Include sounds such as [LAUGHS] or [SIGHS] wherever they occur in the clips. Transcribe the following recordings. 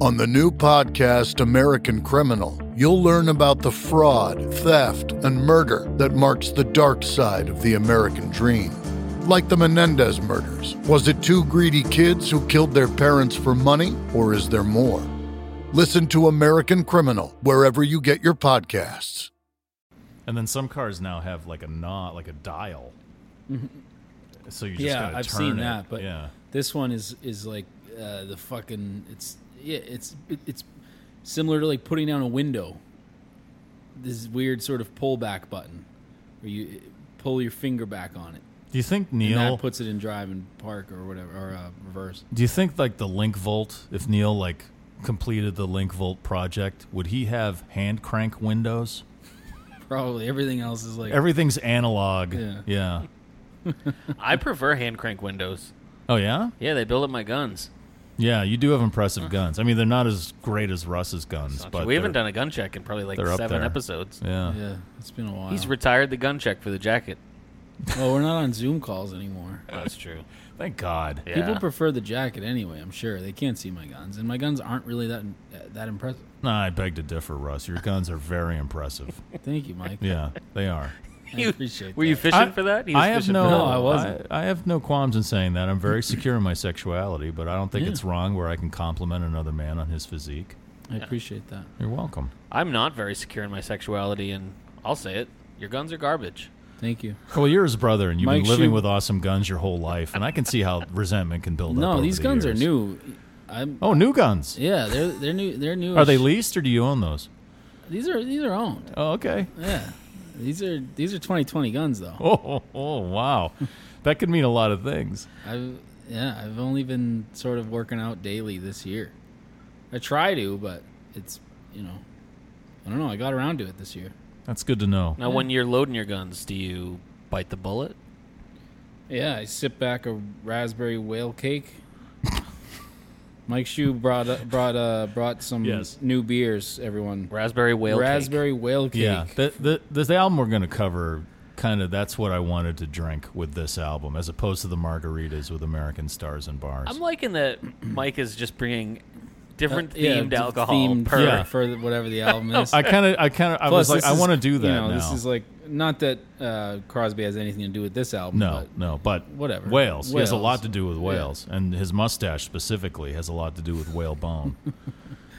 On the new podcast, American Criminal, you'll learn about the fraud, theft, and murder that marks the dark side of the American dream. Like the Menendez murders, was it two greedy kids who killed their parents for money, or is there more? Listen to American Criminal wherever you get your podcasts. And then some cars now have like a knot, like a dial. So you just Mm-hmm. yeah, gotta I've turn seen it. that, but yeah, this one is is like uh, the fucking it's yeah it's it, it's similar to like putting down a window. This weird sort of pullback button, where you pull your finger back on it, do you think and Neil? that puts it in drive and park or whatever or uh, reverse. [LAUGHS] do you think like the Link Volt? If Neil like completed the Link Volt project, would he have hand crank windows? Probably everything else is like Everything's analog. Yeah. I prefer hand crank windows. Oh yeah. Yeah, they build up my guns. Yeah, you do have impressive guns. I mean, they're not as great as Russ's guns, but we haven't they're- done a gun check in probably like they're up seven there. episodes. Yeah. yeah. It's been a while. He's retired the gun check for the jacket. well, we're not on Zoom calls [LAUGHS] anymore. That's true. Thank God. Yeah. People prefer the jacket anyway. I'm sure they can't see my guns, and my guns aren't really that that impressive. Nah, I beg to differ, Russ. Your guns are very [LAUGHS] impressive. Thank you, Mike. Yeah, they are. I appreciate Were you that. fishing I- for that? He was I have fishing no, for that. No, I wasn't. I, I have no qualms in saying that. I'm [CLEARS THROAT] very secure in my sexuality, but I don't think Yeah. it's wrong where I can compliment another man on his physique. I appreciate that. You're welcome. I'm not very secure in my sexuality, and I'll say it. Your guns are garbage. Thank you. Well, you're his brother, and you've Mike, been living shoot. with awesome guns your whole life, and I can see how [LAUGHS] resentment can build up. No, over these the guns years. are new. I'm Oh, new guns. yeah, they're they're new. They're new. Are they leased or do you own those? These are these are owned. Oh, okay. Yeah, these are these are 2020 guns though. Oh, [LAUGHS] oh, oh, [LAUGHS] wow. that could mean a lot of things. I've yeah, I've only been sort of working out daily this year. I try to, but it's you know, I don't know. I got around to it this year. That's good to know. Now, when you're loading your guns, do you bite the bullet? Yeah, I sip back a raspberry whale cake. [LAUGHS] Mike Shu brought brought uh, brought some Yes. new beers. Everyone, Raspberry whale. cake. raspberry whale cake. Yeah, the, the, this album we're going to cover, kind of that's what I wanted to drink with this album, as opposed to the margaritas with American stars and bars. I'm liking that Mike is just bringing different Uh, yeah, themed d- alcohol themed per. Yeah. for the, whatever [LAUGHS] the album is. I kind of, I kind of, I was like, this I is, want to do that you know, now. This is like not that uh, Crosby has anything to do with this album. no, but no, but whatever. Whales. He has a lot Whales. to do with whales, and his mustache specifically has a lot to do with whale [LAUGHS] bone,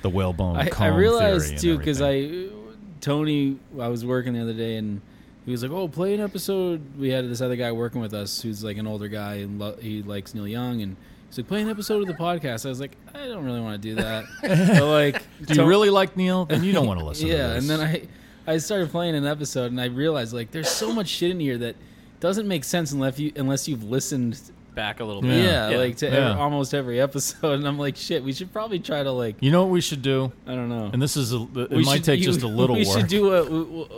the whale bone. I, I comb theory realized and too because everything. I Tony, I was working the other day and he was like, "Oh, play an episode." We had this other guy working with us who's like an older guy and lo- he likes Neil Young and. he's like play an episode of the podcast. I was like, I don't really want to [LAUGHS] do that. but like, Do you really like Neil? Then you [LAUGHS] don't want to listen. yeah, to and this. then I I started playing an episode and I realized like there's so much shit in here that doesn't make sense unless you unless you've listened Back a little Yeah. bit. yeah, like to Yeah. ev- almost every episode and I'm like shit, we should probably try to like you know what we should do, I don't know. and this is a, it we might should- take you- [LAUGHS] just a little We work. should do a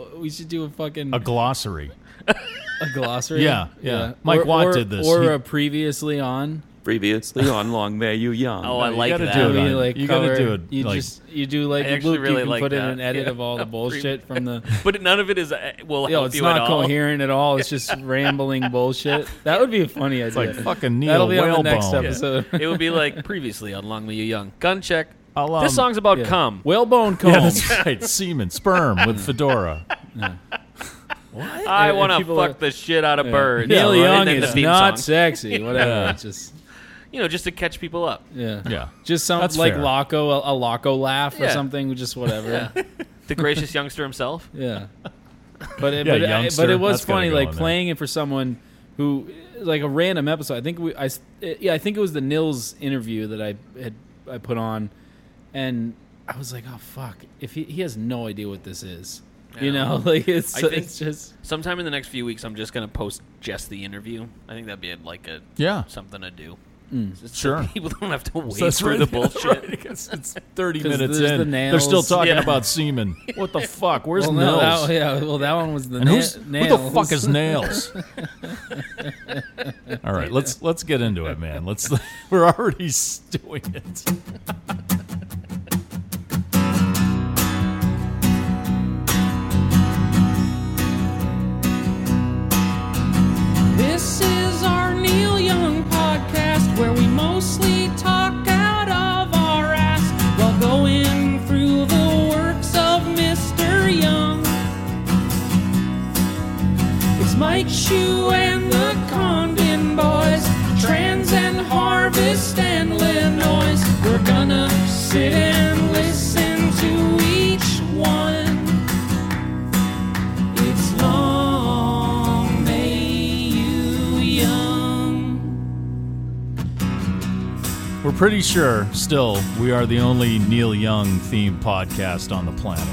we- we should do a fucking a a, glossary. glossary. Yeah, yeah. Mike or, Watt or- did this. Or He- a previously on. Previously on Long May You Young. Oh, I like gotta that. do it. We, on- like you gotta cover- do it, You like- just you do like I actually Luke. really you can like put in that. an edit Yeah. of [LAUGHS] all the bullshit from the But none of it is uh, will Yo, help it's you at not all. coherent at all. It's [LAUGHS] just rambling bullshit. That would be a funny idea. like fucking Neil That'll be on the Whalebone. next Yeah. episode. it would be like previously on Long May You Young. Gun check. I'll, um, this song's about [LAUGHS] Yeah. cum. Whalebone comb. Yeah, that's right. Semen, sperm [LAUGHS] with fedora. I If want to people fuck are- the shit out of birds. Neil And Young then the is theme not song. [LAUGHS] sexy. Whatever. Yeah. It's just You know, just to catch people up. yeah. Yeah. Just some That's like fair. Loco, a, a Loco laugh or Yeah. something. Just whatever. Yeah. The gracious youngster himself. [LAUGHS] But it, Yeah, but, I, youngster. but it was That's gotta funny, go like in there. playing it for someone who like a random episode. I think we I s- yeah I think it was the Nils interview that I had I put on, and I was like, oh fuck, if he, he has no idea what this is. You Yeah. know, [LAUGHS] like it's I think- it's just Sometime in the next few weeks, I'm just gonna post just the interview. I think that'd be like a Yeah. Hmm. something to do. Just Sure. So [LAUGHS] people don't have to wait So that's [LAUGHS] through right. the bullshit. Right, because it's 30 'Cause minutes there's in. the They're still nails. talking Yeah. about [LAUGHS] semen. What the fuck? Where's well, no, Nails? that, yeah, well, that one was the and na- who's, who the nails. fuck is [LAUGHS] Nails? All right, let's let's get into it, man. Let's [LAUGHS] we're already doing it. This is our Neil Young podcast where we mostly talk out of our ass. Well, sit and listen to each one. It's long may you young. We're pretty sure, still, we are the only Neil Young themed podcast on the planet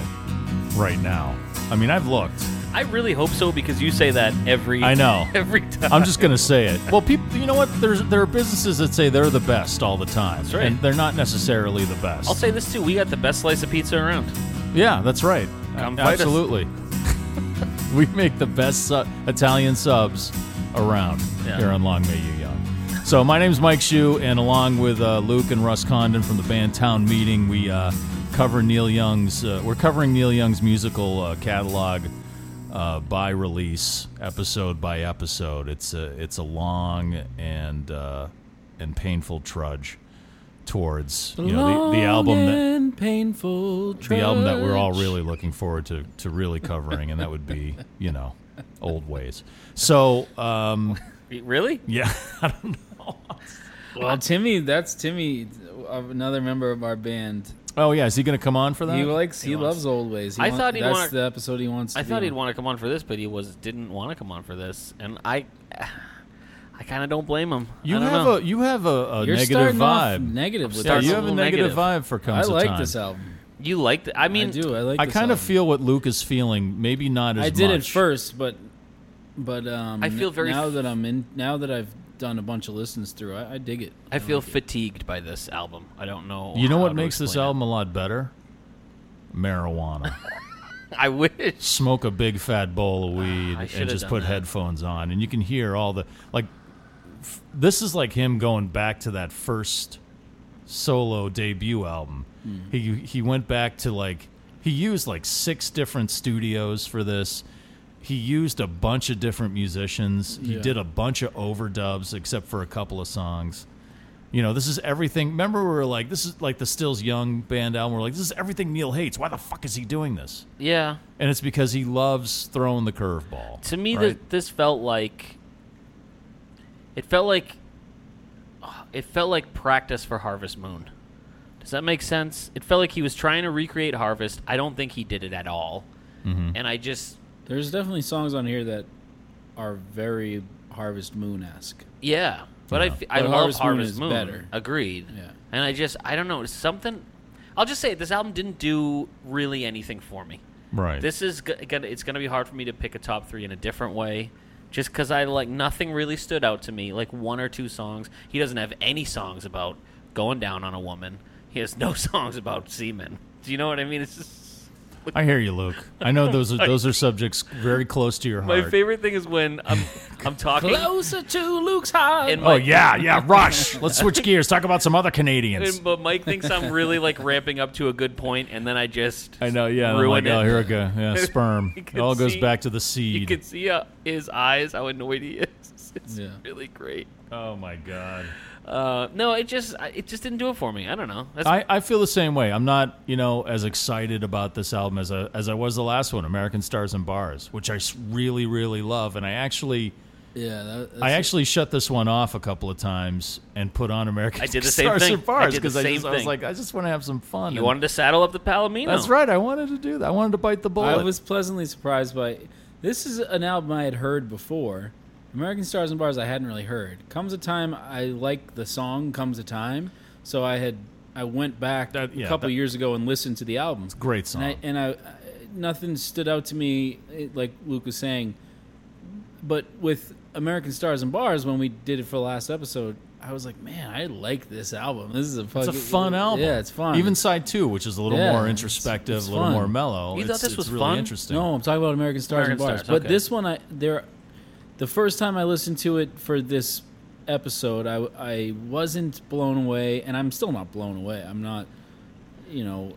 right now. I mean, I've looked. I really hope so because you say that every. I know. [LAUGHS] Every time. I'm just gonna say it. Well, people, you know what? There's there are businesses that say they're the best all the time, right. and they're not necessarily the best. I'll say this too. We got the best slice of pizza around. yeah, that's right. Come fight us. Absolutely. [LAUGHS] we make the best su- Italian subs around Yeah. here on Long May You Young. So my name's Mike Shu, and along with uh, Luke and Russ Condon from the band Town Meeting, we uh, cover Neil Young's. Uh, we're covering Neil Young's musical uh, catalog uh, by release, episode by episode. It's a it's a long and uh, and painful trudge towards you know the, the album that and painful the album that we're all really looking forward to to really covering, and that would be you know, old ways. So um, Really? yeah, [LAUGHS] Well, Timmy, that's Timmy, uh, another member of our band. oh yeah, is he going to come on for that? He likes, he, wants- loves old ways. He I want- thought he'd that's wanna- the episode he wants. I to thought be he'd on. want to come on for this, but he was didn't want to come on for this, and I, [SIGHS] I kind of don't blame him. you I don't have know. a you have a, a You're negative starting off vibe. Negative. With yeah, starting this. you a have a little negative negative. vibe for I comes. a like Time. this album. you liked. it. I I mean, do. I like. I this kind of album. feel what Luke is feeling. Maybe not as I did much. it first, but but um, I feel very now f- that I'm in. Now that I've done a bunch of listens through, I, I dig it. I feel fatigued by this album. I don't know. You know how what to makes this explain it. album a lot better? Marijuana. [LAUGHS] I wish. Smoke a big fat bowl of weed Ah, I and should've just done put that. headphones on, and you can hear all the like. f- This is like him going back to that first solo debut album. Hmm. He he went back to like he used like six different studios for this. He used a bunch of different musicians. He Yeah. did a bunch of overdubs except for a couple of songs. You know, this is everything. Remember, we were like, this is like the Stills Young band album. We're like, this is everything Neil hates. Why the fuck is he doing this? Yeah. and it's because he loves throwing the curveball. To me, right? th- this felt like. It felt like. It felt like practice for Harvest Moon. Does that make sense? It felt like he was trying to recreate Harvest. I don't think he did it at all. Mm-hmm. And I just. There's definitely songs on here that are very Harvest Moon esque. Yeah, but I Yeah. f I I, But love Harvest Harvest, Moon is Moon. better. Agreed. Yeah. And I just I don't know something. I'll just say it, this album didn't do really anything for me. right. This is g- gonna it's gonna be hard for me to pick a top three in a different way, just because I like nothing really stood out to me. Like one or two songs. He doesn't have any songs about going down on a woman. He has no [LAUGHS] songs about semen. Do you know what I mean? It's just. I hear you, Luke. I know those [LAUGHS] are those are subjects very close to your heart. My favorite thing is when I'm [LAUGHS] I'm talking Closer to Luke's heart. and my, Oh yeah, [LAUGHS] yeah. Rush. Let's switch gears. Talk about some other Canadians. And- but Mike thinks I'm [LAUGHS] really like ramping up to a good point, and then I just I know. Yeah. oh ruin my God, it. here I go. Yeah, sperm. [LAUGHS] You It can all goes see- back to the You seed. can see uh, his eyes how annoyed he is. [LAUGHS] It's Yeah. really great. oh my God. Uh, no, it just I- it just didn't do it for me. I don't know. That's, I, I feel the same way. I'm not, you know, as excited about this album as I, as I was the last one, American Stars and Bars, which I s- really, really love. And I actually, yeah, that, that's I it. actually shut this one off a couple of times and put on American I did the same Stars thing. and Bars I did the because I, same just- I was thing. like, I just want to have some fun. you and- wanted to saddle up the Palomino. That's right. I wanted to do that. I wanted to bite the bullet. I was pleasantly surprised by. This is an album I had heard before. American Stars and Bars I hadn't really heard. Comes a time I like the song. Comes a time, so I had I went back That- yeah, a couple that- years ago and listened to the album. Great song. And I, and I, nothing stood out to me it- like Luke was saying, but with American Stars and Bars when we did it for the last episode, I was like, man, I like this album. This is a it's fucking, a fun album. Yeah, it's fun. Even side two, which is a little Yeah, more it's- introspective, it's a little fun. more mellow. You thought It's- this it's was really fun? interesting. No, I'm talking about American Stars American and Bars. Stars, But okay. this one, I there, the first time I listened to it for this episode, I I wasn't blown away, and I'm still not blown away. I'm not, you know,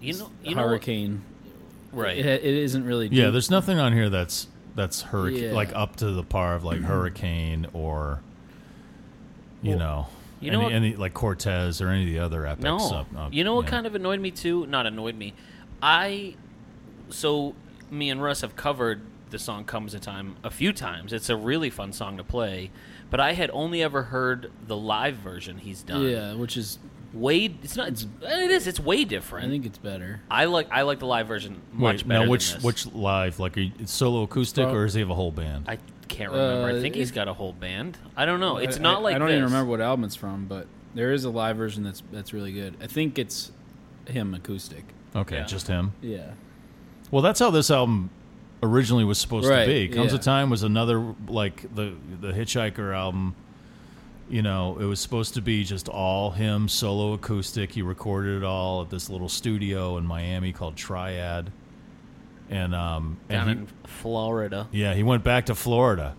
You know. You know what- hurricane. Right. It, it isn't really. Yeah, deep. there's nothing on here that's that's hurricane Yeah. Mm-hmm. like up to the par of like Hurricane or you know you know any, what- any like Cortez or any of the other epics. No. up- up- you know what yeah. kind of annoyed me too? Not annoyed me. I so me and Russ have covered the song "Comes a Time" a few times. It's a really fun song to play, but I had only ever heard the live version he's done. Yeah, which is way. It's not. It's, it is. It's way different. I think it's better. I like I like the live version much Wait, better. now than which this. which live like are you, it's solo acoustic Well- or does he have a whole band? I can't remember. I Uh, think he's got a whole band. I don't know. It's I- not I- like I don't even this. remember what album it's from, but there is a live version that's that's really good. I think it's him acoustic. okay, yeah. just him. Yeah. Well, that's how this album originally was supposed Right, to be. Comes yeah. a time was another like the the Hitchhiker album. You know, it was supposed to be just all him solo acoustic. He recorded it all at this little studio in Miami called Triad, and um down and in Florida. he, yeah, he went back to Florida,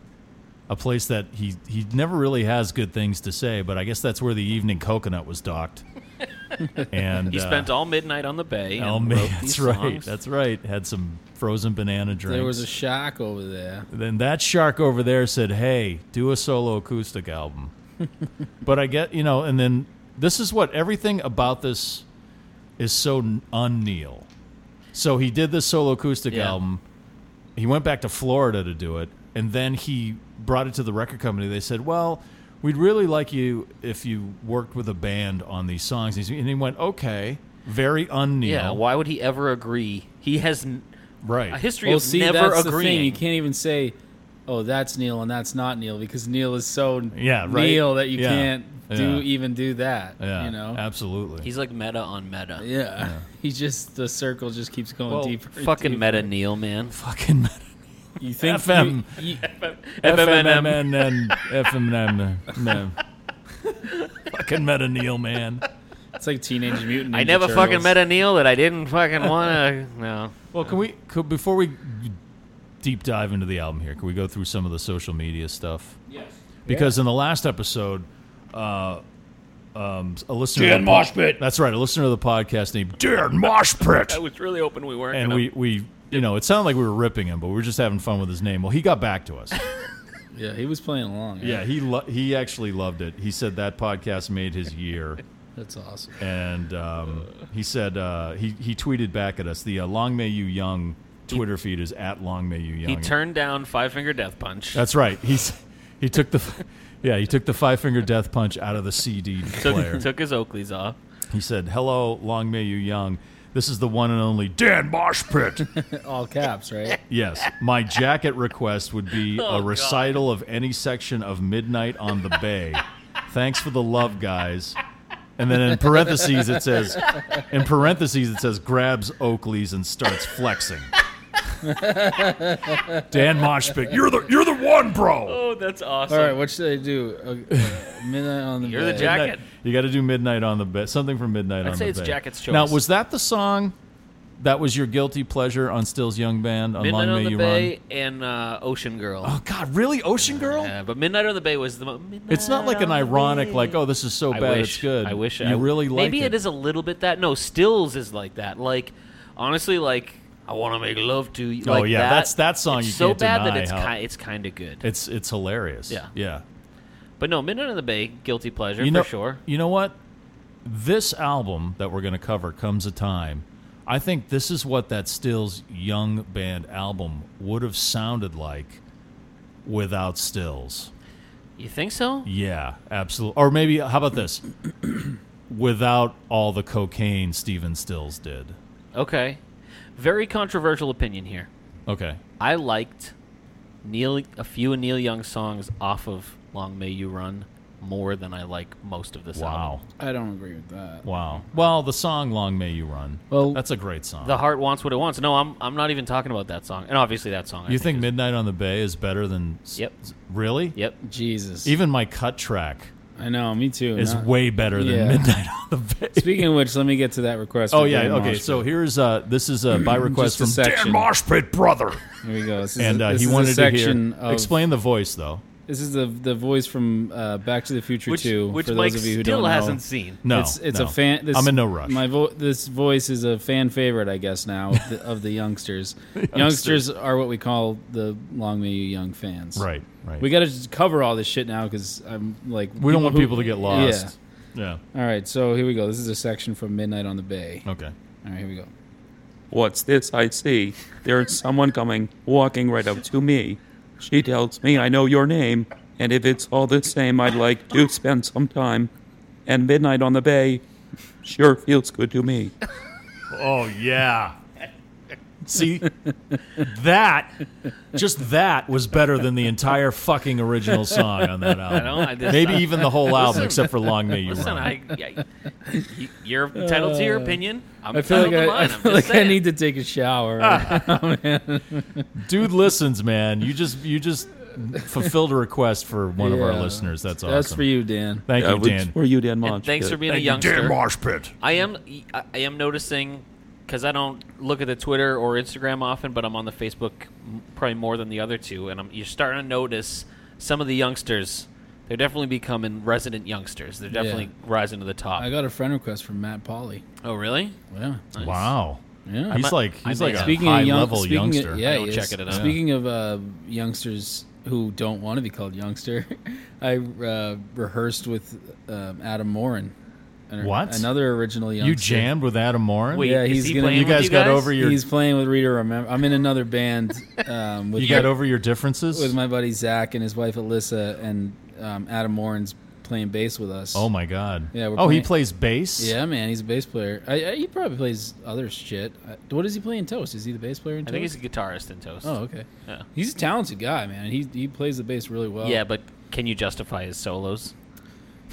a place that he he never really has good things to say. But I guess that's where the evening coconut was [LAUGHS] docked. and He uh, spent all midnight on the bay. Oh and man, wrote [LAUGHS] that's these right. songs. That's right. Had some frozen banana drinks. There was a shock over there. then that shark over there said, "Hey, do a solo acoustic [LAUGHS] album." but I get you know, and then this is what everything about this is so unneal. So he did this solo acoustic Yeah. album. He went back to Florida to do it, and then he brought it to the record company. They said, "Well, we'd really like you if you worked with a band on these songs." And he- and he went, "Okay." Very unneal. yeah. Why would he ever agree? He has n- Right. a history Well, of Oh, see, never that's the agreeing. thing. You can't even say, "Oh, that's Neil and that's not Neil," because Neil is so Yeah, right. Neil that you Yeah. can't do Yeah. even do that. Yeah, You know. absolutely. He's like meta on meta. yeah. [LAUGHS] He just the circle just keeps going Well, deeper. and Fucking deeper. meta Neil, man. fucking [LAUGHS] mad. You think FM. [LAUGHS] you- you- FMNM. FMNN. FMNN. Fucking meta Neil, man. [LAUGHS] it's like Teenage Mutant. I Ninja never fucking Turtles. met a Neil that I didn't fucking wanna. [LAUGHS] No. Well, can we, could, before we deep dive into the album here, can we go through some of the social media stuff? Yes. Because in the last episode, uh, um, a listener. Dan Moshpit. That's right. A listener of the podcast named Dan Moshpit. was really hoping we weren't. And gonna- we, we, you know, it sounded like we were ripping him, but we were just having fun with his name. Well, he got back [LAUGHS] to us. Yeah, he was playing along. Yeah, he lo- he actually loved it. He said that podcast made his year, that's awesome. and um, he said uh, he he tweeted back at us. The uh, Long May You Young Twitter feed is at Long May You Young. he turned down Five Finger Death Punch. That's right. He's he took the [LAUGHS] yeah he took the five finger death punch out of the [LAUGHS] CD player. Took, took his Oakleys off. he said, "Hello, Long May You Young. This is the one and only Dan Moshpit." All caps, right? Yes, my jacket request would [LAUGHS] be Oh, a recital of any section of Midnight on the Bay. Thanks for the love, guys. And then in parentheses it says, in parentheses it says, grabs Oakley's and starts [LAUGHS] flexing. Dan Moshpit, you're the you're the one, bro. Oh, that's awesome. All right, what should I do? Uh, uh, midnight on the You're the Bay. jack- Midnight- You got to do Midnight on the Bay. Something from Midnight I'd on say the it's Bay. Jacket's Choice. Now, was that the song that was your guilty pleasure on Still's Young Band on Midnight Long on May the You Bay Run? and uh, Ocean Girl. Oh God, really, Ocean Girl? Yeah, but Midnight on the Bay was the. Mo- Midnight It's not like on an the ironic, Bay. like, oh, this is so I bad, wish, it's good. I wish you I really like Maybe it. it is a little bit that. No, Stills is like that. Like, honestly, like I want to make love to you. Oh, like yeah, that. that's- that song It's you so can't bad deny that it's how- ki- it's kind of good. It's it's hilarious. Yeah. yeah. but no, Midnight on the Bay, guilty pleasure You know, for sure. You know what? This album that we're going to cover comes a time. I think this is what that Stills Young Band album would have sounded like without Stills. You think so? Yeah, absolutely. Or maybe how about this? [CLEARS THROAT] without all the cocaine Steven Stills did. Okay. Very controversial opinion here. Okay. I liked Neil a few of Neil Young's songs off of Long May You Run more than I like most of this Wow. album. I don't agree with that. Wow. Well, the song "Long May You Run." Well- that's a great song. The heart wants what it wants. No, I'm I'm not even talking about that song. And obviously that song. I you think is- "Midnight on the Bay" is better than? s- Yep. s- Really? Yep. Jesus, Even my cut track I know. Me too. is Not- way better than Yeah. "Midnight on the Bay." [LAUGHS] Speaking of which, let me get to that request. oh for yeah. Dan Okay. Moshpit. So here's uh this is [CLEARS THROAT] uh, by request Just a from section. Moshpit, brother. Here we go. This is, and uh, this he is a wanted to section hear. Of, Explain the voice though. This is the the voice from uh, Back to the Future Which, 2. which for Mike those of you who still don't hasn't know. seen. No, it's it's no. a fan. This, I'm in no rush. My vo- this voice is a fan favorite, I guess. Now of the, of [LAUGHS] the youngsters. youngsters are what we call the Long May You Young fans. right. Right. We got to cover all this shit now because I'm like We don't want who- people to get lost. Yeah. Yeah. All right. So here we go. This is a section from Midnight on the Bay. Okay. All right. Here we go. What's this I see? There's someone coming, walking right up to me. She tells me I know your name, and if it's all the same, I'd like to spend some time. And midnight on the bay Sure feels good to me. Oh yeah. [LAUGHS] See, that just that was better than the entire fucking original song on that album. know, [LAUGHS] [LAUGHS] I just- Maybe even the [LAUGHS] whole album, Listen. except for "Long May You Listen, Run." I, I, y- you're entitled to your opinion. I'm Uh, I feel like, entitled to I, I, mine. feel I'm like just I saying. need to take a shower. Dude listens, man. You just you just fulfilled a request for one of our Yeah. listeners. That's awesome. That's for you, Dan. Thank Yeah, you, Uh, which- Dan. For you, Dan And Monch. thanks Good. for being a Thank you, youngster. Dan Marsh Pit. I am I I am noticing because I don't look at the Twitter or Instagram often, but I'm on the Facebook m- probably more than the other two, and I'm, you're starting to notice some of the youngsters. They're definitely becoming resident youngsters. They're definitely rising to the top. I got a friend request from Matt Polly. oh, really? Yeah. Nice. Wow. Yeah. He's might- like I he's may like a have. Speaking high of young, level speaking youngster. Of, yeah, I don't he check is. it out. Speaking of uh, youngsters who don't want to be called youngster, [LAUGHS] I uh, rehearsed with um, Adam Morin. an- What? Another original youngster. You jammed with Adam Morin. Wait, Yeah, is he's he gonna- playing You with guys you got over your- He's playing with Rita. Remember, I'm in another band um, [LAUGHS] with you got over your differences. with my buddy Zach and his wife Alyssa, and um, Adam Morin's playing bass with us. oh my god. Yeah, we're oh, he playing- plays bass. Yeah, man, he's a bass player. I, I, he probably plays other shit. I, what does he play in Toast? Is he the bass player in Toast? I think he's a guitarist in Toast. oh, okay. Yeah. He's a talented guy, man. He he plays the bass really well. Yeah, but can you justify his solos?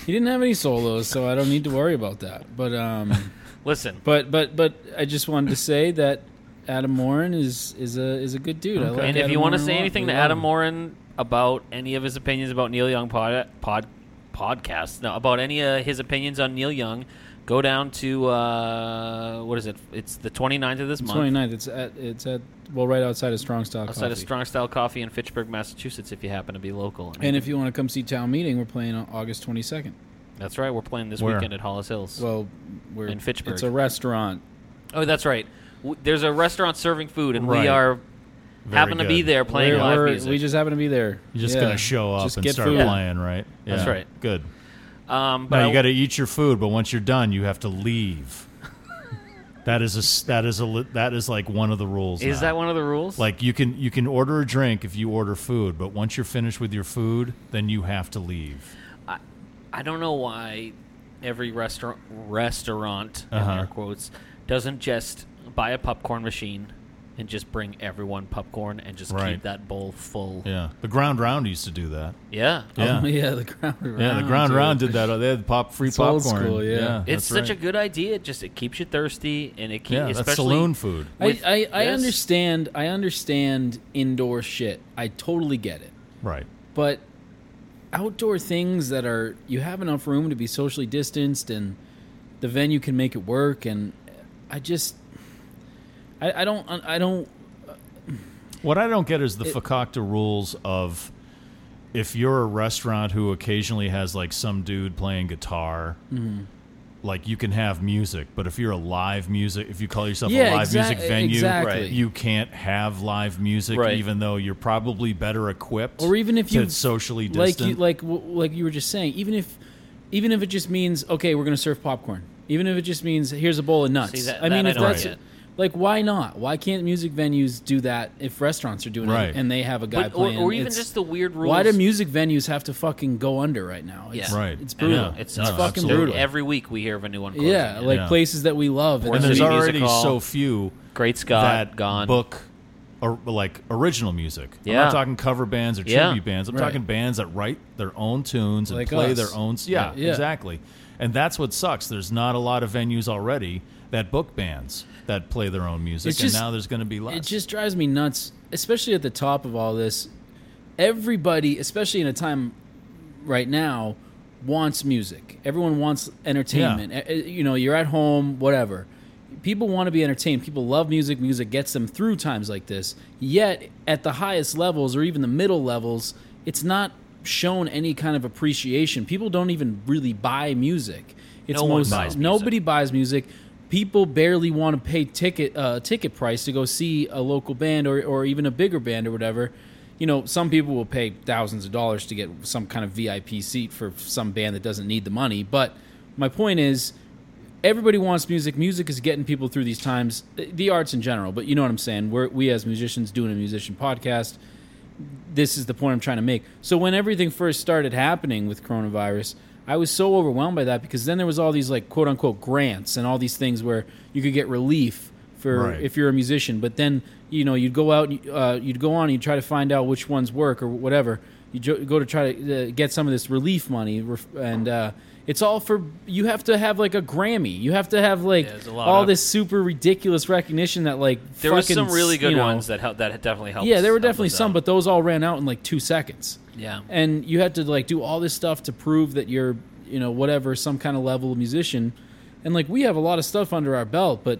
he didn't have any solos, so I don't need to worry about that. But um, [LAUGHS] Listen, but but but I just wanted to say that Adam Morin is is a is a good dude. I like and if Adam you want to Morin a say lot. anything We to love Adam him. Morin about any of his opinions about Neil Young pod, pod podcast, no, about any of his opinions on Neil Young, go down to uh, what is it? It's the 29th of this month. 29th, it's at it's at well right outside of Strong Stock. Outside of Strong Style Coffee in Fitchburg, Massachusetts, if you happen to be local. And if you want to come see town meeting, we're playing on August 22nd. that's right, we're playing this Where? weekend at Hollis Hills. Well, we're In Fitchburg. It's a restaurant. oh, that's right. W- There's a restaurant serving food, and Right. we are Very happen to be good. there playing We're- live we're- music. We just happen to be there. You're just Yeah. gonna show up Just and get start food. [LAUGHS] playing, right? Yeah. That's right. Good. um, but No, I- you got to eat your food, but once you're done, you have to [LAUGHS] leave. that is a s- that is a li- that is like one of the rules. is now. that one of the rules? like you can you can order a drink if you order food, but once you're finished with your food, then you have to leave. I don't know why every restaurant restaurant Uh-huh. in air quotes doesn't just buy a popcorn machine and just bring everyone popcorn and just Right. keep that bowl full. Yeah, the ground round used to do that. Yeah. Yeah, Oh, yeah, the ground round. yeah, the ground dude. round did that. They had pop free It's old popcorn. school, yeah. It's that's such a right. good idea. It Just it keeps you thirsty and it keeps yeah. especially That's saloon food. I, with- I, I yes. understand. I understand indoor shit. I totally get it. Right. But outdoor things that are you have enough room to be socially distanced and the venue can make it work. And I just, I, I don't, I don't. What I don't get is the fakakta rules of if you're a restaurant who occasionally has like some dude playing guitar, Mm-hmm. like you can have music, but if you're a live music, if you call yourself Yeah, a live exac- music venue, exactly. you can't have live music, Right. even though you're probably better equipped, Or even if to you- socially distant. like you like w- like you were just saying even if even if it just means okay we're gonna serve popcorn even if it just means here's a bowl of nuts See, that- i mean that I if don't that's get. like why not why can't music venues do that if restaurants are doing Right. it and they have a guy But- or, playing or even It's- just the weird rules. why do music venues have to fucking go under right now it's, Yeah. Right. it's brutal Yeah. it's It's, No, fucking absolutely. brutal Every week we hear of a new one. Closing. yeah like Yeah. places that we love Or and there's City already Music Hall. so few Great Scott that gone. book or like original music. I'm Yeah. not talking cover bands or tribute Yeah. bands. I'm Right. talking bands that write their own tunes and Like play us. their own. Yeah, Yeah. exactly. And that's what sucks. There's not a lot of venues already that book bands that play their own music, It's just- and now there's going to be less. It just drives me nuts, especially at the top of all this. Everybody, especially in a time right now, wants music. Everyone wants entertainment. Eh, eh, You know, you're at home, whatever. People want to be entertained. People love music. Music gets them through times like this. Yet, at the highest levels or even the middle levels, it's not shown any kind of appreciation. People don't even really buy music. It's No one most buys music. nobody buys music. People barely want to pay ticket uh, ticket price to go see a local band or, or even a bigger band or whatever. You know, some people will pay thousands of dollars to get some kind of VIP seat for some band that doesn't need the money. But my point is, everybody wants music. Music is getting people through these times, the arts in general. But you know what I'm saying? We're, we as musicians doing a musician podcast this is the point I'm trying to make. So when everything first started happening with coronavirus, I was so overwhelmed by that because then there was all these like quote unquote grants and all these things where you could get relief for Right. if you're a musician. But then you know you'd go out, and, uh, you'd go on, and you'd try to find out which ones work or whatever. You jo- go to try to uh, get some of this relief money, ref- and uh, it's all for you have to have like a Grammy. You have to have like there's a lot all of- this super ridiculous recognition that like There were fucking some really s- good you know, ones that helped. That definitely helped. yeah, there were helped definitely us some, out. but those all ran out in like two seconds. Yeah. And you had to like do all this stuff to prove that you're, you know, whatever, some kind of level musician. And like we have a lot of stuff under our belt, but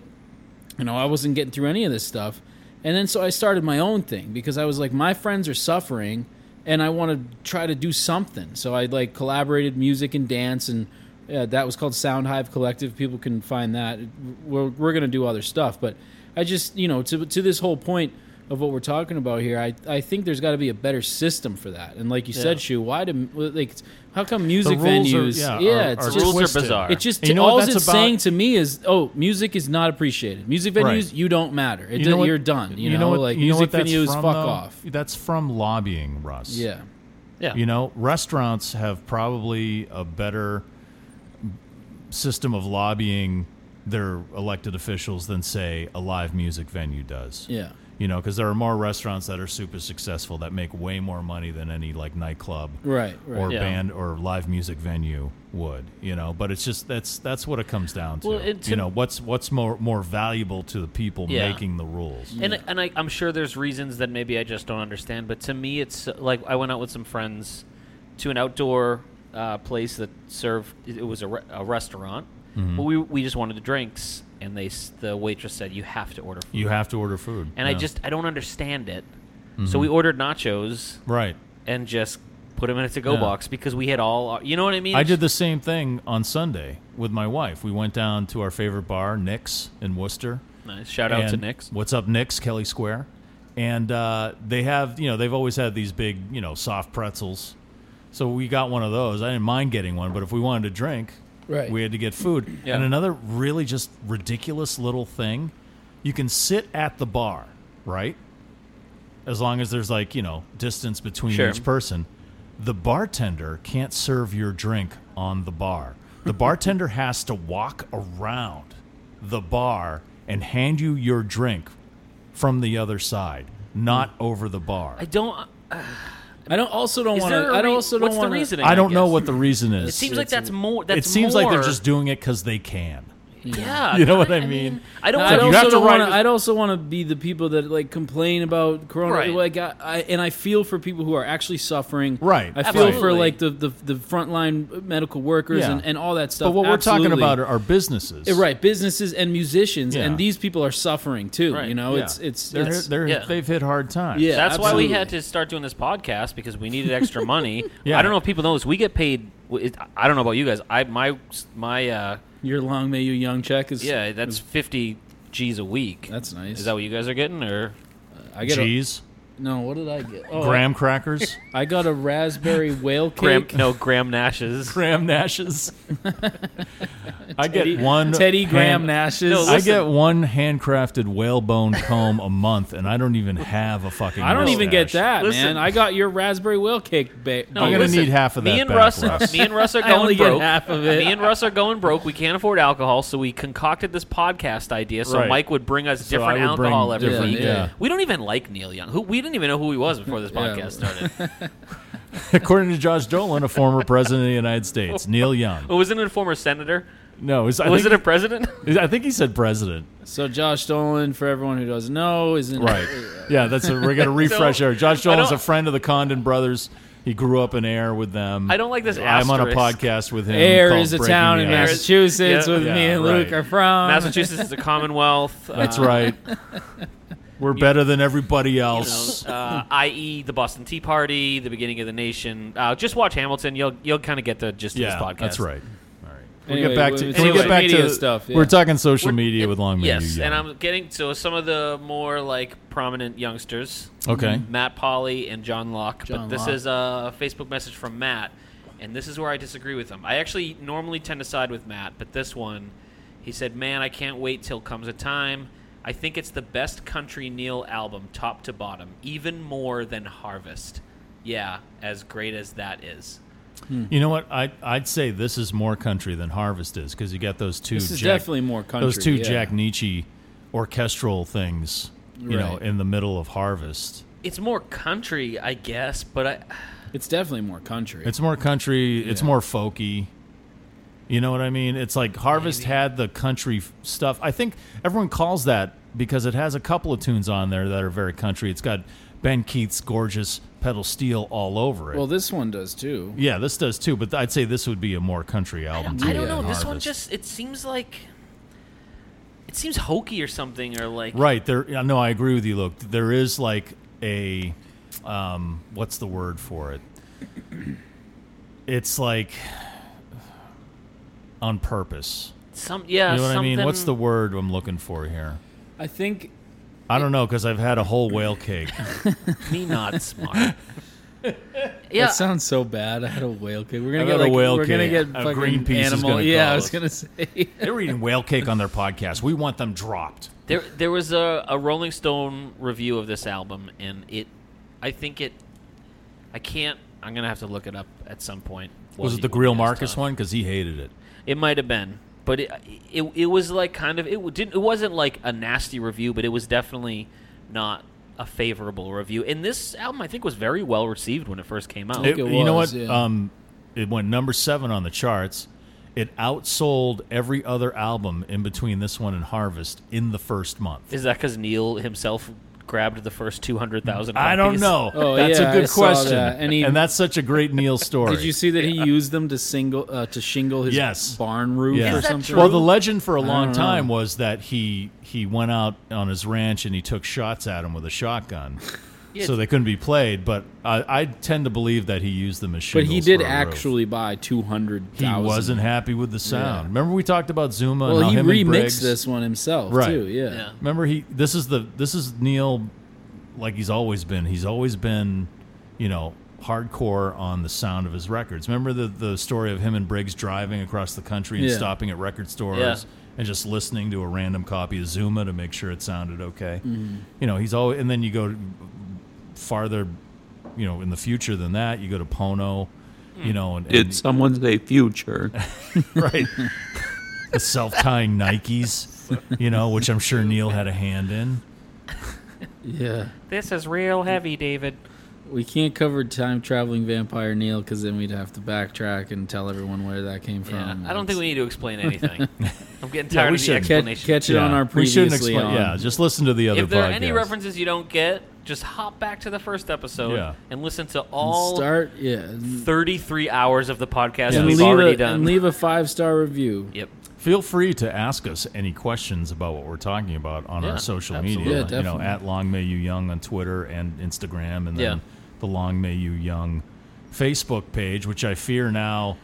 you know, I wasn't getting through any of this stuff. And then so I started my own thing because I was like, my friends are suffering and I want to try to do something. So I like collaborated music and dance and uh, that was called Sound Hive Collective. People can find that. We're, we're going to do other stuff. But I just, you know, to, to this whole point of what we're talking about here, I, I think there's got to be a better system for that. And like you said, Shu, why do, like, how come music rules are- venues, yeah, are- it's are just, rules twisted. are bizarre. it just And you know all what it's that's about? saying to me is, oh, music is not appreciated. Music venues, Right. you don't matter. It, You know what- you're done. You, know, what- like you know music what that's venues, from, fuck though? off. That's from lobbying, Russ. Yeah, yeah. You know, restaurants have probably a better system of lobbying their elected officials than, say, a live music venue does. yeah, You know, because there are more restaurants that are super successful that make way more money than any like nightclub right, right. or Yeah. band or live music venue would. You know, but it's just that's that's what it comes down to. Well, it- you know, what's what's more more valuable to the people Yeah. making the rules. And, and I, I'm sure there's reasons that maybe I just don't understand, but to me, it's uh, like I went out with some friends to an outdoor uh, place that served. It it was a, re- a restaurant, Mm-hmm. but we we just wanted the drinks, and they s- the waitress said you have to order food, You have to order food. and I Yeah. Mm-hmm. just I don't understand it. So we ordered nachos right. and just put them in a to-go Yeah. box because we had all our, you know what I mean. I did the same thing on Sunday with my wife. We went down to our favorite bar, Nick's in Worcester. Nice. Shout out to And- Nick's. What's up, Nick's Kelly Square? And uh, they have, you know, they've always had these big, you know, soft pretzels. So we got one of those. I didn't mind getting one, but if we wanted to drink, Right. we had to get food. Yeah. And another really just ridiculous little thing, you can sit at the bar, right? As long as there's like, you know, distance between Sure. each person. The bartender can't serve your drink on the bar. The bartender has to walk around the bar and hand you your drink from the other side, not over the bar. I don't. I don't also don't Is want there to. a I don't re- also what's don't want the to. reasoning? I don't know guess? what the reason is. It seems like that's more. That's it seems like they're more- just doing it because they can. [LAUGHS] Yeah, You know what kinda, I mean? I don't. So I'd you want have also, to don't write wanna, it- I'd also want to be the people that like complain about corona. Right. Like I, I, and I feel for people who are actually suffering. Right, I feel for Absolutely. like the, the the frontline medical workers Yeah. and, and all that stuff. But what we're Absolutely. talking about are, are businesses. Yeah, right businesses and musicians Yeah. and these people are suffering too. Right. You know, Yeah. it's it's They're- it's they're- yeah. they've hit hard times. Yeah. That's why we absolutely. had to start doing this podcast because we needed extra [LAUGHS] money. Yeah. I don't know if people know this. We get paid. it- I don't know about you guys. I my my uh, your long may you young check is yeah. That's fifty G's a week. That's nice. Is that what you guys are getting or I get a- Cheese, No, what did I get? Oh, graham crackers, I got a [LAUGHS] raspberry whale Graham? cake. [LAUGHS] No, Graham Nash's. graham nashes. I get one Teddy Graham hand- Nash's. No, I listen. get one handcrafted whalebone comb a month, and I don't even have a fucking. I don't even get mustache. that, Listen. man. I got your raspberry whale cake. Ba- [LAUGHS] No, I'm gonna listen, need half of that Me and back, Russ, Russ. [LAUGHS] me and [LAUGHS] Russ are I only get going broke. half of it. Me and Russ are going broke. We can't afford alcohol, so we concocted this podcast idea. So Right. Mike would bring us different I would bring alcohol every different- week. yeah. We don't even like Neil Young. Who we didn't even know who he was [LAUGHS] before this podcast started. According to Josh Dolan, a former president of the United States, Neil Young. Well, wasn't it a former senator? No, is, I, Was it think, a president? I think he said president. So Josh Dolan, for everyone who doesn't know, isn't Right. Yeah, that's a, we're gonna refresh So, our. Josh I Dolan's don't- a friend of the Condon brothers. He grew up in Air with them. I don't like this I'm on a asterisk. podcast with him. Air called is a Breaking town the in Ice. Massachusetts Yeah. with me Yeah, and Luke right. are from. Massachusetts is [LAUGHS] a commonwealth. That's uh, right. We're better than everybody you else. know, uh, i.e., the Boston Tea Party, the beginning of the nation. Uh, just watch Hamilton. You'll you'll kind of get the gist yeah, of this podcast. that's right. We'll Anyway, get back we- to. we Can we anyway, get back media to stuff, yeah. We're talking social media and- with Long May Yes, You and Young. I'm getting so some of the more like prominent youngsters. Mm-hmm. Okay. Matt Polly and John Locke. John but this Locke. is a Facebook message from Matt, and this is where I disagree with him. I actually normally tend to side with Matt, but this one, he said, "Man, I can't wait till comes a time." I think it's the best country Neil album, top to bottom, even more than Harvest. Yeah, as great as that is. You know what? I I'd say this is more country than Harvest is because you got those two. This is Jack- definitely more country. those two yeah. Jack Nietzsche orchestral things. You know, Right. in the middle of Harvest, It's more country, I guess, but I, It's definitely more country. it's more country. It's Yeah. more folky. You know what I mean? It's like Harvest had the country f- stuff. I think everyone calls that because it has a couple of tunes on there that are very country. It's got Ben Keith's gorgeous pedal steel all over it. well, this one does too. yeah, this does too, but I'd say this would be a more country I album. don't, too I don't than know. This one Harvest. just it seems like it seems hokey or something, or like Right. There. yeah, No, I agree with you, Luke. There is like a, um, what's the word for it? It's like on purpose. some yeah. You know what I something, mean? What's the word I'm looking for here? I think I don't know because I've had a whole whale cake. [LAUGHS] me not smart? yeah, that sounds so bad. I had a whale cake. We're gonna I've get had a like, whale We're gonna cake. get Uh, fucking Greenpeace is animal. gonna yeah, call I was us. gonna [LAUGHS] say. They're eating whale cake on their podcast. We want them dropped. there there was a, a Rolling Stone review of this album, and it, I think it, I can't. I'm gonna have to look it up at some point. while Was it you the Grill guys Marcus talk. one? Because he hated it. It might have been, but it, it it was like kind of it didn't it wasn't like a nasty review, but it was definitely not a favorable review. And this album, I think, was very well received when it first came out. It- It- you know was, what? yeah. Um, it went number seven on the charts. It outsold every other album in between this one and Harvest in the first month. Is that because Neil himself grabbed the first two hundred thousand? I don't know. Oh, that's yeah, a good I saw question. that. And And, he- that's such a great Neil story. [LAUGHS] Did you see that he used them to single uh, to shingle his Yes. barn roof Yeah. or Is that something? true? Well, the legend for a long don't time was that he he went out on his ranch and he took shots at him with a [LAUGHS] shotgun, so they couldn't be played. But I, I tend to believe that he used them as but shingles. he did for a roof. actually buy two hundred. He wasn't happy with the sound. Remember we talked about Zuma Well, and how he him and Briggs- remixed this one himself Right. too. Yeah. Yeah. Remember he this is the this is Neil like he's always been. He's always been, you know, hardcore on the sound of his records. Remember the the story of him and Briggs driving across the country and Yeah. stopping at record stores Yeah. and just listening to a random copy of Zuma to make sure it sounded okay. You know, he's always and then you go farther, you know, in the future than that, you go to Pono, you know, and, Did and someone say future? [LAUGHS] right? the self-tying Nikes, you know, which I'm sure Neil had a hand in. Yeah. This is real heavy, David. We can't cover time traveling vampire Neil because then we'd have to backtrack and tell everyone where that came from. Yeah, I don't think we need to explain anything. I'm getting Yeah, tired we of shouldn't. the catch, explanation. catch it on Yeah. our We previously shouldn't explain. on. Yeah, just listen to the other. if there are podcast. any references you don't get, just hop back to the first episode Yeah. and listen to all start yeah. and- 33 hours of the podcast And we've leave, already a, done. and leave a five star review. yep. feel free to ask us any questions about what we're talking about on Yeah, our social absolutely. media. you Yeah, know, definitely. at Long May You Young on Twitter and Instagram, and then Yeah. the Long May You Young Facebook page, which I fear now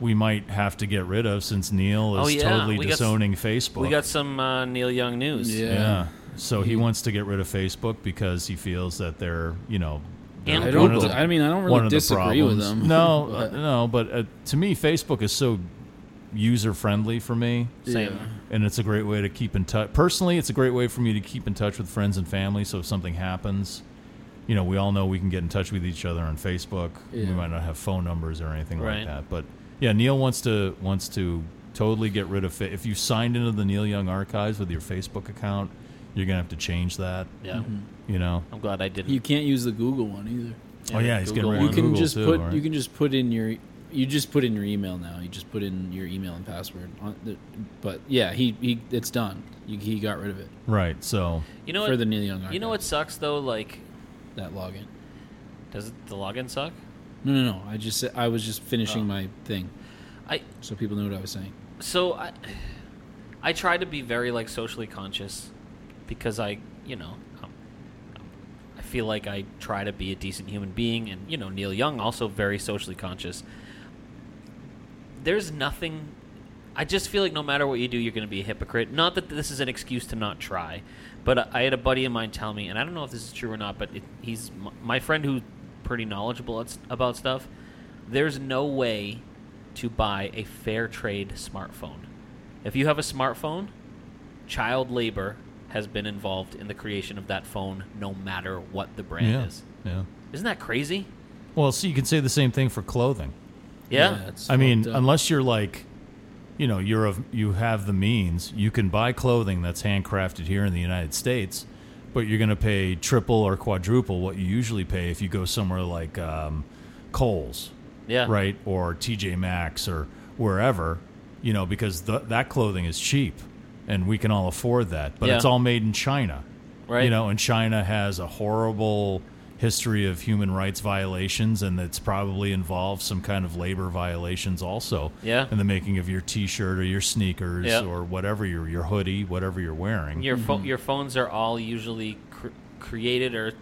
we might have to get rid of since Neil is Oh, yeah. totally We got s- disowning Facebook. We got some uh, Neil Young news. Yeah. yeah. So he wants to get rid of Facebook because he feels that they're, you know, they're And I one don't. of the- I mean, I one don't really of the disagree with problems. them. [LAUGHS] No, uh, no, but uh, to me, Facebook is so user friendly for me, Same. and it's a great way to keep in touch. Personally, it's a great way for me to keep in touch with friends and family. So if something happens, you know, we all know we can get in touch with each other on Facebook. We Yeah. might not have phone numbers or anything Right. like that, but yeah, Neil wants to wants to totally get rid of it. If you signed into the Neil Young archives with your Facebook account, you're gonna have to change that. Yeah. You know. I'm glad I didn't. Mm-hmm. You can't use the Google one either. Oh yeah, he's getting Google rid one. of you can Google just too, put. right? You can just put in your. You just put in your email now. You just put in your email and password. On the, but yeah, he, he it's done. You, he got rid of it right. So you know for what? the Neil Young. you know what archive, sucks though? Like, that login. does the login suck? No, no, no. I just said- I was just finishing Oh. my thing I so people knew what I was saying. so I I try to be very like socially conscious because I you know i I feel like I try to be a decent human being and you know Neil Young also very socially conscious. There's nothing. I just feel like no matter what you do, you're going to be a hypocrite. Not that this is an excuse to not try, but I- I had a buddy of mine tell me, and I don't know if this is true or not, but it, he's m- my friend who's pretty knowledgeable at s- about stuff. There's no way to buy a fair trade smartphone. If you have a smartphone, child labor has been involved in the creation of that phone, no matter what the brand yeah, is. yeah. Isn't that crazy? Well, so you can say the same thing for clothing. Yeah. it's I mean, fucked up. unless you're like, you know, you're of you have the means, you can buy clothing that's handcrafted here in the United States, but you're going to pay triple or quadruple what you usually pay if you go somewhere like um, Kohl's, Yeah. right, or TJ Maxx or wherever, you know, because th- that clothing is cheap and we can all afford that, but Yeah. it's all made in China, Right. You know, and China has a horrible history of human rights violations, and it's probably involved some kind of labor violations also. Yeah. In the making of your T-shirt or your sneakers Yeah. or whatever your your hoodie, whatever you're wearing. Your pho- your phones are all usually cr- created or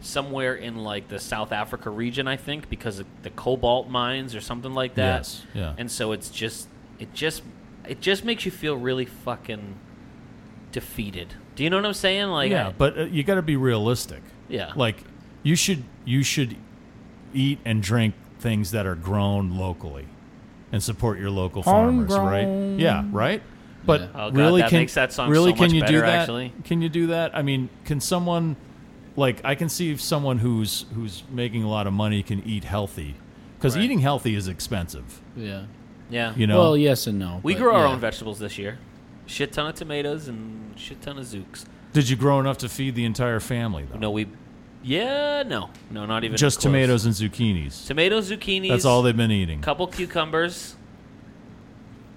somewhere in like the South Africa region, I think, because of the cobalt mines or something like that. Yes, yeah. And so it's just it just it just makes you feel really fucking defeated. Do you know what I'm saying? Like yeah, I- but uh, you got to be realistic. Yeah. Like you should you should eat and drink things that are grown locally and support your local farmers, right? Yeah, right? But Yeah. Oh, God, really that can makes that song really so can much you do better, that? actually. Can you do that? I mean, can someone like I can see if someone who's who's making a lot of money can eat healthy cuz Right. eating healthy is expensive, yeah. yeah. you know. Well, yes and no. we but grew our yeah. own vegetables this year. Shit ton of tomatoes and shit ton of zooks. Did you grow enough to feed the entire family though? No, we Yeah, no. No, not even Just close. tomatoes and zucchinis. Tomatoes, zucchinis. That's all they've been eating. couple cucumbers.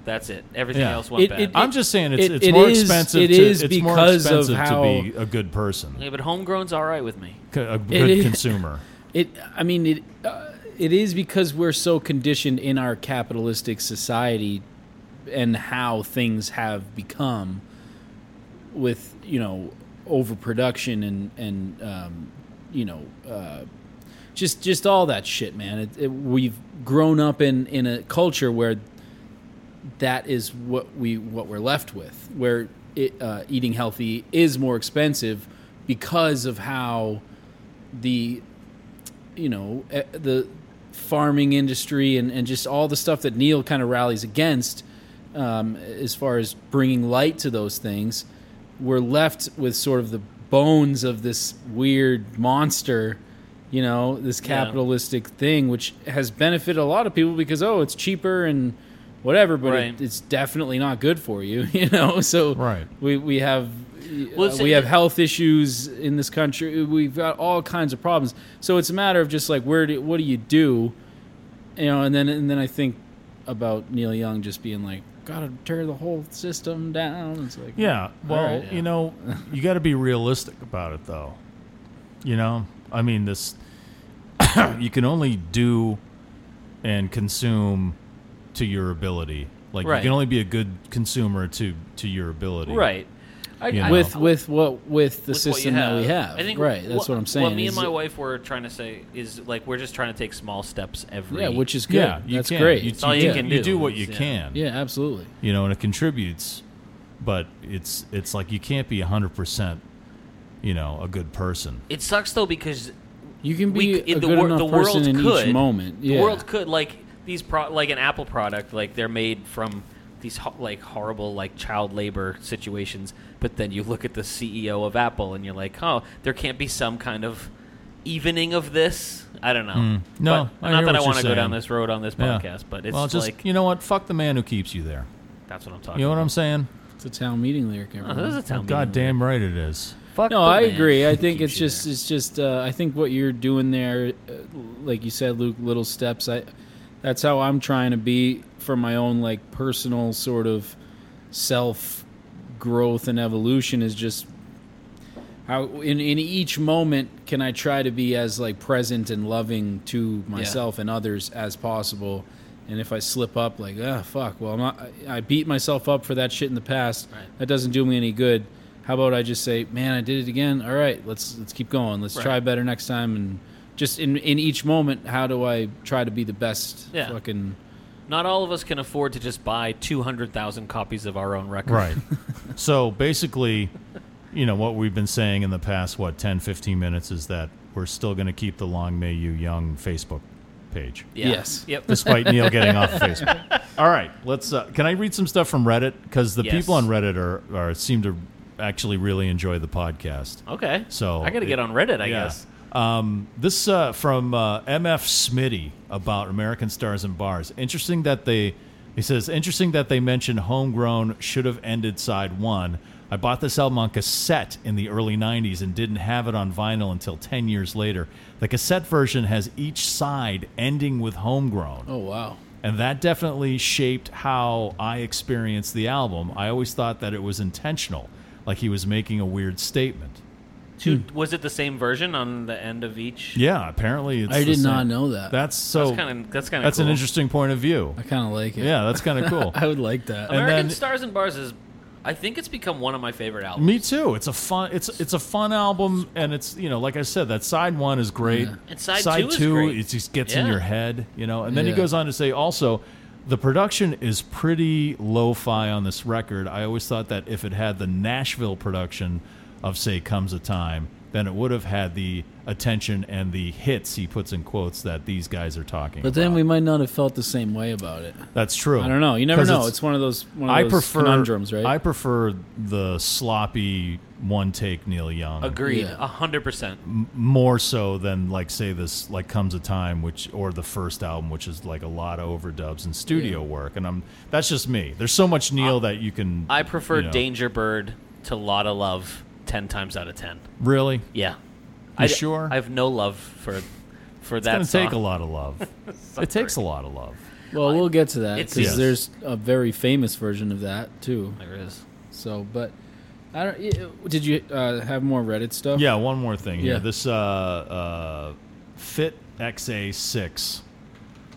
That's it. Everything Yeah. else went It- bad. it- I'm just saying it's, It- it's it more is- expensive. it to, is it's more because of expensive how- to be a good person, [LAUGHS] yeah, but homegrown's all right with me. c- a good is- consumer. It. I mean it. Uh, it is because we're so conditioned in our capitalistic society, and how things have become, with you know overproduction and and um, you know uh, just just all that shit, man. It, it, we've grown up in in a culture where that is what we what we're left with, where it, uh, eating healthy is more expensive because of how the you know eh, the farming industry and, and just all the stuff that Neil kind of rallies against um, as far as bringing light to those things, we're left with sort of the bones of this weird monster, you know, this capitalistic thing, which has benefited a lot of people because oh, it's cheaper and whatever, but Right. it, it's definitely not good for you, [LAUGHS] you know. So Right. we we have Well, uh, it's- we have health issues in this country. We've got all kinds of problems. So it's a matter of just like where do what do you do, you know? And then and then I think about Neil Young just being like, gotta tear the whole system down. It's like Yeah. Well, right. you know, you got to be realistic about it, though. You know, I mean, this [COUGHS] you can only do and consume to your ability. Like you Right. can only be a good consumer to to your ability. Right. I, You I- know. with with with what with the what system you that we have. have. I think right. That's what I'm saying. What me and is- my wife were trying to say is like we're just trying to take small steps every. yeah, which is good. Yeah. you that's can. great. You, all you do- can You do do what is, you yeah. can. yeah, absolutely. you know, and it contributes, but it's it's like you can't be hundred percent, you know, a good person. it sucks though because You can be we c- a the, good wor- enough the world person in could each moment. Yeah. The world could like these pro- like an Apple product like they're made from these ho- like horrible like child labor situations but then you look at the CEO of Apple and you're like, "Oh, there can't be some kind of evening of this." I don't know. Hmm. No, But- I not hear that I what you're wanna go down saying. this road on this Yeah. podcast, but it's well, just like you know what? Fuck the man who keeps you there. that's what I'm You talking know what about. I'm saying? It's a town meeting lyric. everyone. this is a town Oh, God damn right it is. Fuck no, the I man agree. I who think keeps it's you just there. it's just uh, I think what you're doing there, uh, like you said, Luke, little steps. I that's how I'm trying to be for my own like personal sort of self growth and evolution is just how in in each moment can I try to be as like present and loving to myself and others as possible. And if I slip up, like ah fuck, well I'm not, I I beat myself up for that shit in the past. Right. That doesn't do me any good. How about I just say, man, I did it again. All right, let's let's keep going. Let's Right. try better next time. And just in in each moment, how do I try to be the best? Yeah. Fucking not all of us can afford to just buy 200,000 copies of our own record. Right. [LAUGHS] so basically, you know, what we've been saying in the past, what, 10, 15 minutes is that we're still going to keep the Long May You Young Facebook page. Yeah. Yes. Yep. Despite Neil getting off of Facebook. All right, let's. Uh, can I read some stuff from Reddit? Because the Yes. people on Reddit are, are seem to actually really enjoy the podcast. Okay. So I got to it- get on Reddit, Oh, I yeah. guess. Um, this uh, from uh, MF Smitty about American Stars and Bars. Interesting that they, he says, interesting that they mentioned Homegrown should have ended side one. I bought this album on cassette in the early 90s and didn't have it on vinyl until 10 years later. The cassette version has each side ending with Homegrown. Oh wow. And that definitely shaped how I experienced the album. I always thought that it was intentional, like he was making a weird statement. Two, was it the same version on the end of each? Yeah, apparently it's I the did not same. know that. That's so That's kind of that's kind of that's an interesting point of view. I kind of like it. Yeah, that's kind of [LAUGHS] cool. I would like that. And American then- Stars and Bars is, I think it's become one of my favorite albums. Me too. It's a fun it's it's a fun album and it's you know, like I said, that side one is great. And side two is great. it just gets in Yeah. your head, you know. And then he Yeah. goes on to say also the production is pretty lo-fi on this record. I always thought that if it had the Nashville production of say comes a time, then it would have had the attention and the hits he puts in quotes that these guys are talking but about. then we might not have felt the same way about it. That's true. I don't know. You never 'Cause know. It's, one of those one of I those prefer conundrums, right? I prefer the sloppy one take Neil Young Agreed, Yeah. a hundred percent. more so than like say this like comes a time which or the first album which is like a lot of overdubs and studio work and I'm that's just me. There's so much Neil that you can I prefer you know. Danger Bird to Lotta Love ten times out of ten. Really? It's Yeah, I sure? I uh, have no love for for that. going to take song. a lot of [LAUGHS] love. it takes a lot of love. well, we'll get to that It's- because Yes. there's a very famous version of that too. There is. So, but I don't. y- Did you uh, have more Reddit stuff? Yeah, one more thing here. Yeah. This uh, uh, Fit XA6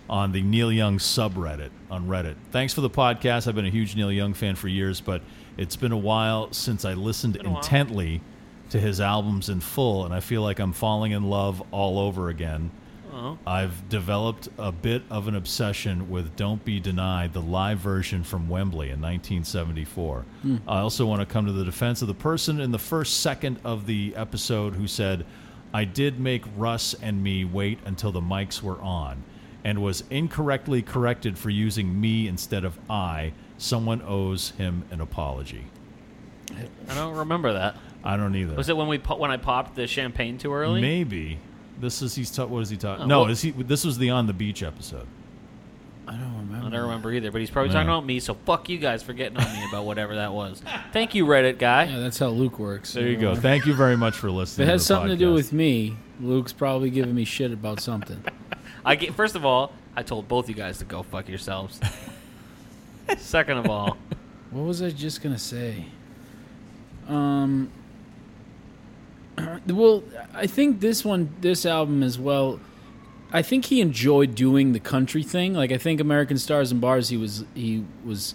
on the Neil Young subreddit on Reddit. Thanks for the podcast. I've been a huge Neil Young fan for years, but it's been a while since I listened a while. intently to his albums in full, and I feel like I'm falling in love all over again. I've developed a bit of an obsession with Don't Be Denied, the live version from Wembley in 1974. Hmm. I also want to come to the defense of the person in the first second of the episode who said, I did make Russ and me wait until the mics were on, and was incorrectly corrected for using me instead of I. Someone owes him an apology. I don't remember that. I don't either. Was it when we po- when I popped the champagne too early? Maybe. This is he's ta- what is he talking? no, Oh, well- is he? This was the on the beach episode. I don't remember. I don't remember either, but he's probably Yeah. talking about me. So fuck you guys for getting on me about whatever that was. Thank you, Reddit guy. Yeah, that's how Luke works. There you go. Thank you very much for If it listening. has to the something to do podcast. with me, Luke's probably giving me shit about something. I get, first of all, I told both you guys to go [LAUGHS] fuck yourselves. Second of all, What was I just gonna say? Um. [CLEARS THROAT] Well, I think this one, this album as well. I think he enjoyed doing the country thing. Like I think American Stars and Bars, he was he was,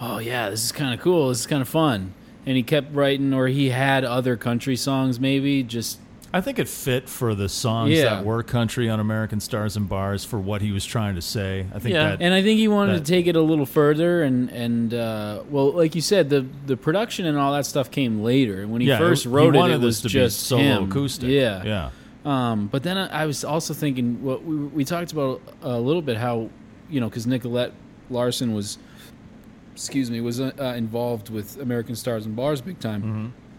oh yeah, this is kind of cool. This is kind of fun. And he kept writing, or he had other country songs, maybe just I think it fit for the songs Yeah. that were country on American Stars and Bars for what he was trying to say. I think Yeah. that And I think he wanted that- to take it a little further, and and uh, well, like you said, the the production and all that stuff came later. And when he yeah, first it- he wrote it, wanted it was this to just be solo him. acoustic. Yeah, yeah. Um, but then I, I was also thinking what we we talked about a little bit how you know because Nicolette Larson was, excuse me, was uh, uh, involved with American Stars and Bars big time.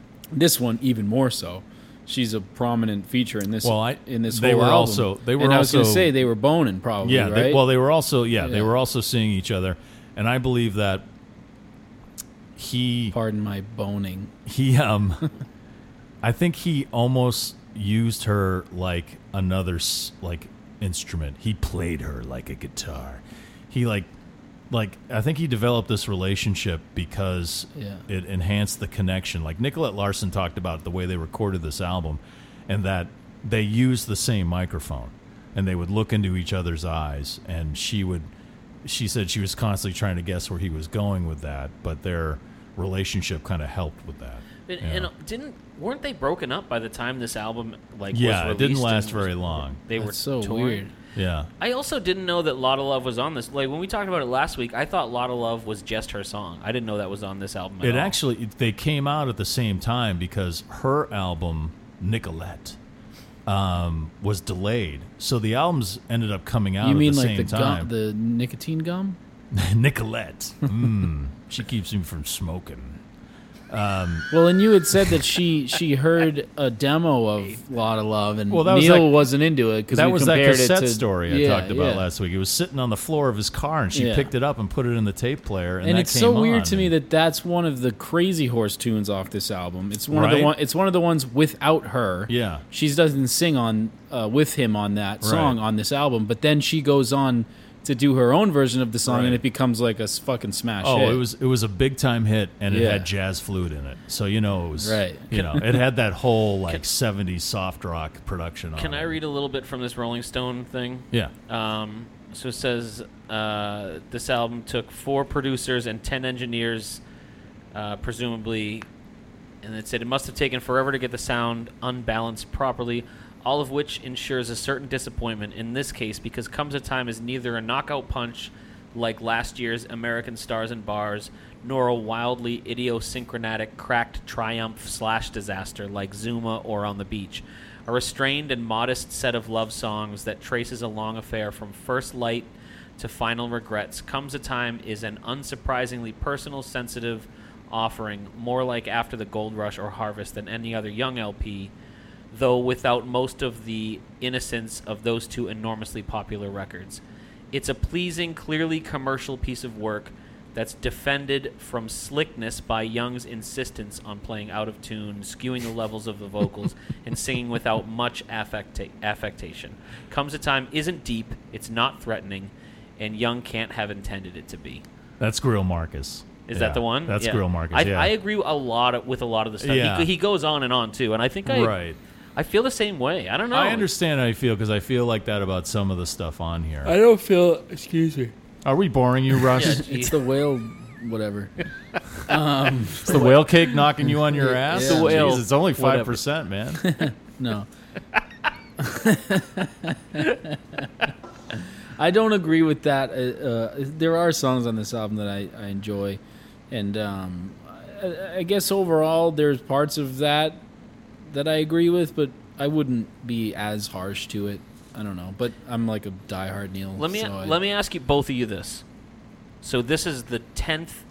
Mm-hmm. This one even more so. She's a prominent feature in this. Well, I- in this they whole were album. also- they were and I was gonna also- say they were boning probably. Yeah, right? they, well, they were also yeah, they Yeah. were also seeing each other, and I believe that he pardon my boning. he um, I think he almost used her like another s- like instrument. He played her like a guitar. He like like I think he developed this relationship because Yeah. it enhanced the connection. Like Nicolette Larson talked about the way they recorded this album and that they used the same microphone and they would look into each other's eyes and she would she said she was constantly trying to guess where he was going with that, but their relationship kind of helped with that. and, Yeah. and didn't weren't they broken up by the time this album like Yeah, was it didn't released last and very was- long. They were That's so touring? weird. Yeah. I also didn't know that Lotta Love was on this. Like when we talked about it last week, I thought Lotta Love was just her song. I didn't know that was on this album. At It all. actually they came out at the same time because her album Nicolette um, was delayed, so the albums ended up coming out You at mean the like same the time. [LAUGHS] gum, the nicotine gum? Hmm. Nicolette, mm, she keeps me from smoking. Well, and you had said that she she heard a demo of "Lot of Love," and Well, that was Neil that- was not into it because That was that compared cassette it to, story I Yeah, talked about yeah. last week. It was sitting on the floor of his car, and she Yeah. picked it up and put it in the tape player, and, And that it's came so weird on, to me and- that that's one of the Crazy Horse tunes off this album. It's one of Right? the one. It's one of the ones without her. Yeah. she doesn't sing on uh, with him on that song on this album, but then she goes on to do her own version of the song, Right. and it becomes like a s- fucking smash. Oh, hit. it was it was a big time hit, and it Yeah. had jazz flute in it. So you know it was Right. You know it had that [LAUGHS] whole like '70s soft rock production on. Can it. I read a little bit from this Rolling Stone thing? Yeah. Um, so it says uh, this album took four producers and ten engineers, uh, presumably, and it said it must have taken forever to get the sound unbalanced properly, all of which ensures a certain disappointment in this case because Comes a Time is neither a knockout punch like last year's American Stars and Bars nor a wildly idiosyncratic cracked triumph slash disaster like Zuma or On the Beach. A restrained and modest set of love songs that traces a long affair from first light to final regrets comes a time is an unsurprisingly personal sensitive offering more like after the gold rush or harvest than any other young lp though without most of the innocence of those two enormously popular records it's a pleasing clearly commercial piece of work that's defended from slickness by young's insistence on playing out of tune skewing the levels of the vocals and singing without much affecta- affectation comes a time isn't deep it's not threatening and young can't have intended it to be That's Grill Marcus. is Yeah, that the one? That's Yeah. Grill Marcus. I, yeah. I agree a lot of- with a lot of the stuff. Yeah. He, he goes on and on too, and I think I Right. I feel the same way. I don't know. I understand how you feel because I feel like that about some of the stuff on here. I don't feel. Excuse me. Are we boring [LAUGHS] you, [LAUGHS] Russ? Yeah, It's the whale, whatever. It's the whale cake knocking you [LAUGHS] on your ass. The Jeez, whale. it's only five Whatever. percent, [LAUGHS] man. No. [LAUGHS] I don't agree with that. Uh, uh, there are songs on this album that I, I enjoy, and um, I, I guess overall there's parts of that that I agree with, but I wouldn't be as harsh to it. I don't know, but I'm like a diehard Neil. Let me so I- let me ask you both of you this. So this is the tenth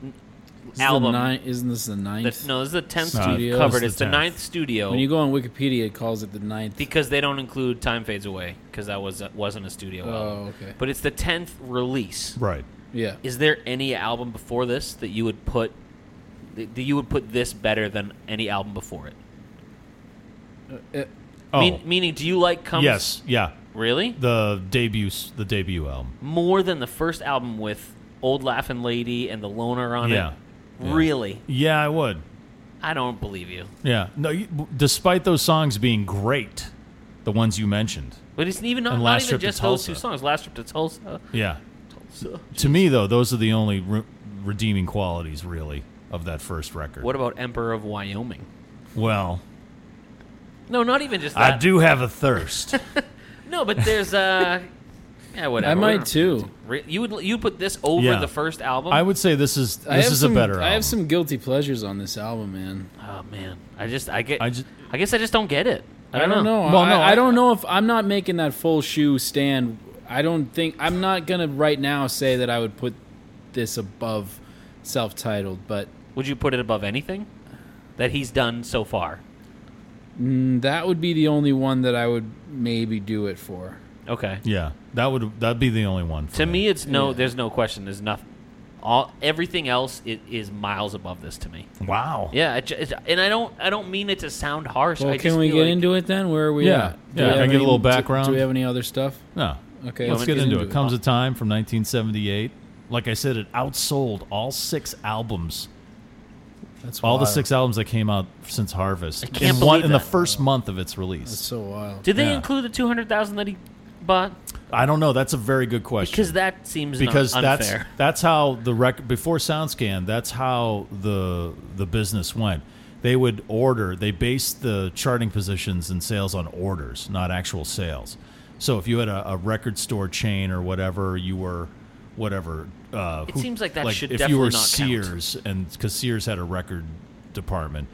This is the album. nine- isn't this the ninth? that- no, this is the tenth No, studio it's covered. the It's the 10th. ninth studio When you go on Wikipedia, it calls it the ninth. because they don't include "Time Fades Away" because that was wasn't a studio album. oh, okay. But it's the tenth release. right. yeah. Is there any album before this that you would put that you would put this better than any album before it? Oh, Mean, meaning, do you like comes? yes, yeah. Really? The debut, the debut album. More than the first album with Old Laughing Lady and the Loner on Yeah. it? Yeah. Really? Yeah, I would. I don't believe you. Yeah. No, you, despite those songs being great, the ones you mentioned. But it's even not, And not Last even Trip to just those two Tulsa. songs. Last Trip to Tulsa. Yeah. To me, though, those are the only re- redeeming qualities, really, of that first record. What about Emperor of Wyoming? well, No, not even just that. I do have a thirst. No, but there's uh, [LAUGHS] yeah, whatever. I We're might not- too. Re- You would you put this over Yeah. the first album? I would say this is I this have is some, a better. I album. have some guilty pleasures on this album, man. Oh man, I just I get. I I, just- guess I just don't get it. I don't, know. Well, I, no, I, I- don't know if I'm not making that full shoe stand. I don't think I'm not gonna right now say that I would put this above self-titled, but Would you put it above anything that he's done so far? that would be the only one that I would maybe do it for. Okay. Yeah, that would that'd be the only one. For To me, it's no. There's no question. There's nothing. All everything else i- is miles above this to me. Wow. Yeah, it, ju- it, and I don't. I don't mean it to sound harsh. Well, I can just we feel get like- into it then? Where are we? Yeah. at? Yeah, we can I have get a little any- do- background? Do, we have any other stuff? No. Okay, Let's get into it. it. Comes a time from 1978. Like I said, it outsold all six albums, That's all the wild. six albums that came out since Harvest. I can't in, one, believe in the that. first month of its release. That's so wild. Did they Yeah. include the two hundred thousand that he bought? I don't know. That's a very good question. Because that seems not because that's unfair. that's how the record before SoundScan. That's how the the business went. They would order. They based the charting positions and sales on orders, not actual sales. So if you had a, a record store chain or whatever, you were whatever. Uh, It seems like that should if you definitely were not count. Sears and because Sears had a record department,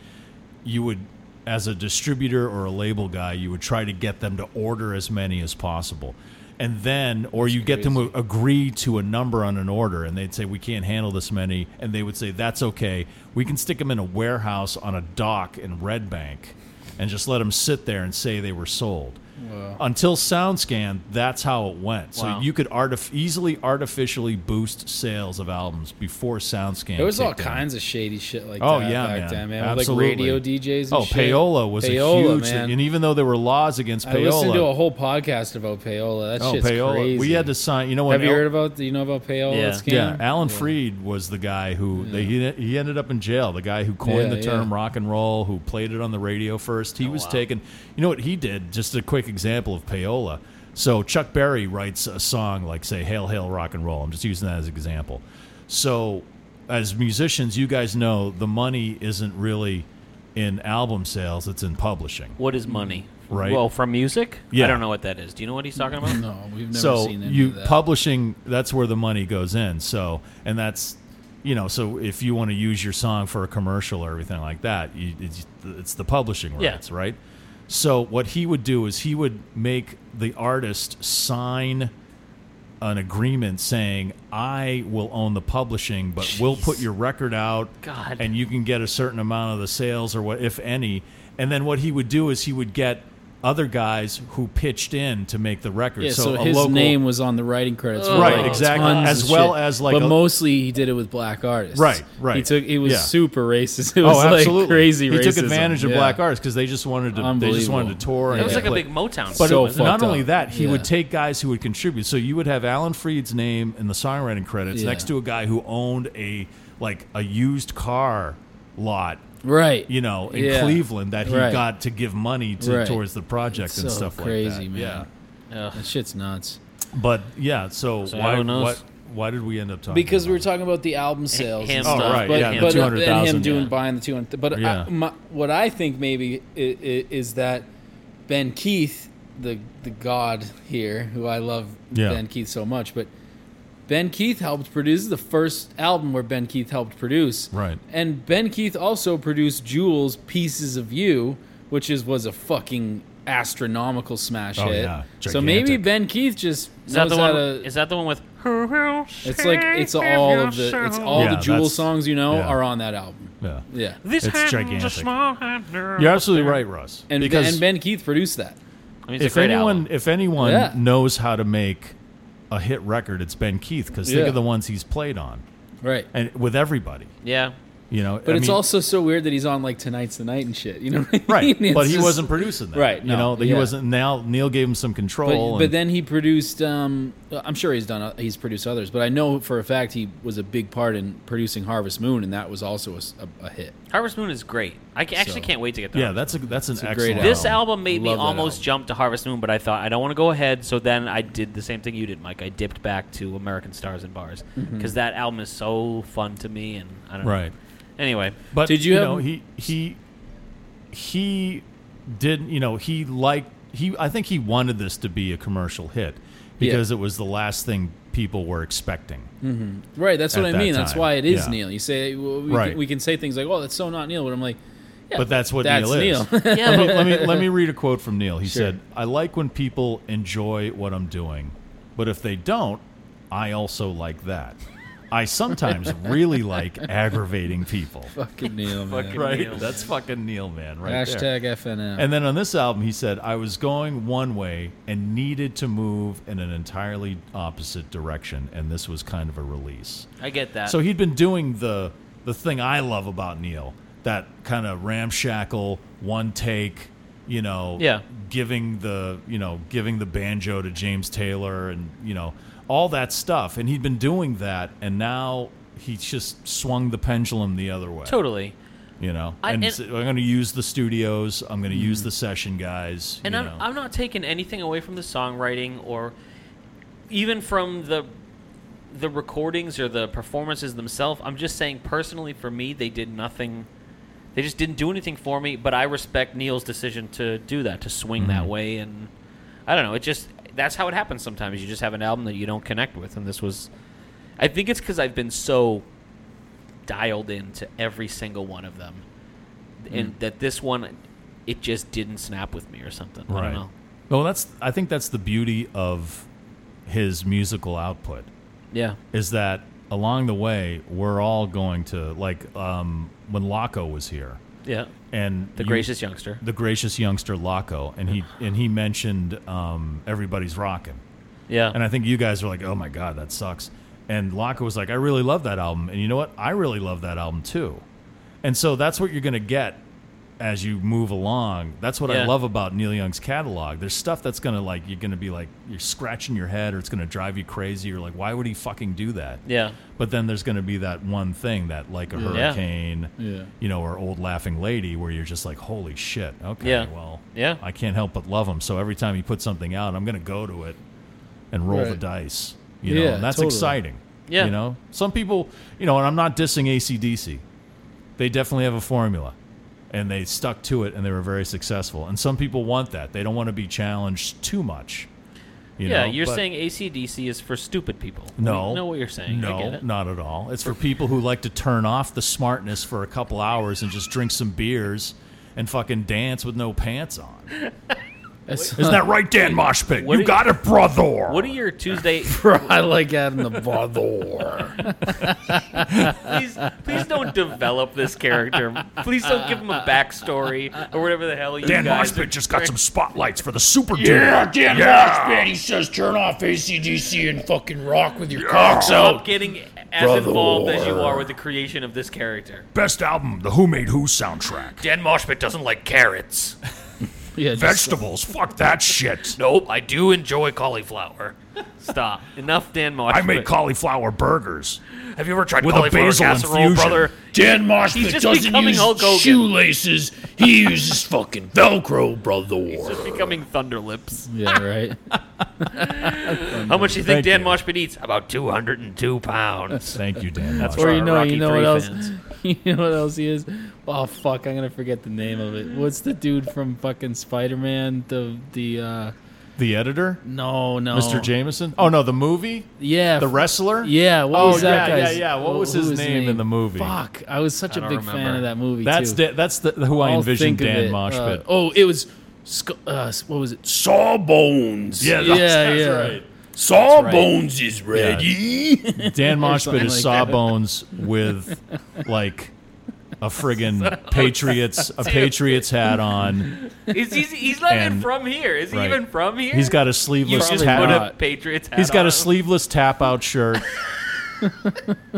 you would as a distributor or a label guy you would try to get them to order as many as possible and then or you get them to agree to a number on an order and they'd say we can't handle this many and they would say that's okay we can stick them in a warehouse on a dock in red bank and just let them sit there and say they were sold until soundscan that's how it went so Wow. you could artif- easily artificially boost sales of albums before soundscan There was all kicked in. kinds of shady shit like Oh that yeah, back man. then, man. Absolutely. With like radio DJs. And oh, shit. payola was Payola, a huge man. thing, and even though there were laws against I listened to a payola, whole podcast about payola. That oh, shit's payola, crazy. we had to sign. You know when Have you El- heard about? Do you know about payola Yeah. scam? yeah, Alan Freed was the guy who they, he he ended up in jail. The guy who coined Yeah, the term yeah. Oh, rock and roll, who played it on the radio first. He was taken. You know what he did? Just a quick example of payola. So Chuck Berry writes a song like, say, "Hail Hail Rock and Roll." I'm just using that as an example. So, as musicians, you guys know the money isn't really in album sales; it's in publishing. What is money? Right. Well, from music? Yeah. I don't know what that is. Do you know what he's talking about? No, we've never so seen any you of that. publishing that's where the money goes in so and that's you know so if you want to use your song for a commercial or everything like that you, it's, it's the publishing Yeah. rights right so what he would do is he would make the artist sign an agreement saying I will own the publishing, but we'll put your record out, God. and you can get a certain amount of the sales or what, if any. And then what he would do is he would get other guys who pitched in to make the record. Yeah, so, a his local, name was on the writing credits, for, Right, like, exactly. tons As of well shit. as, like, but a- mostly he did it with black artists, Right, right. He took it was Yeah. Oh, super racist. [LAUGHS] It was like crazy. He took racism. advantage of Yeah. black artists because they just wanted to. They just wanted to Unbelievable. tour. That and was they like a play- big Motown. But song, So it was- wasn't it? not fucked only up. that, he Yeah. would take guys who would contribute. So you would have Alan Freed's name in the songwriting credits Yeah. next to a guy who owned a like a used car lot, right? you know, in Yeah. Cleveland that he Right. got to give money to Right. towards the project It's and so stuff like crazy, that. man. Yeah, That shit's nuts. but yeah. So, So why who knows? why why did we end up talking? Because we about were talking about the album sales. him and stuff. stuff, Oh, right, But, yeah, the but uh, and 200,000, him doing yeah. buying the two hundred. But Yeah. I, my, what I think maybe i- i- is that Ben Keith, the the god here, who I love Yeah. Ben Keith so much, but Ben Keith helped produce this is the first album where Ben Keith helped produce. Right. And Ben Keith also produced Jules' "Pieces of You," which is was a fucking astronomical smash Oh, hit. yeah. So maybe Gigantic. Ben Keith just Is that knows the how one? to- Is that the one with? it's like it's all of the it's all Yeah, the Jewel that's- songs you know yeah. are on that album. that. Yeah. Yeah, This It's hand's a gigantic. small hand. now. You're absolutely right, Russ. and because and Ben Keith produced that. I mean, it's a if great anyone album. if anyone Yeah. knows how to make a hit record, it's Ben Keith. Because think Yeah. of the ones he's played on, Right. and with everybody, yeah, you know. But I it's mean, also so weird that he's on like Tonight's the Night and shit. You know what I mean? [LAUGHS] right, It's but he just- wasn't producing that, Right, you no, know, that he yeah. wasn't. Now Neil gave him some control, But, but and- then he produced. Um, I'm sure he's done. He's produced others, but I know for a fact he was a big part in producing Harvest Moon, and that was also a, s- a- a hit. Harvest Moon is great. I ca- actually So- can't wait to get that. yeah, that's a that's an a excellent. great album. This album made me Love that almost album. jump to Harvest Moon, but I thought I don't want to go ahead. So then I did the same thing you did, Mike. I dipped back to American Stars and Bars because that album is so fun to me, and I don't Right. Know. Anyway, But Did you have- know he he he did you know he liked he I think he wanted this to be a commercial hit because it was the last thing people were expecting. Right. That's what At I that mean. That's time, why it is yeah. Neil. You say well, we, Right. can, we can say things like, "Oh, that's so not Neil," but I'm like, yeah, But that's what that's Neil is. Neil. yeah, [LAUGHS] but let me let me read a quote from Neil. He said, "I like when people enjoy what I'm doing, but if they don't, I also like that. I [LAUGHS] sometimes really like aggravating people." Fucking Neil, man. Fucking Right? Neil. That's fucking Neil, man. Right there. Hashtag FNM. And then on this album, he said, "I was going one way and needed to move in an entirely opposite direction, and this was kind of a release." I get that. So he'd been doing the the thing I love about Neil, that kind of ramshackle one take, you know, Yeah. giving the you know giving the banjo to James Taylor and you know all that stuff, and he'd been doing that, and now he's just swung the pendulum the other way. totally. You know, I- and, and- so I'm going to use the studios. I'm going to use the session guys. And you I'm, know. I'm not taking anything away from the songwriting or even from the the recordings or the performances themselves. I'm just saying personally for me they did nothing they just didn't do anything for me, but I respect Neil's decision to do that, to swing Mm-hmm. that way and I don't know, it just that's how it happens sometimes. You just have an album that you don't connect with and this was I think it's cuz I've been so dialed into every single one of them. Mm. And that this one it just didn't snap with me or something. I right. don't know. Well, that's. I think that's the beauty of his musical output Yeah. is that along the way we're all going to like um, when Laco was here Yeah. and The you- gracious youngster. the gracious youngster Laco and he and he mentioned um, everybody's rocking Yeah. and I think you guys were like oh my god that sucks and Laco was like I really love that album and you know what I really love that album too and so that's what you're gonna get as you move along that's what I Yeah. love about Neil Young's catalog there's stuff that's gonna like you're gonna be like you're scratching your head or it's gonna drive you crazy or like why would he fucking do that yeah. but then there's going to be that one thing that, like a Mm. hurricane, Yeah. you know, or old laughing lady, where you're just like, holy shit, okay, Yeah. well, Yeah. I can't help but love him. So every time he puts something out, I'm going to go to it and roll the Right. dice. You know, Yeah, and that's totally. exciting. Yeah. You know, some people, you know, and I'm not dissing ACDC. They definitely have a formula and they stuck to it and they were very successful. And some people want that. They don't want to be challenged too much. You yeah, know, you're but- saying ACDC is for stupid people. no, We know what you're saying. No, I get it. not at all. It's for people who like to turn off the smartness for a couple hours and just drink some beers and fucking dance with no pants on. That's- Isn't that right, Dan Moshpit? What You are- got it, brother. What are [LAUGHS] your Tuesday? I like adding the bother. please, please don't develop this character. Please don't give him a backstory or whatever the hell you Dan guys. Moshpit just got some spotlights for the Super Dude. Yeah, Dan yeah. He says turn off ACDC and fucking rock with your cocks Stop out. getting as involved as you are with the creation of this character. Best album, the Who Made Who soundtrack. Dan Moshpit doesn't like carrots. [LAUGHS] Yeah, just, Vegetables, fuck that [LAUGHS] shit. Nope, I do [LAUGHS] enjoy cauliflower. Stop. Enough, Dan Moshpit. I make cauliflower burgers. Have you ever tried with a cauliflower basil casserole, infusion. brother? Dan He's Marshman just doesn't becoming use Hulk Hogan. shoelaces. He uses fucking Velcro, brother. Just becoming Thunderlips. yeah, right. How much do you think Thank Dan you. Moshpit eats? About [LAUGHS] 202 pounds. Thank you, Dan. That's Or you know, Rocky you know what III else? fans. [LAUGHS] You know what else he is? Oh fuck, I'm gonna forget the name of it. What's the dude from fucking Spider-Man? The the uh The editor, no no Mr. Jameson. Oh no, the movie, yeah the f- wrestler. yeah what Oh, was that yeah, yeah, guy's- yeah. What wh- was who his name in the movie? Fuck, I was such a don't big fan remember. of that movie. That's too. da- that's the, who I I'll envisioned think of Dan it. Moshpit. Uh, oh, it was Sc- uh, s- what was it? Sawbones. yeah, yeah, that's, yeah. that's right. Sawbones is [LAUGHS] ready. Dan Moshpit something is like Sawbones with like a friggin' Patriots a Patriots hat on. Is he's, he's not even And- from here. Is he right. even from here? He's got a you sleeveless just Probably put hat. a not. Patriots hat He's got on. a sleeveless tap out [LAUGHS] shirt,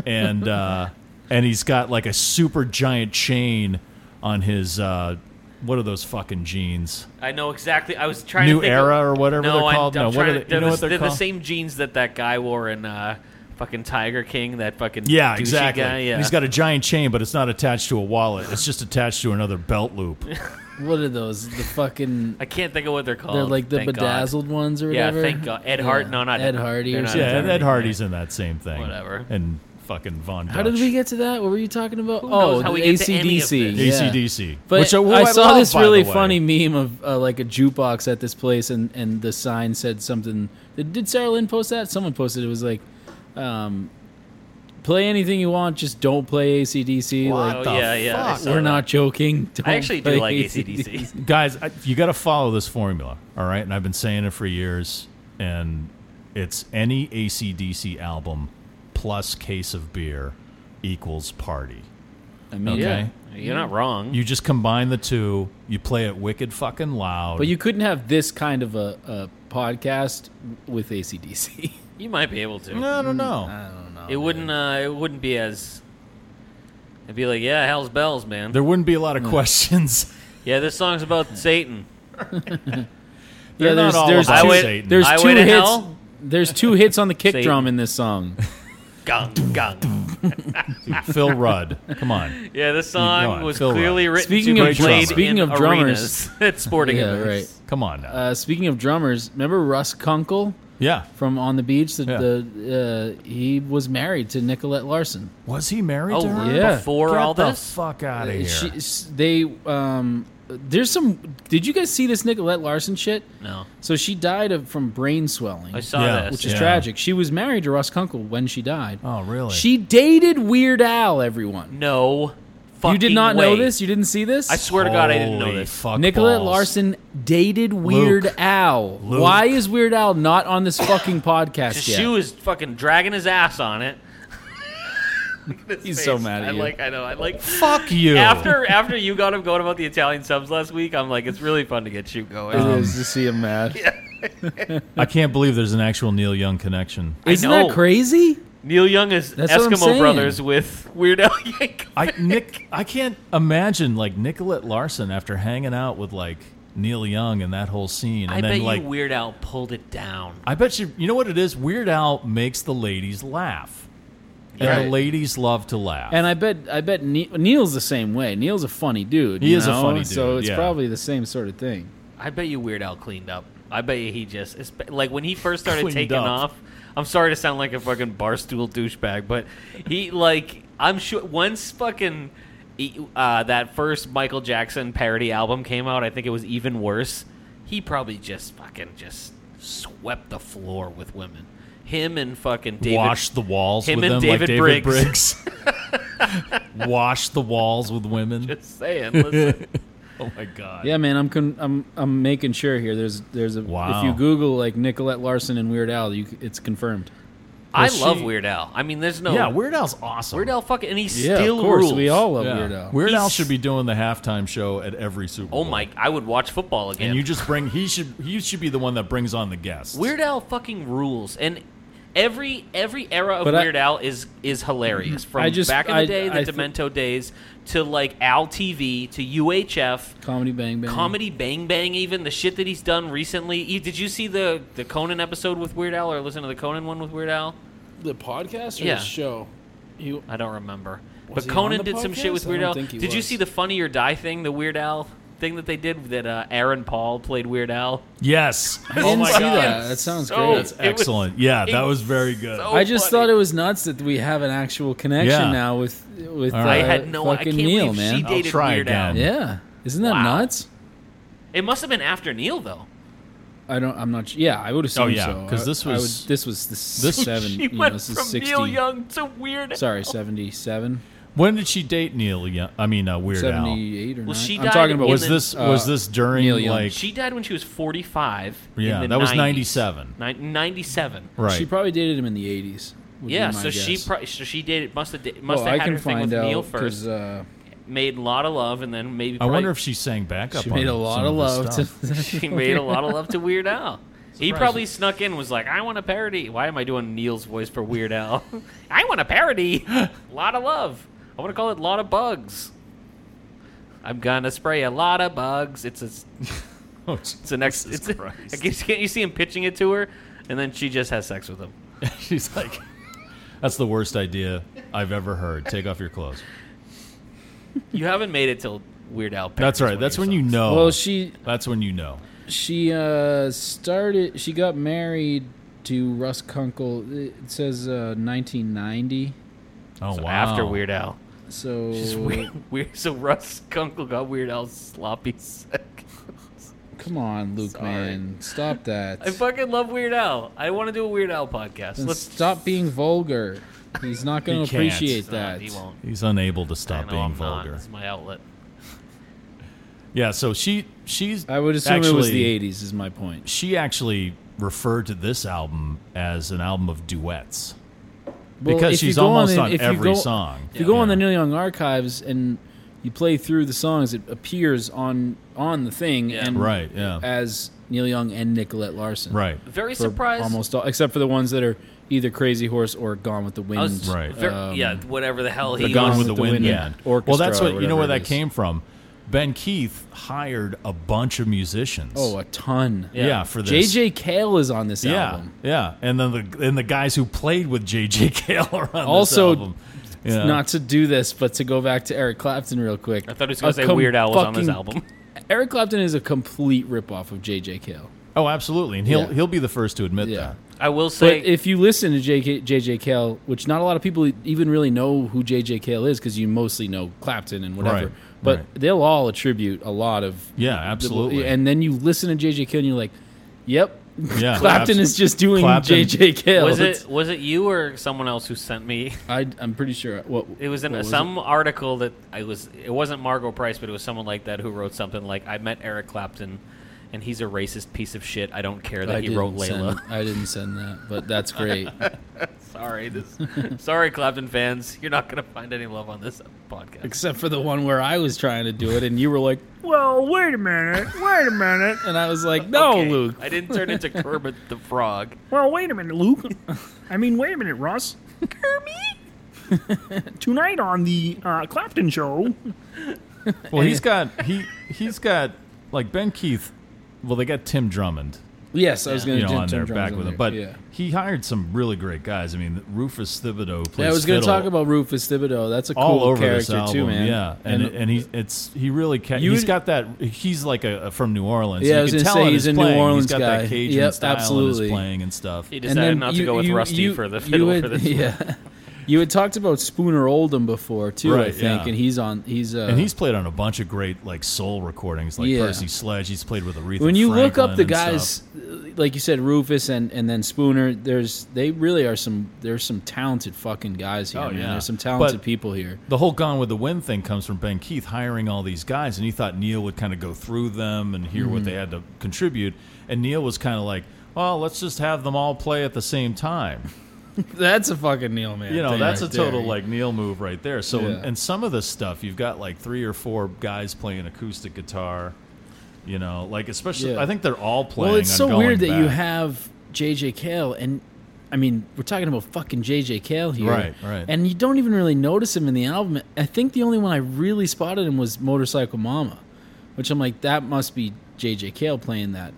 and uh, and he's got like a super giant chain on his. Uh, what are those fucking jeans? I know exactly. I was trying New to think Era of, or whatever no, they're I'm- called? I'm No, what trying are to- they- you they're know the, what they're they're the called? same jeans that that guy wore in uh, fucking Tiger King. That fucking Yeah, douchey exactly. Guy, yeah, He's got a giant chain, but it's not attached to a wallet. It's just attached to another belt [LAUGHS] loop. What are those? The fucking I can't think of what they're called. they're like the Oh, thank God. bedazzled ones or Yeah, whatever. thank God. Ed Hart- no, not Ed Ed- Hardy. they're Or not something. yeah, and Ed Yeah. Hardy's in that same thing. Whatever. And fucking Von Dutch. How did we get to that? What were you talking about? knows oh, how the we get to any of ACDC. this? yeah. ACDC. But which uh, who I saw love, this by really the way. funny meme of uh, like a jukebox at this place, and, and the sign said something. Did, did Sarah Lynn post that? Someone posted it. it was like, um, play anything you want, just don't play ACDC. Oh, Like, yeah, yeah. I saw we're that. not joking. Don't I actually play do like ACDC. Guys, I, you got to follow this formula, all right? And I've been saying it for years. And it's any ACDC album plus case of beer equals party. I mean, Okay. Yeah, you're not wrong. You just combine the two, you play it wicked fucking loud. But you couldn't have this kind of a, a podcast with [LAUGHS] ACDC. You might be able to. I don't know. it wouldn't. Uh, it wouldn't be as. It'd be like, yeah, hell's bells, man. There wouldn't be a lot of questions. yeah, this song's about Satan. They're yeah, not there's all there's about two, Satan. there's I two went to hits. hell. There's two hits on the kick [LAUGHS] Satan. drum in this song. Gung, [LAUGHS] gung. Phil Rudd, come on. Yeah, this Go song on, was Phil Rudd. clearly written Speaking to be of played drummer. Speaking in of drummers. arenas [LAUGHS] at sporting yeah, right. events. Come on now. Uh, speaking of drummers, remember Russ Kunkel yeah. from On the Beach? The, Yeah. the uh, he was married to Nicolette Larson. Was he married to Oh, her? Yeah. before Get all the this? Uh, fuck out of here. She, s- they um, there's some. Did you guys see this Nicolette Larson shit? no, So she died of from brain swelling, I saw Yeah. this. which is yeah. tragic. She was married to Russ Kunkel when she died. oh, really? She dated Weird Al. Everyone. No fucking you did not know way. this? You didn't see this? I swear to God, I didn't know Holy this. Fuck Nicolette balls. Larson dated Weird Luke. Al. Luke. Why is Weird Al not on this fucking podcast Just yet? Shoe is fucking dragging his ass on it. Look at [LAUGHS] his He's so mad at I you. like. I know. I like. Fuck you. After after you got him going about the Italian subs last week, I'm like, it's really fun to get Shoe going. It is to see him mad. I can't believe there's an actual Neil Young connection. I Isn't know. that crazy? Neil Young is That's what I'm Eskimo saying. Brothers with Weird Al [LAUGHS] Yankovic. I Nick, I can't imagine like Nicolette Larson after hanging out with like Neil Young and that whole scene, and I then bet like you Weird Al pulled it down. I bet you you know what it is. Weird Al makes the ladies laugh, and Right. the ladies love to laugh. And I bet I bet Ne- Neil's the same way. Neil's a funny dude. He you is a know? funny dude, So it's yeah. probably the same sort of thing. I bet you Weird Al cleaned up. I bet you he just it's- like when he first started Cleaned taking up. off. I'm sorry to sound like a fucking barstool douchebag, but he like I'm sure once fucking he- uh, that first Michael Jackson parody album came out, I think it was even worse. He probably just fucking just swept the floor with women. Him and fucking David. wash the walls him with and them like David David Briggs. Briggs. [LAUGHS] wash the walls with women. [LAUGHS] Just saying. Listen. [LAUGHS] oh my god. Yeah, man, I'm con- I'm I'm making sure here. There's there's a Wow. if you Google like Nicolette Larson and Weird Al, you c- it's confirmed. I she- love Weird Al. I mean, there's no Yeah, Weird Al's awesome. Weird Al fucking and he Yeah, still of course, rules. we all love Yeah. Weird Al. Weird Al He's- should be doing the halftime show at every Super Bowl. Oh my! I would watch football again. And you just bring he should he should be the one that brings on the guests. Weird Al fucking rules, and every every era of But I- Mm-hmm. Weird Al is is hilarious. From I just- back in I- the day, the I thi- Demento days, to like Al TV, to UHF, Comedy Bang Bang. comedy Bang Bang, even the shit that he's done recently. You- Did you see the the Conan episode with Weird Al, or listen to the Conan one with Weird Al? the podcast or Yeah. the show. You I don't remember. Was but he on Conan the did some shit with podcast? I Weird don't Al. think he Did you was. see the Funny or Die thing, the Weird Al thing that they did that uh, Aaron Paul played Weird Al? [LAUGHS] Yes. I didn't see Oh that. That sounds So- great. That's it was- Excellent. yeah, that it- was very good. so- I just funny. thought it was nuts that we have an actual connection Yeah. now with with All right. I uh, had no I fucking can't Neil, believe man. she I'll dated try Weird Al. again. yeah, isn't that Wow. nuts? It must have been after Neil though. I don't. I'm not. Yeah, I would assume. Oh, yeah, so. 'cause I- this I was- would- this [LAUGHS] was the This- seven. she you know, went this is from 60, Neil Young to Weird. Al. Sorry, seventy-seven, when did she date Neil Young? I mean uh, Weird Al. seventy-eight, or Well, 9. she I'm died talking about in Was the- this was uh, this during Neil Young. like She died when she was 45. in Yeah, the that was 90s. 97. Nin- 97. right? She probably dated him in the eighties. Yeah, so she pro- so she dated must have da- well, must have I had can her thing with find out Neil first. uh, made a lot of love and then maybe I probably- wonder if she sang backup. she on made a some lot of this love stuff. [LAUGHS] to. she made a lot of love to Weird Al. He probably snuck in and was like, I want a parody. Why am I doing Neil's voice for Weird Al? [LAUGHS] I want [LAUGHS] a parody. lot of love. I want to call it Lot of Bugs. I'm gonna spray a lot of bugs. It's a, Oh, it's an ex. Jesus It's a, Christ. [LAUGHS] I guess- can't you see him pitching it to her, and then she just has sex with him. [LAUGHS] She's like, that's the worst idea I've ever heard. Take off your clothes. You haven't made it till Weird Al. That's parodies one right. of That's your when you songs. know. well, she that's when you know. she uh, started. She got married to Russ Kunkel. It says uh, nineteen ninety. Oh So wow. After Weird Al. So Just [LAUGHS] weird, weird. So Russ Kunkel got Weird Al's sloppy [LAUGHS] sex. come on, Luke, Sorry. man, stop that. [LAUGHS] I fucking love Weird Al. I want to do a Weird Al podcast. Then Let's stop being vulgar. He's not going He to can't. appreciate Nah, that. Uh, he won't. He's unable to I stop know being I'm not. vulgar. It's my outlet. Yeah. So she she's. I would assume actually, it was the 80s, is my point. She actually referred to this album as an album of duets Well, because if you she's go almost the- on, if you every go- song. If you go on the Yeah. Neil Young archives and you play through the songs, it appears on on the thing Yeah. and Right, yeah. as Neil Young and Nicolette Larson. right. Very For surprised. Almost all, except for the ones that are either Crazy Horse or Gone with the Wind. I was Right. ver- Um, yeah, whatever the hell The he Gone was. with the, Wind, yeah. band. well, Orchestra that's or what you know where whatever it that is. came from. Ben Keith hired a bunch of musicians. Oh, a ton. yeah. for this. JJ Cale is on this yeah, album. yeah, and then the and the guys who played with [LAUGHS] JJ Cale are on Also, this album. Yeah. Not to do this, but to go back to Eric Clapton real quick. I thought he was gonna A say com- Weird Al was on this fucking- album. Eric Clapton is a complete ripoff of J.J. Cale. oh, absolutely, and he'll Yeah. he'll be the first to admit Yeah. that. I will But say. if you listen to J.K. J.J. Cale, which not a lot of people even really know who J.J. Cale is because you mostly know Clapton and whatever, Right, but right. they'll all attribute a lot of. Yeah, absolutely. And then you listen to J.J. Cale and you're like, yep, Yeah, Clapton is just doing Clapton- JJ Cale. Was It's- it was it you or someone else who sent me? [LAUGHS] I, I'm pretty sure. What It was in what some article that I was. It wasn't Margot Price, but it was someone like that who wrote something like, "I met Eric Clapton, and he's a racist piece of shit. I don't care that I he wrote didn't send- Layla." I didn't send that, but that's great. [LAUGHS] sorry, this, [LAUGHS] sorry, Clapton fans, you're not gonna find any love on this podcast. Except for the one where I was trying to do it, and you were like, Well, wait a minute. Wait a minute. and I was like, Oh, no, Okay, Luke. I didn't turn into Kermit the Frog. Well, wait a minute, Luke. I mean, wait a minute, Russ. [LAUGHS] Tonight on the uh, Clapton Show. Well, he's got he he's got like Ben Keith. Well, they got Tim Drummond, Yes, I was going you to know, Jim on there Drum's back on with him. there, But yeah. he hired some really great guys. I mean, Rufus Thibodeau plays. Yeah, I was going to fiddle talk about Rufus Thibodeau. That's a cool all over this character album. too, man. Yeah, and and, he it's he really ca- You- he's got that. He's like a, a from New Orleans. Yeah, I you was can gonna tell say in he's his a New playing. Orleans he's got guy. that Cajun Yep, style in absolutely. his playing and stuff. He and decided not to go with Rusty for the you fiddle had- for [LAUGHS] this. one. [LAUGHS] Yeah, you had talked about Spooner Oldham before too, I Right, think, yeah. and he's on. He's uh, and he's played on a bunch of great like soul recordings, like Yeah. Percy Sledge. He's played with Aretha. when you look up Franklin the and stuff. guys uh, like you said rufus and, and then spooner there's they really are some there's some talented fucking guys here Oh, man yeah. there's some talented But- people here the whole Gone with the Wind thing comes from Ben Keith hiring all these guys, and he thought Neil would kind of go through them and hear Mm-hmm. what they had to contribute. And Neil was kind of like, "Well, let's just have them all play at the same [LAUGHS] time." that's a fucking neil man you know thing that's right a total there. like Neil move right there. So Yeah. and some of this stuff you've got like three or four guys playing acoustic guitar. You know, like especially Yeah. I think they're all playing. well it's on so Going weird that you Back. have jj cale and i mean we're talking about fucking jj cale here Right, right. and you don't even really notice him in the album i think the only one i really spotted him was motorcycle mama which i'm like that must be jj cale playing that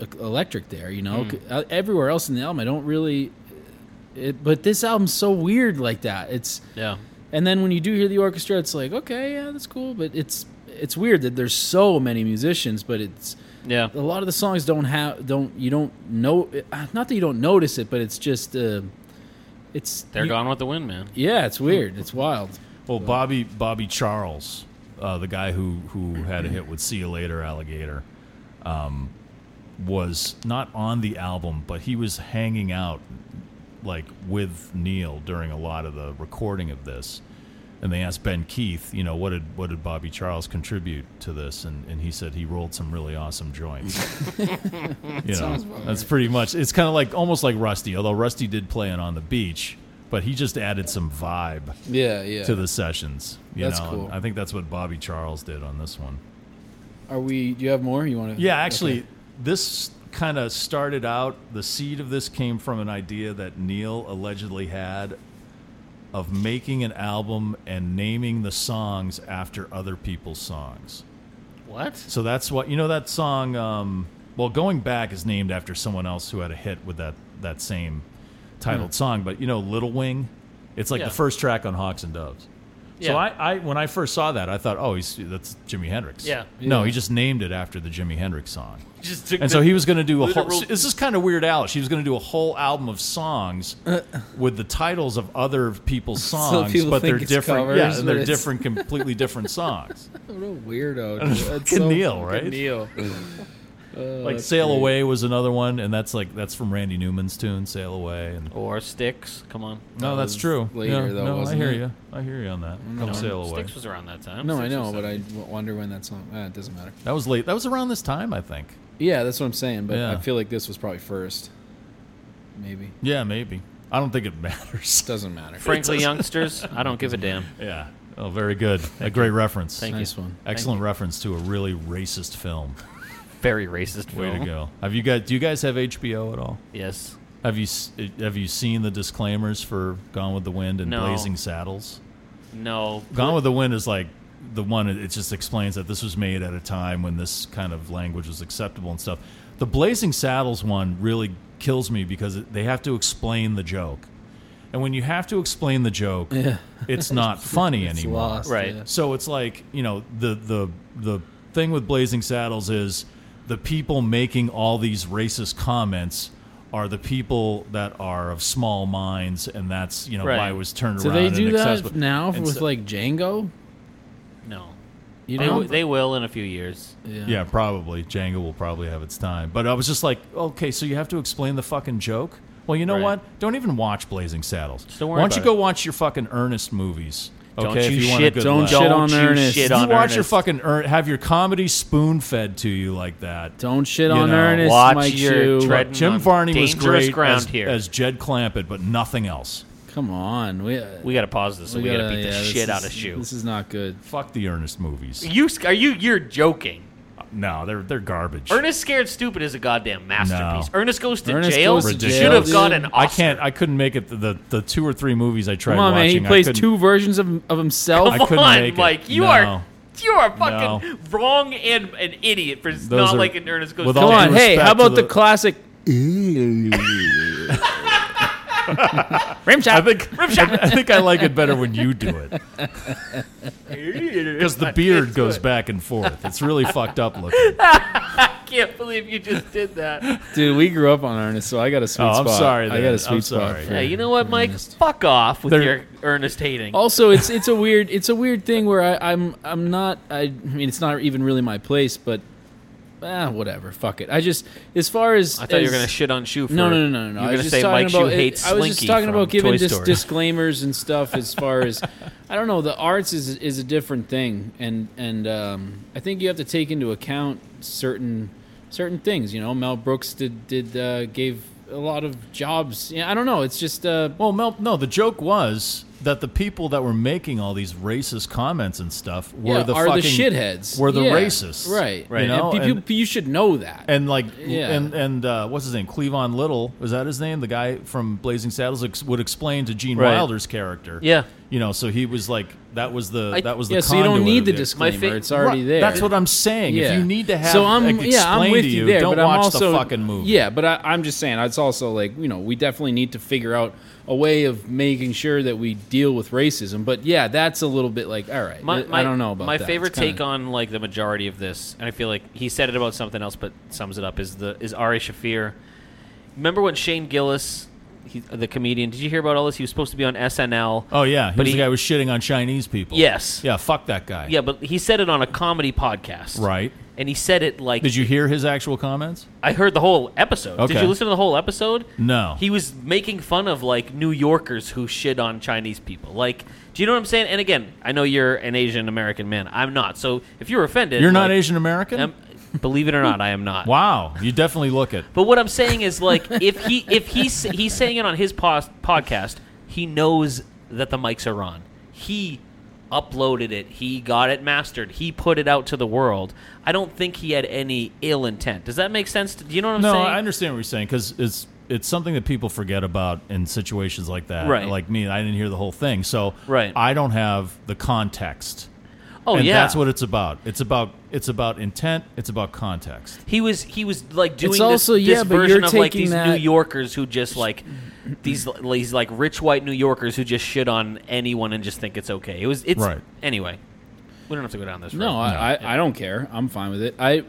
e- electric there you Hmm. know C- uh, everywhere else in the album i don't really uh, it, but this album's so weird like that it's yeah. and then when you do hear the orchestra, it's like, okay, yeah, that's cool, but it's it's weird that there's so many musicians, but it's Yeah. a lot of the songs don't have don't you don't know uh, not that you don't notice it, but it's just uh, it's They're you- gone with the wind, man. Yeah, it's weird. It's wild. well Bobby Bobby Charles, uh, the guy who who had a hit with "See You Later Alligator," um, was not on the album, but he was hanging out like with Neil during a lot of the recording of this. And they asked Ben Keith, you know, what did what did Bobby Charles contribute to this? And and he said he rolled some really awesome joints. you know, that's pretty much. It's kind of like almost like Rusty, although Rusty did play it on the beach, but he just added some vibe Yeah, yeah. to the sessions. You That's know? cool. I think that's what Bobby Charles did on this one. Are we? Do you have more? You want to? Yeah, actually, this kind of started out. The seed of this came from an idea that Neil allegedly had of making an album and naming the songs after other people's songs. What? So that's what you know that song. Um, well, going back is named after someone else who had a hit with that that same titled Hmm. song. But you know, Little Wing, it's like Yeah. the first track on Hawks and Doves. So Yeah. I, I when I first saw that, I thought, oh, he's that's Jimi Hendrix. Yeah. No, Yeah. he just named it after the Jimi Hendrix song. Just took And the- so he was going to do a whole. literal- This is kind of weird, Alice. He was going to do a whole album of songs with the titles of other [LAUGHS] people's songs, Uh. people but think they're it's different. covers, yeah, and but they're it's- different, completely different songs. What a weirdo. [LAUGHS] dude. [LAUGHS] That's Fucking so Neil, fucking right? Neil. like Sail Away was another one, and that's like that's from Randy Newman's tune, Sail Away. And or sticks. Come on. no, that's true. later, yeah, though, no, wasn't I hear it? you. I hear you on that. Come Sail Away. Sticks was around that time. No, I Six or know, but seven. I w- wonder when that song. Ah, it doesn't matter. That was late. That was around this time, I think. Yeah, that's what I'm saying. But Yeah. I feel like this was probably first. Maybe Yeah, maybe. I don't think it [LAUGHS] matters. doesn't matter. [LAUGHS] frankly, youngsters, I don't give a damn. yeah. Oh, very good. a great reference. Thank nice one. Excellent reference to a really racist film. Very racist. Way to Will. go. Have you guys? Do you guys have HBO at all? Yes. Have you s- eh, have you seen the disclaimers for Gone with the Wind and No. Blazing Saddles? No. Gone with the Wind is like the one. It just explains that this was made at a time when this kind of language was acceptable and stuff. The Blazing Saddles one really kills me because it- they have to explain the joke, and when you have to explain the joke, it's not funny It's anymore. lost, Right. yeah. So it's like you know the the the thing with Blazing Saddles is the people making all these racist comments are the people that are of small minds, and that's you know Right. why it was turned Do around. they do and that accessible. now And with so- like Django? No. You They, know, w- they will in a few years. Yeah, probably. Django will probably have its time. But I was just like, okay, so you have to explain the fucking joke? Well, you know Right. what? Don't even watch Blazing Saddles. don't worry Why don't you about go watch your fucking Ernest movies? Okay, Don't you, if you want a shit, good don't, laugh. shit on you Ernest. shit you on watch your Ernest. fucking Ern have your comedy spoon fed to you like that. don't shit You on know, Ernest, watch Mike Shue. your tread- Jim on Varney was dangerous great ground as, here. as Jed Clampett, but nothing else. Come on, we uh, We gotta pause this. We, gotta, beat yeah, the this shit out is- of Shoe. This is not good. Fuck the Ernest movies. You sc- are you? You're joking. No, they're they're garbage. Ernest Scared Stupid is a goddamn masterpiece. Ernest goes to Ernest jail. Goes to Ridiculous. Should have Jail, got dude. an Oscar. I can't. I couldn't make it. The, the, the two or three movies I tried Come on, man. watching. He I plays couldn't- two versions of, of himself. I Come couldn't on, make it. Mike. You No. are you are fucking wrong and an idiot for not are- like an Ernest Goes with to all Jail. Come due on, hey, respect how to about the, the- [LAUGHS] classic? Rim [LAUGHS] I shot. think [LAUGHS] I, [LAUGHS] I think I like it better when you do it because the beard goes back and forth. It's [LAUGHS] really fucked up looking. I can't believe you just [LAUGHS] did that. Dude, we grew up on Ernest, so I got a sweet Oh, I'm spot. sorry I then. got a I'm sweet spot. sorry. for- Yeah, you know what, Mike? Ernest. Oh, Fuck off with They're- your Ernest hating. Also, it's it's a weird it's a weird thing where I, I'm I'm not I, I mean it's not even really my place, but ah, whatever. Fuck it. I just as far as I thought you were as- gonna shit on Shoe. For, No, no, no, no, no. You I was were gonna just say talking Mike Shoe about, hates I was Slinky just talking from about giving Toy dis- Story. disclaimers and [LAUGHS] stuff as far as I don't know. The arts is is a different thing, and and um, I think you have to take into account certain certain things. You know, Mel Brooks did did uh, gave a lot of jobs. Yeah, I don't know. It's just uh, Well, Mel, no, the joke was that the people that were making all these racist comments and stuff were yeah, the are fucking the shitheads. were the Yeah, racists, right? You Right. know, and and, people, you should know that. and, like, Yeah. and and uh, what's his name? Cleavon Little was that his name? The guy from Blazing Saddles ex- would explain to Gene Right. Wilder's character. Yeah. you know, so he was like, that was the I- that was the yeah, so you don't conduit need of the it. disclaimer. fa- it's already Right, there. That's what I'm saying. If you need to have, so I'm like, explain yeah, I'm with to you, you, there, don't but watch I'm also the fucking movie. Yeah, but I, I'm just saying, it's also like you know we definitely need to figure out a way of making sure that we deal with racism. But yeah, that's a little bit like all right, My, my, I don't know about my that. favorite It's kinda- take on like the majority of this, and I feel like he said it about something else, but sums it up is the is Ari Shafir. Remember when Shane Gillis, he, the comedian, did you hear about all this? He was supposed to be on SNL. Oh yeah, he But was he- the guy who was shitting on Chinese people. Yes. Yeah, fuck that guy. yeah, but he said it on a comedy podcast, Right. And he said it like Did you hear his actual comments? I heard the whole episode. Okay. Did you listen to the whole episode? No. He was making fun of like New Yorkers who shit on Chinese people. Like, do you know what I'm saying? And again, I know you're an Asian American man. I'm not. So if you're offended, You're not like, Asian American. am- believe it or not, I am not. wow, you definitely look [LAUGHS] it. But what I'm saying is like if he if he's he's saying it on his pos- podcast, he knows that the mics are on. He uploaded it. He got it mastered. He put it out to the world. I don't think he had any ill intent. Does that make sense? Do you know what I'm no, saying? I understand what you're saying because it's it's something that people forget about in situations like that. Right. Like me, I didn't hear the whole thing, so Right. I don't have the context. Oh and yeah, that's what it's about. It's about it's about intent. It's about context. He was he was like doing It's this, also- this yeah, but version you're of like taking these that- New Yorkers who just like these these like rich white New Yorkers who just shit on anyone and just think it's okay. It was it's Right. anyway. We don't have to go down this No, road. I, I I don't care. I'm fine with it. I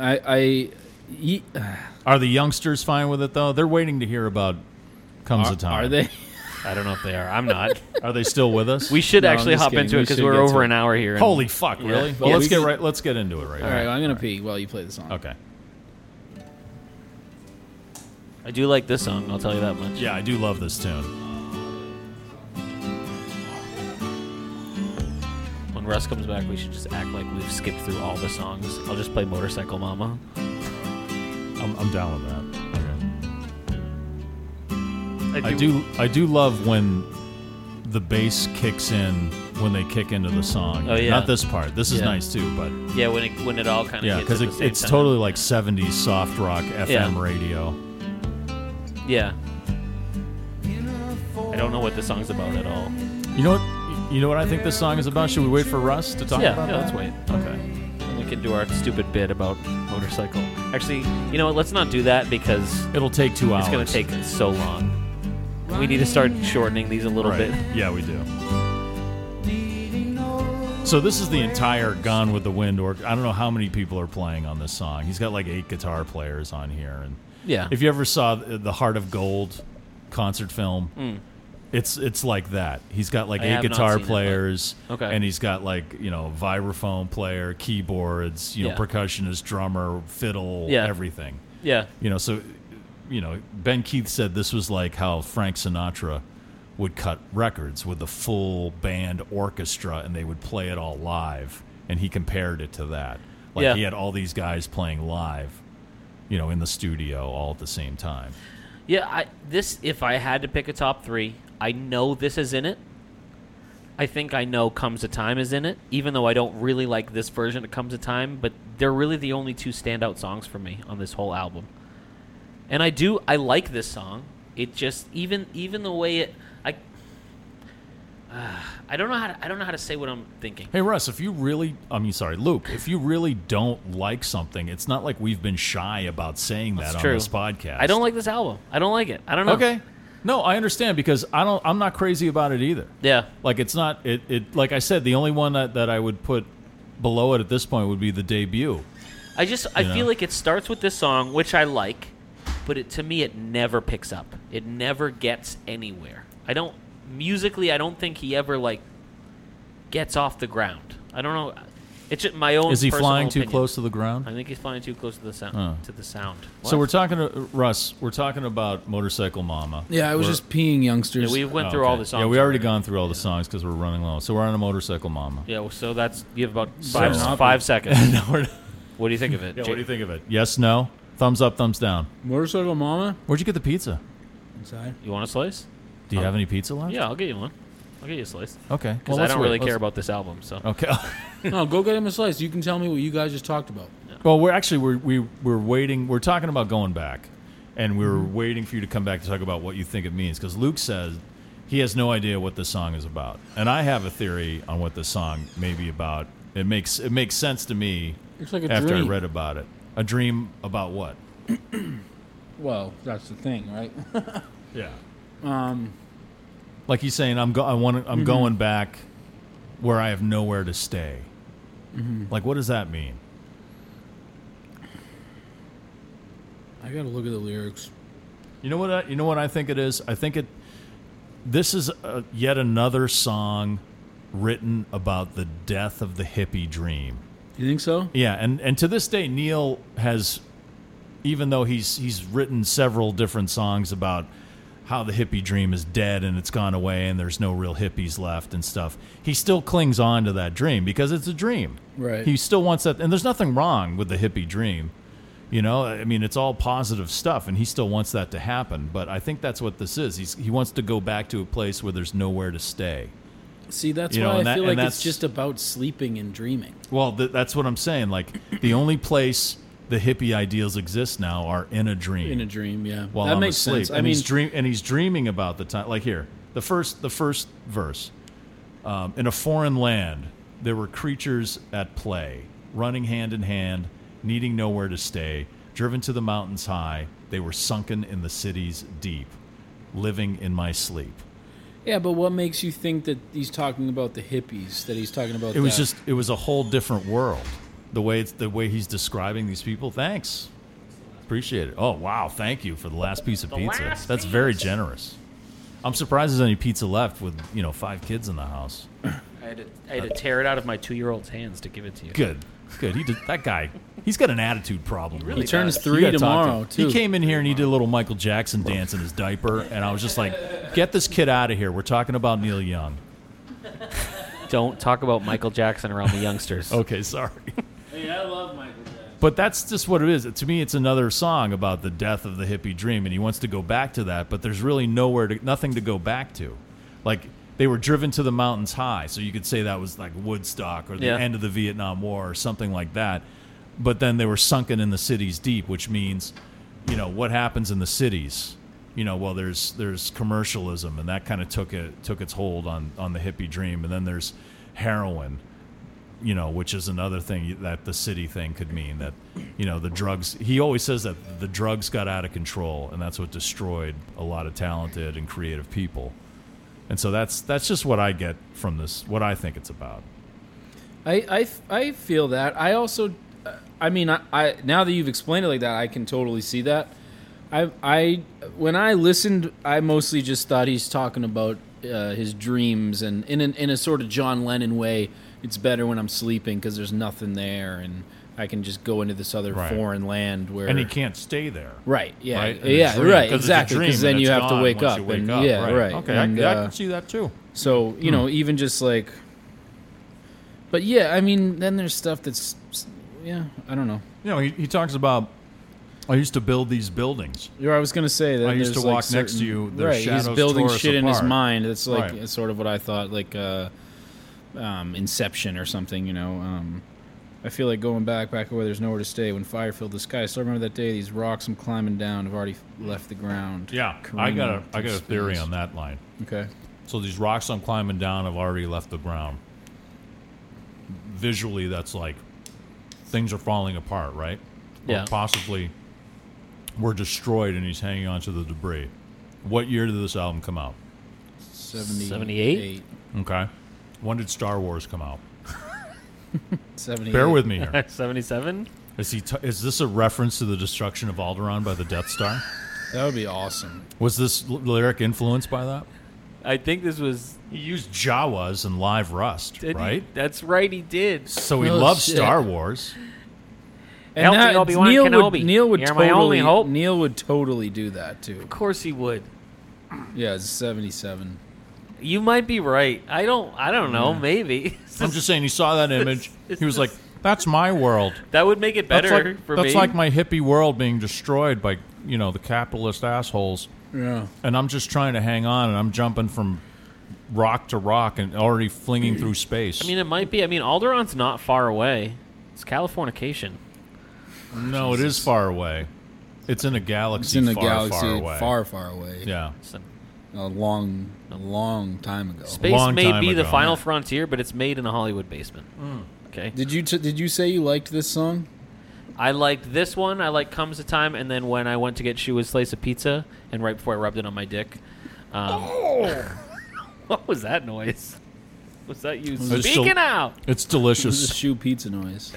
I I. ye- Are the youngsters fine with it though? They're waiting to hear about. Comes Are, a time. are they? I don't know if they are. I'm not. Are they still with us? [LAUGHS] [LAUGHS] We should No, I'm actually just hop kidding. into We it because should we're get to over it. an hour here. and- Holy fuck! Really? Well, Yeah, let's we get should- right. Let's get into it right. [LAUGHS] All right, I'm gonna pee while you play the song. Okay. I do like this song. I'll tell you that much. Yeah, I do love this tune. When Russ comes back, we should just act like we've skipped through all the songs. I'll just play Motorcycle Mama. I'm, I'm down with that. I I do. I do love when the bass kicks in when they kick into the song. Oh, yeah. Not this part. This is Yeah. nice too, but Yeah, when it when it all kind of yeah, because because it, it's totally like '70s soft rock FM Yeah. radio. yeah. I don't know what the song's about at all. You know what? You know what I think this song is about. Should we wait for Russ to talk Yeah, about yeah, that? let's wait. Okay. And we can do our stupid bit about motorcycle. Actually, you know what? Let's not do that because It'll take two hours. it's going to take so long. We need to start shortening these a little Right. bit. Yeah, we do. So this is the entire Gone with the Wind, or I don't know how many people are playing on this song. He's got like eight guitar players on here, and Yeah. if you ever saw the the Heart of Gold concert film, It's it's like that. He's got like Hmm. I eight have not guitar seen it, but- players, Okay. and he's got like you know vibraphone player, keyboards, you know Yeah. percussionist, drummer, fiddle, Yeah. everything. Yeah. You know, so you know Ben Keith said this was like how Frank Sinatra would cut records with the full band orchestra, and they would play it all live. And he compared it to that. Like Yeah. he had all these guys playing live, you know, in the studio all at the same time. Yeah, I this if I had to pick a top three, I know this is in it. I think I know Comes a Time is in it, even though I don't really like this version of Comes a Time, but they're really the only two standout songs for me on this whole album. And I do I like this song. It just even even the way it I uh, I don't know how to, I don't know how to say what I'm thinking. Hey Russ, if you really, I mean, sorry, Luke, if you really don't like something, it's not like we've been shy about saying that That's on true. this podcast. I don't like this album. I don't like it. I don't know. Okay, no, I understand because I don't. I'm not crazy about it either. Yeah. Like it's not it. it like I said, the only one that, that I would put below it at this point would be the debut. I just I You know? feel like it starts with this song, which I like, but it to me it never picks up. It never gets anywhere. I don't musically. I don't think he ever like gets off the ground. I don't know. It's just my own. Is he personal flying too opinion. close to the ground? I think he's flying too close to the sound. To the sound. So we're What? talking to Russ. We're talking about Motorcycle Mama. Yeah, I was We're- just peeing youngsters. Yeah, we went Oh, through okay. all the songs. Yeah, we already gone through all the songs because we're running low. So we're on a Motorcycle [LAUGHS] Mama. Yeah, well, so that's you have about five So- five [LAUGHS] seconds. no, we're not. What do you think of it? Yeah, Jake? what do you think of it? Yes, no, thumbs up, thumbs down. Motorcycle [LAUGHS] Mama. Where'd you get the pizza? Inside. You want a slice? Do you have any pizza left? Yeah, I'll get you one. I'll get you a slice Okay. because I let's don't wait. really care Let's- about this album. So [LAUGHS] Okay. No, go get him a slice. You can tell me what you guys just talked about. well, we're actually we're, we we're waiting. We're talking about going back, and we were Mm-hmm. waiting for you to come back to talk about what you think it means. Because Luke says he has no idea what this song is about, and I have a theory on what this song may be about. It makes it makes sense to me It's like a after dream. I read about it. A dream about what? Well, that's the thing, right? Yeah. Um, like he's saying, I'm go- I want I'm Mm-hmm. going back where I have nowhere to stay. Mm-hmm. Like, what does that mean? I gotta look at the lyrics. You know what? I, you know what I think it is. I think it. This is uh yet another song written about the death of the hippie dream. You think so? Yeah, and and to this day, Neil has, even though he's he's written several different songs about how the hippie dream is dead and it's gone away and there's no real hippies left and stuff. He still clings on to that dream because it's a dream. Right. He still wants that, and there's nothing wrong with the hippie dream. You know, I mean, it's all positive stuff, and he still wants that to happen. But I think that's what this is. He's, he wants to go back to a place where there's nowhere to stay. See, that's You know, why I and that- feel and like it's that's- just about sleeping and dreaming. Well, th- that's what I'm saying. Like the only place the hippie ideals exist now are in a dream. In a dream, yeah. while that I'm makes asleep. sense. And I mean, he's dream and he's dreaming about the time. Like here, the first the first verse. Um, in a foreign land, there were creatures at play, running hand in hand, needing nowhere to stay. Driven to the mountains high, they were sunken in the cities deep, living in my sleep. yeah, but what makes you think that he's talking about the hippies? That he's talking about It was that? just it was a whole different world. The way it's the way he's describing these people. Thanks. Appreciate it. Oh wow, thank you for the last piece of pizza. last That's very generous. I'm surprised there's any pizza left with, you know, five kids in the house. I had to I had to tear it out of my two year old's hands to give it to you. Good. Good. He did that guy. He's got an attitude problem. He really. He really turns does. You three gotta talk to tomorrow, him. too. He came in here and he did a little Michael Jackson dance in his diaper and I was just like, "Get this kid out of here. We're talking about Neil Young." Don't talk about Michael Jackson around the [LAUGHS] youngsters. Okay, sorry. But that's just what it is. To me, it's another song about the death of the hippie dream, and he wants to go back to that, but there's really nowhere to, nothing to go back to. Like, they were driven to the mountains high, so you could say that was like Woodstock or the Yeah. end of the Vietnam War or something like that. But then they were sunken in the cities deep, which means, you know, what happens in the cities? You know, well, there's there's commercialism, and that kind of took it took its hold on on the hippie dream, and then there's heroin, you know, which is another thing that the city thing could mean that, you know, the drugs. He always says that the drugs got out of control, and that's what destroyed a lot of talented and creative people. And so that's that's just what I get from this, what I think it's about. I, I f- I feel that. I also, uh, I mean, I, I now that you've explained it like that, I can totally see that. I I when I listened, I mostly just thought he's talking about uh, his dreams and in an, in a sort of John Lennon way. It's better when I'm sleeping because there's nothing there, and I can just go into this other Right. foreign land where and he can't stay there. Right. Yeah. right? In a Yeah. dream, Right. 'cause it's a Exactly. dream Because then and you it's have to gone wake once up. you wake and, up, Yeah. Right. Okay, And, I, I uh, can see that too. so you Hmm. know, even just like. But yeah, I mean, then there's stuff that's, yeah, I don't know. You know, he, he talks about. I used to build these buildings. Yeah, I was gonna say that I used to there's, like, walk next to certain- you, their right, he's shadows building tore us shit in his apart. mind. That's like Right. it's sort of what I thought, like uh, um, Inception or something. You know, um, I feel like going back, back where there's nowhere to stay when fire filled the sky. So I remember that day. These rocks I'm climbing down have already left the ground. Yeah, I Careening got a I through got a theory space. on that line. Okay, So these rocks I'm climbing down have already left the ground. Visually, that's like things are falling apart, right? Yeah. Or possibly were destroyed, and he's hanging on to the debris. What year did this album come out? 78, 78? Okay. When did Star Wars come out? 78. Bear with me [LAUGHS] here. 77? Is he? T- is this a reference to the destruction of Alderaan by the Death Star? That would be awesome. Was this l- lyric influenced by that? I think this was. He used Jawas and Live Rust, did he- right? That's right, he did. So he Oh, loves shit. Star [LAUGHS] Wars. And Help me, that- Obi-Wan Neil Kenobi. would Neil would You're my totally only hope. Neil would totally do that too. Of course he would. Yeah, it's 77. You might be right. I don't. I don't Mm. know. Maybe [LAUGHS] I'm just saying he saw that image. it's He was like, just- "That's my world. that would make it That's better like for that's me. like my hippie world being destroyed by you know the capitalist assholes, Yeah. and I'm just trying to hang on, and I'm jumping from rock to rock and already flinging through space. I mean, it might be. I mean, Alderaan's not far away. It's Californication. no, it is far away. It's in a galaxy. It's in the far, galaxy far away. far, far away. Yeah. It's a- A long, a long time ago. Space long may time be the ago. Mm. final frontier, but it's made in a Hollywood basement. Okay. Did you t- did you say you liked this song? I liked this one. I like comes a time, and then when I went to get she was slice of pizza, and right before I rubbed it on my dick. Um, [LAUGHS] what was that noise? Was that you it speaking still- out? It's It was a [LAUGHS] delicious. shoe pizza noise.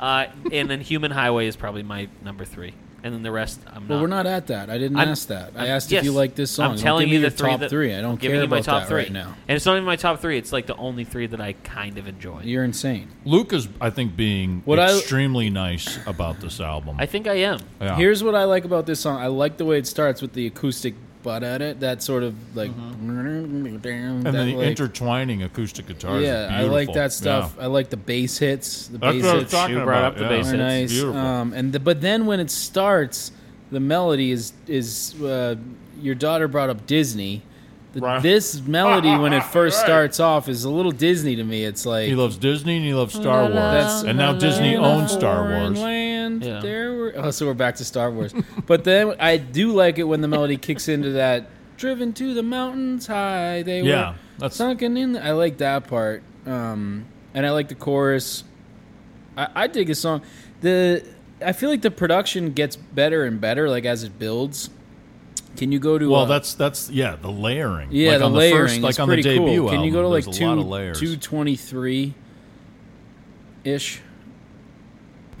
Uh, and then Human Highway is probably my number three, and then the rest I'm not. Well, we're not at that. I didn't I'm- ask that. I I'm- asked yes. if you liked this song. I'm Don't telling give me you the your three top that- three. I don't I'm care giving you about my top that three right now. and it's not even my top three. It's like the only three that I kind of enjoy. You're insane. Luke is, I think, being What I- extremely nice about this album. I think I am. yeah. Here's what I like about this song. I like the way it starts with the acoustic but at it. That sort of like Mm-hmm. and [LAUGHS] that, the like- intertwining acoustic guitars. is Yeah, I like beautiful. that stuff. Yeah. I like the bass hits. The That's bass what I'm hits. talking You brought about. up the yeah. bass are It's nice. beautiful. Um, and the, but then when it starts, the melody is is uh, your daughter brought up Disney. The, Right. This melody [LAUGHS] when it first starts off is a little Disney to me. It's like He loves Disney and he loves Star Wars. That's- and now Disney In a owns Star Um, foreign Wars. land, Yeah. there were- oh, so we're back to Star Wars. [LAUGHS] but then I do like it when the melody kicks into that. Driven to the mountains high, they Yeah, were that's- sunken in. I like that part, um, and I like the chorus. I, I dig this song. The I feel like the production gets better and better, like as it builds. Can you go to Well, uh, that's that's yeah, the layering. yeah like the on layering The first, is like on the pretty debut cool. Can you go to album, like there's a two lot of layers. two twenty three ish?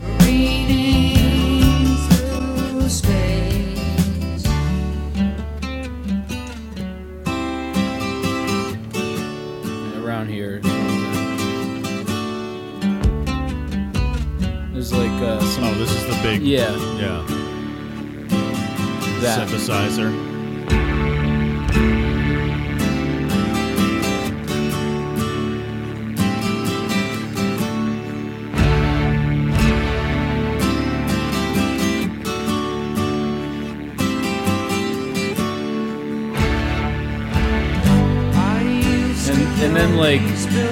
Reading through space. around here. There's like uh, some oh, this is the big yeah yeah that synthesizer. and, and then like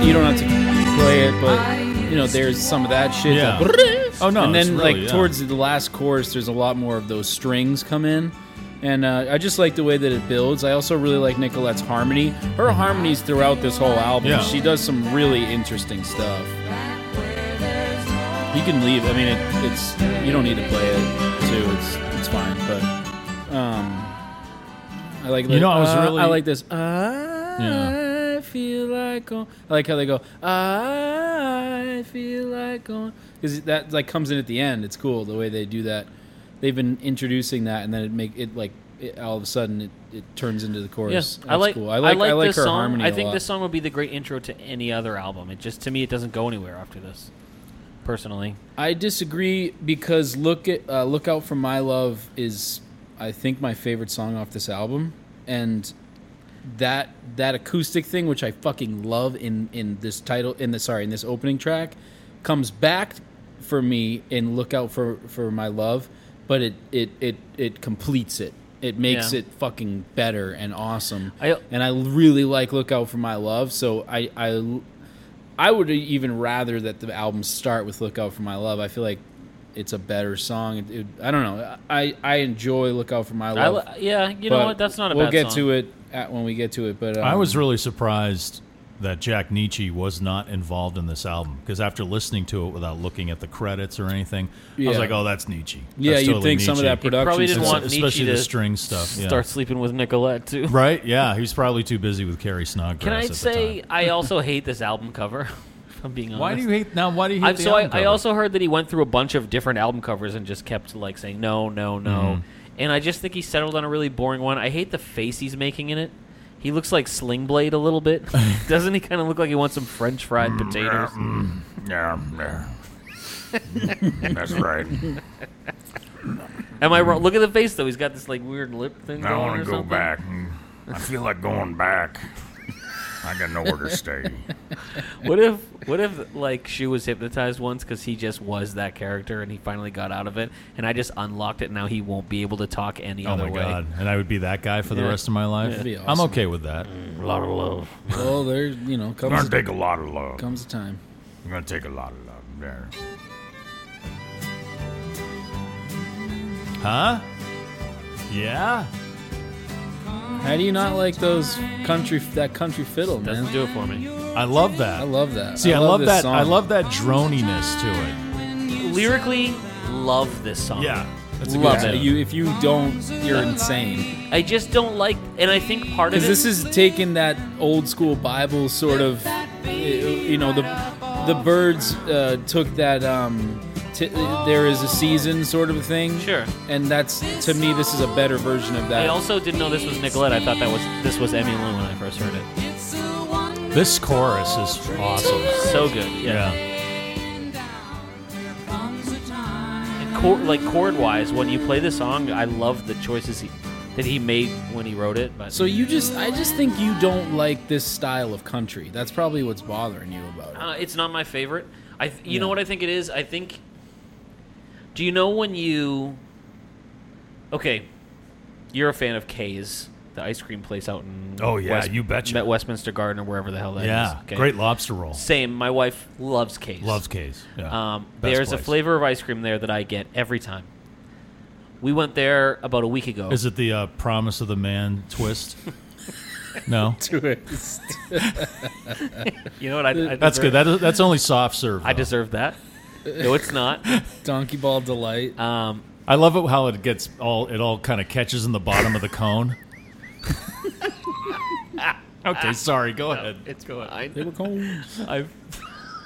you don't have to play it, but you know there's some of that shit. Yeah. Like, Oh, no, and it's then really- like yeah. towards the last chorus, there's a lot more of those strings come in. And uh, I just like the way that it builds. I also really like Nicolette's harmony. Her harmonies throughout this whole album. Yeah. She does some really interesting stuff. You can leave. I mean, it, it's you don't need to play it too. It's it's fine. But um, I like You know, I was uh, really- I like this. I feel like on. I like how they go. I feel like on because that like comes in at the end. It's cool the way they do that. they've been introducing that, and then it make it like it, all of a sudden it, it turns into the chorus. Yeah, And I it's like, cool. I like I like this her song. harmony. I a think lot. this song would be the great intro to any other album. It just to me it doesn't go anywhere after this. Personally, I disagree because look at uh, look out for my love is I think my favorite song off this album, and that that acoustic thing which I fucking love in in this title in the sorry in this opening track comes back for me in look out for for my love, but it it it it completes it. It makes Yeah. it fucking better and awesome. I- and I really like look out for my love, so I I I would even rather that the album start with "Look Out for My Love." I feel like it's a better song. It, it- I don't know. I, I enjoy "Look Out for My I Love." li- yeah, you know but what? That's not a We'll bad get song. to it at, when we get to it. But um, I was really surprised that Jack Nietzsche was not involved in this album because after listening to it without looking at the credits or anything, I was Yeah. like, "Oh, that's Nietzsche." That's yeah, you'd totally think some of Nietzsche. that production. probably didn't stuff- want Nietzsche especially the to string stuff. Yeah. Start sleeping with Nicolette too. right? Yeah, he was probably too busy with Carrie Snodgrass. Can I at the say time. I also hate this album cover? [LAUGHS] if I'm being honest. Why do you hate now? Why do you hate I, the so I, album I cover? also heard that he went through a bunch of different album covers and just kept like saying no, no, no, and I just think he settled on a really boring one. I hate the face he's making in it. He looks like Sling Blade a little bit, doesn't he? Kind of look like he wants some French fried potatoes. mm, That's right. Am I wrong? Look at the face though. He's got this like weird lip thing. I want to go back. I feel like going back. I got nowhere to stay. What if what if like Shu was hypnotized once because he just was that character and he finally got out of it and I just unlocked it and now he won't be able to talk any Oh other my way. god! And I would be that guy for the Yeah. rest of my life. That'd be I'm awesome. okay with that. lot of love. well, there you know I'm gonna comes take a lot of love. comes a time. I'm gonna take a lot of love there. Huh? Yeah. How do you not like those country that country fiddle, Doesn't man? do it for me. I love that. I love that. See, I, love, love, this that. Song. I love that droniness to it. Lyrically, love this song. Yeah, that's a Love good it. tune. You, if you don't, you're insane. I just don't like, and I think part of Because it. this is taking that old school Bible sort of, you know, the the birds uh, took that um, t- there is a season sort of thing. Sure. And that's to me, this is a better version of I that. also didn't know this was Nicolette. I thought that was this was Emmy Lou when I first heard it. This chorus is awesome. So good. Yeah. Yeah. And chor- like chord wise, when you play this song, I love the choices he, that he made when he wrote it. But so you just, I just think you don't like this style of country. That's probably what's bothering you about it. Uh, it's not my favorite. I, th- you know what I think it is. I think. Do you know when you? Okay, you're a fan of K's, the ice cream place out in. Oh, yeah, you betcha. At Westminster Garden or wherever the hell that is. Yeah. okay? Great lobster roll. Same. My wife loves K's. Loves K's. Yeah. Um, Best there's a place. flavor of ice cream there that I get every time. We went there about a week ago. Is it the uh, promise of the man twist? no. [LAUGHS] you know what? I, I That's deserve- good. That is, that's only soft serve. I though. deserve that. No, it's not. [LAUGHS] Donkey Ball Delight. Um, I love it how it gets all. It all kind of catches in the bottom of the cone. okay, sorry. Go ahead. it's going. they were cold. I've.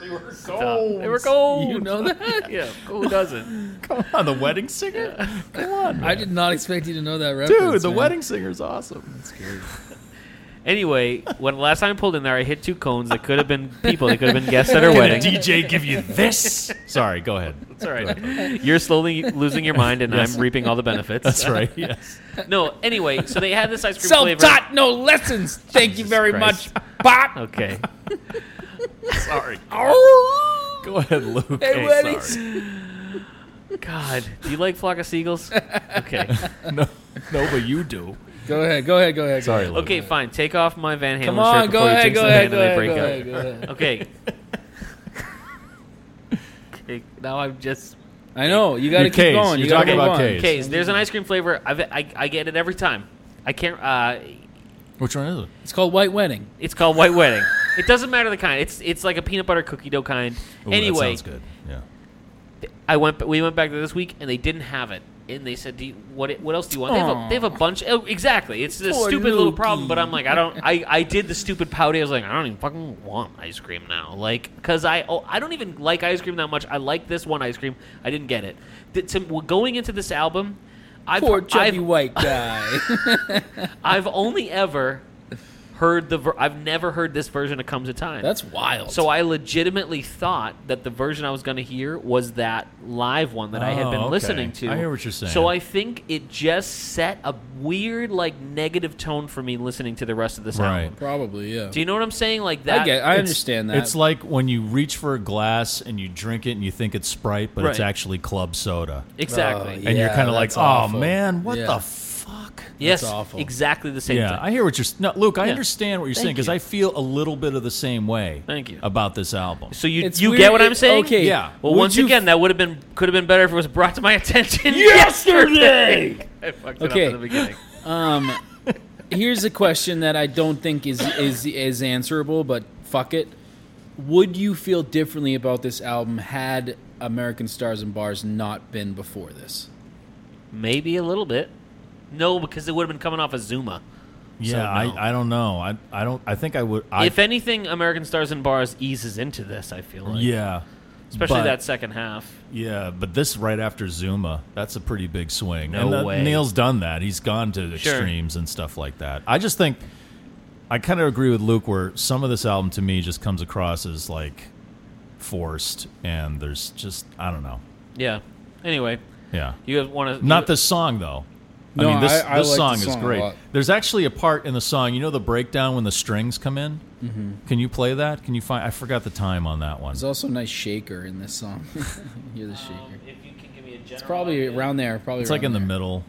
They were cold. They were cold. You know that? Yeah, who doesn't? Come on, the wedding singer, I did not expect you to know that reference. dude. The man. wedding singer's awesome. [LAUGHS] Anyway, when last time I pulled in there, I hit two cones that could have been people. They could have been guests [LAUGHS] at her wedding. DJ give you this? Sorry. Go ahead. It's all right. [LAUGHS] You're slowly losing your mind, and Yes. I'm reaping all the benefits. That's right. Yes. No, anyway, so they had this ice cream flavor. Self-taught, no lessons. Thank you very Christ. much, Pop. Okay. [LAUGHS] Go ahead, Luke. Oh! Hey, wedding God, do you like flock of seagulls? Okay. No, no, but you do. Go ahead, go ahead, go ahead. Sorry, Luke. Okay, fine. Take off my Van Halen Come shirt on, before go you ahead, jinx go the ahead, band go ahead, and they break go [LAUGHS] up. ahead, go ahead. Okay. okay. Now I'm just I know you got to Your keep K's, going. you're you gotta talking keep about going. K's. okay. so There's an ice cream flavor. I've, I I get it every time. I can't. Uh, Which one is it? It's called White Wedding. it's called White Wedding. It doesn't matter the kind. It's it's like a peanut butter cookie dough kind. Ooh, anyway, that sounds good. Yeah. I went. We went back there this week, and they didn't have it. and they said, do you, "What? What else do you want?" They have, a, they have a bunch. Oh, exactly. It's this stupid little problem. But I'm like, I don't. I, I did the stupid pouty. I was like, I don't even fucking want ice cream now. Like, cause I oh, I don't even like ice cream that much. I like this one ice cream. I didn't get it. Th- to, going into this album, I've, Poor chubby I've, white guy. [LAUGHS] I've only ever heard the. Ver- I've never heard this version of "Comes a Time." That's wild. So I legitimately thought that the version I was going to hear was that live one that I had Oh, been okay. listening to. I hear what you're saying. So I think it just set a weird, like, negative tone for me listening to the rest of this Right. album. probably yeah. Do you know what I'm saying? Like that. I get. I It's- understand that. It's like when you reach for a glass and you drink it and you think it's Sprite, but it's Right. actually club soda. Exactly. And you're uh, Yeah, kind of like, that's oh awful." man, what Yeah. the fuck? yes. That's awful. Exactly the same Yeah, thing. I hear what you're. s- No, Luke, I Yeah. understand what you're saying Thank because you. I feel a little bit of the same way. Thank you. about this album. so you It's you weird- get what it- I'm saying? Okay. Yeah. Well, Would once you- again, that would have been could have been better if it was brought to my [LAUGHS] attention yesterday. [LAUGHS] I fucked it Okay. up in the beginning. Um, here's a question that I don't think is is is answerable, but fuck it. Would you feel differently about this album had American Stars and Bars not been before this? Maybe a little bit. No, because it would have been coming off a Zuma. yeah, so no. I, I don't know. I I don't. I think I would. I, if anything, American Stars and Bars eases into this. I feel like, yeah, especially but- that second half. Yeah, but this right after Zuma, that's a pretty big swing. No and that- way. Neil's done that. He's gone to Sure. extremes and stuff like that. I just think I kind of agree with Luke where some of this album to me just comes across as like forced and there's just I don't know. Yeah. Anyway, Yeah. you want to Not this song though. No, I mean this I- I this like song the is song a great. lot. There's actually a part in the song, you know the breakdown when the strings come in? Mm-hmm. Can you play that? Can you find I forgot the time on that one. There's also a nice shaker in this song. [LAUGHS] You're Oh, the shaker. If you can give me a general, It's probably around there. Probably It's like in around the there. middle.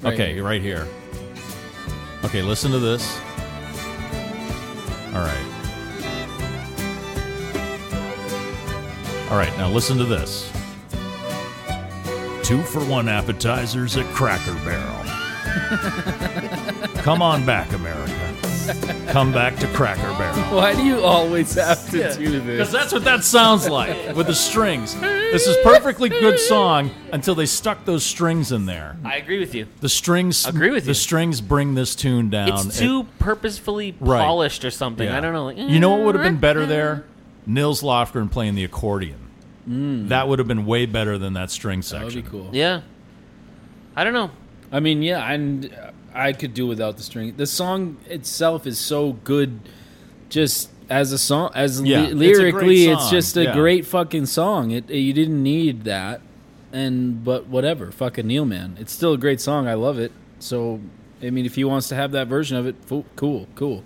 Right okay, here. right here. Okay, listen to this. All right. All right, now listen to this. Two for one appetizers at Cracker Barrel. Come on back, America. Come back to Cracker Barrel. Why do you always have to do Because this? that's what that sounds like with the strings. This is perfectly good song until they stuck those strings in there. I agree with you. The strings Agree with the you. strings bring this tune down. It's too purposefully Right. polished or something. Yeah. I don't know. Like, eh, you know what would have been better there? Nils Lofgren playing the accordion. That would have been way better than that string That section. would be cool. Yeah. I don't know. I mean, yeah, and uh, I could do without the string. The song itself is so good, just as a song, as Yeah, ly- it's a great lyrically, it's, song, just a yeah. great fucking song. It, you didn't need that, and but whatever, fucking Neil man, it's still a great song. I love it. So, I mean, if he wants to have that version of it, fo- cool, cool.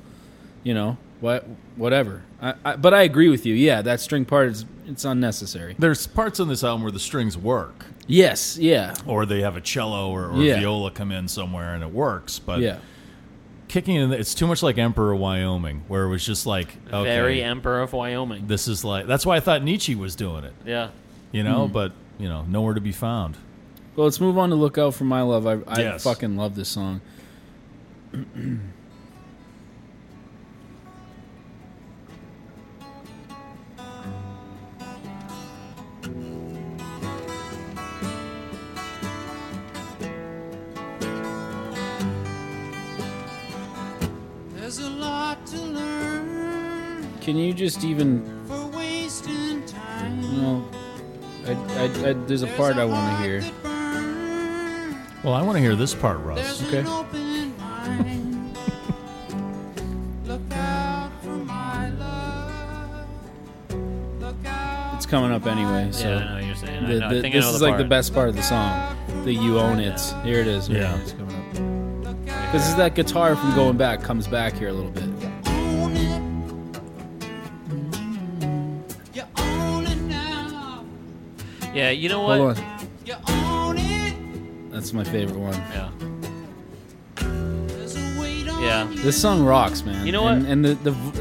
You know what? Whatever. I, I, but I agree with you. Yeah, that string part is it's unnecessary. There's parts on this album where the strings work, Yes. Yeah. or they have a cello or, or Yeah. viola come in somewhere and it works. But Yeah. kicking in, the, it's too much like Emperor Wyoming, where it was just like, okay, Very Emperor of Wyoming. this is like. That's why I thought Nietzsche was doing it, Yeah. you know. But you know, nowhere to be found. Well, let's move on to "Look Out for My Love." I, I Yes. fucking love this song. There's a lot to learn Can you just even? for wasting time. You know, I, I, I, there's a There's part a I want to heart hear. that burns. Well, I want to hear this part, Russ. There's Okay. an open mind. Look out for my love. Look out It's coming up anyway, so yeah, I know what you're saying. I the, know. I the, think I this know is the like the part. best part of the song. The "You Own It." Here it is. right Yeah. now. it's coming up. This is that guitar from going back comes back here a little bit. on it. You own it now. Yeah, you know what? Hold on, You own it. that's my favorite one. Yeah. There's a weight on Yeah. you. This song rocks, man. You know what? And, and the,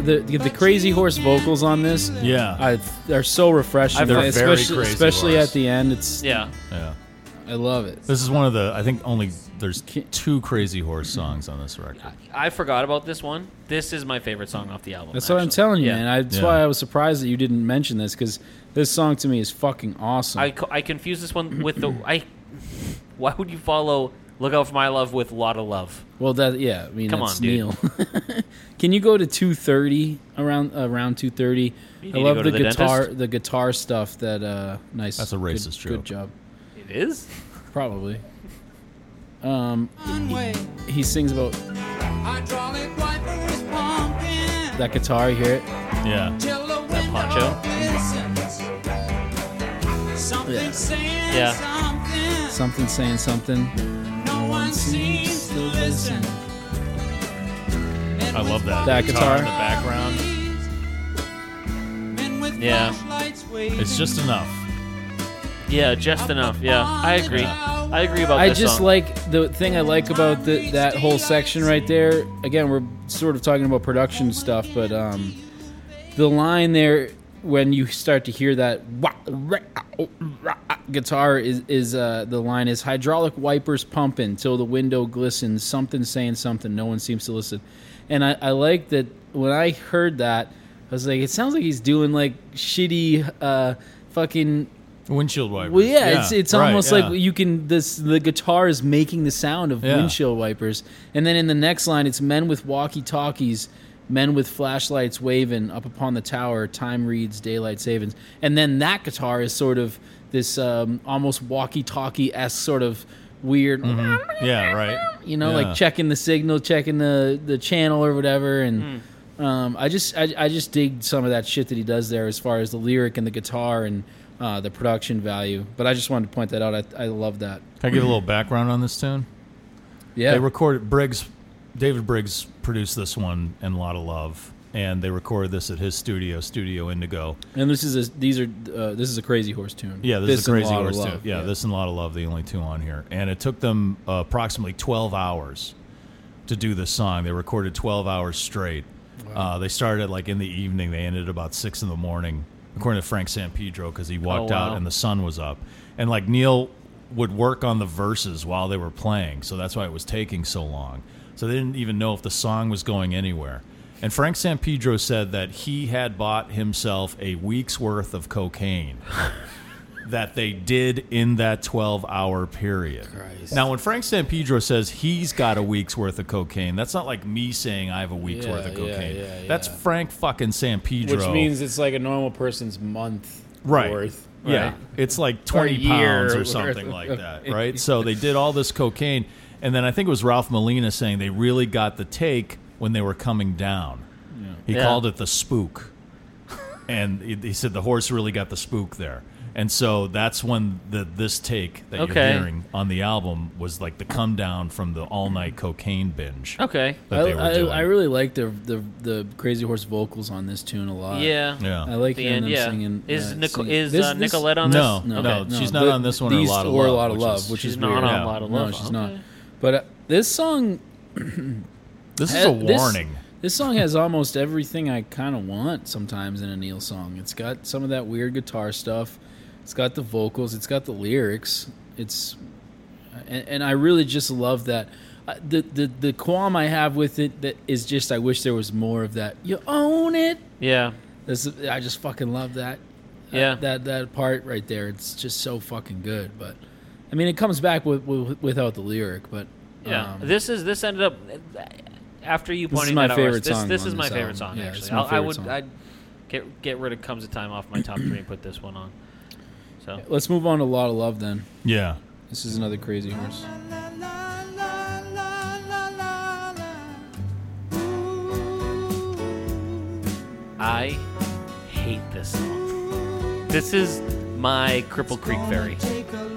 the the the crazy horse vocals on this, Yeah, I, they're so refreshing. They're very especially crazy especially horse. at the end. It's Yeah. yeah. I love it. This is one of the I think only there's two Crazy Horse songs on this record. I forgot about this one. This is my favorite song off the album. That's what I'm actually. telling you, Yeah. man. I, that's Yeah. why I was surprised that you didn't mention this because this song to me is fucking awesome. I, co- I confuse this one with the I. [LAUGHS] Why would you follow "Look Out for My Love" with "Lot of Love"? well, that yeah, I mean, Come that's on, dude. Neil. [LAUGHS] Can you go to two thirty around around two thirty? need I to love go the, to the guitar dentist? the guitar stuff. That uh, nice. That's a racist good, Good joke. job, It is. probably. Um, he sings about Hydraulic wiper is pumping that guitar. You hear it? Yeah. till the poncho? window glistens. Yeah. Something saying Yeah. something. Something saying something. No one seems to listen. I love that. That guitar. in the background. Men with Yeah. flashlights It's just enough. Yeah, just enough. Yeah, I agree. I agree about I this just song. like the thing I like about the, that whole section right there. Again, we're sort of talking about production stuff, but um, the line there when you start to hear that wah, rah, oh, rah, guitar is is uh, the line is hydraulic wipers pumping till the window glistens. Something saying something. No one seems to listen, and I, I like that when I heard that, I was like, it sounds like he's doing like shitty. Uh, Fucking Windshield wipers. well, yeah, it's it's right, almost yeah. like you can this the guitar is making the sound of Yeah. windshield wipers, and then in the next line, it's men with walkie talkies, men with flashlights waving up upon the tower. Time reads daylight savings, and then that guitar is sort of this um, almost walkie talkie esque sort of weird, Mm-hmm. yeah, right. you know, Yeah. like checking the signal, checking the the channel or whatever, and. Um, I just I, I just dig some of that shit that he does there as far as the lyric and the guitar and uh, the production value. But I just wanted to point that out. I, I love that. Can I give a little background on this tune? Yeah. They recorded Briggs, David Briggs produced this one and Lot of Love, and they recorded this at his studio, Studio Indigo. and this is a these are uh, this is a crazy horse tune. Yeah, this, is a and crazy Lot of horse tune. Love, Yeah, this and Lot of Love, the only two on here, and it took them uh, approximately twelve hours to do this song. They recorded twelve hours straight. Uh, they started like in the evening. They ended about six in the morning, according to Frank San Pedro, because he walked wow. out and the sun was up. And like Neil would work on the verses while they were playing, so that's why it was taking so long. So they didn't even know if the song was going anywhere. And Frank San Pedro said that he had bought himself a week's worth of cocaine that they did in that 12 hour period. Now, when Frank San Pedro says he's got a week's worth of cocaine, that's not like me saying I have a week's Yeah, worth of yeah, cocaine. yeah, That's yeah. Frank fucking San Pedro. which means it's like a normal person's month right. worth. Yeah. Right. It's like Or a 20 year pounds or worth something of like that, cocaine. right? So they did all this cocaine. And then I think it was Ralph Molina saying they really got the take when they were coming down. He Yeah. called it the spook. and he he said the horse really got the spook there. And so that's when the this take that Okay. you're hearing on the album was like the come down from the all night cocaine binge Okay. that I, they were Oh, I, doing. I really like the, the the crazy horse vocals on this tune a lot. Yeah. yeah. I like The hearing end. them Yeah. singing. Is uh, Nico- singing- is This- uh, this- Nicolette on No, this? no, Okay. she's not on this one or These Lot of or Love, Lot of which Love, is- which She's is not weird. on Yeah. a lot of no, love. she's not. Okay. But uh, this song this is a Uh, this- warning. This song has almost everything I kind of want sometimes in a Neil song. It's got some of that weird guitar stuff. It's got the vocals. It's got the lyrics. It's and, and I really just love that. Uh, the, the the qualm I have with it that is just I wish there was more of that. You own it. Yeah. This I just fucking love that. Yeah. Uh, That that part right there. It's just so fucking good. But I mean, it comes back with, with without the lyric. But Yeah. um, this is this ended up after you This is pointing my that out. favorite Russ, this, song This on is my this album. favorite song. Yeah, actually, it's my I'll- I favorite would song. I'd get get rid of comes a time off my top three and put this one on. So let's move on to a lot of love then. Yeah. This is another crazy horse. I hate this song. This is my Cripple Creek Ferry.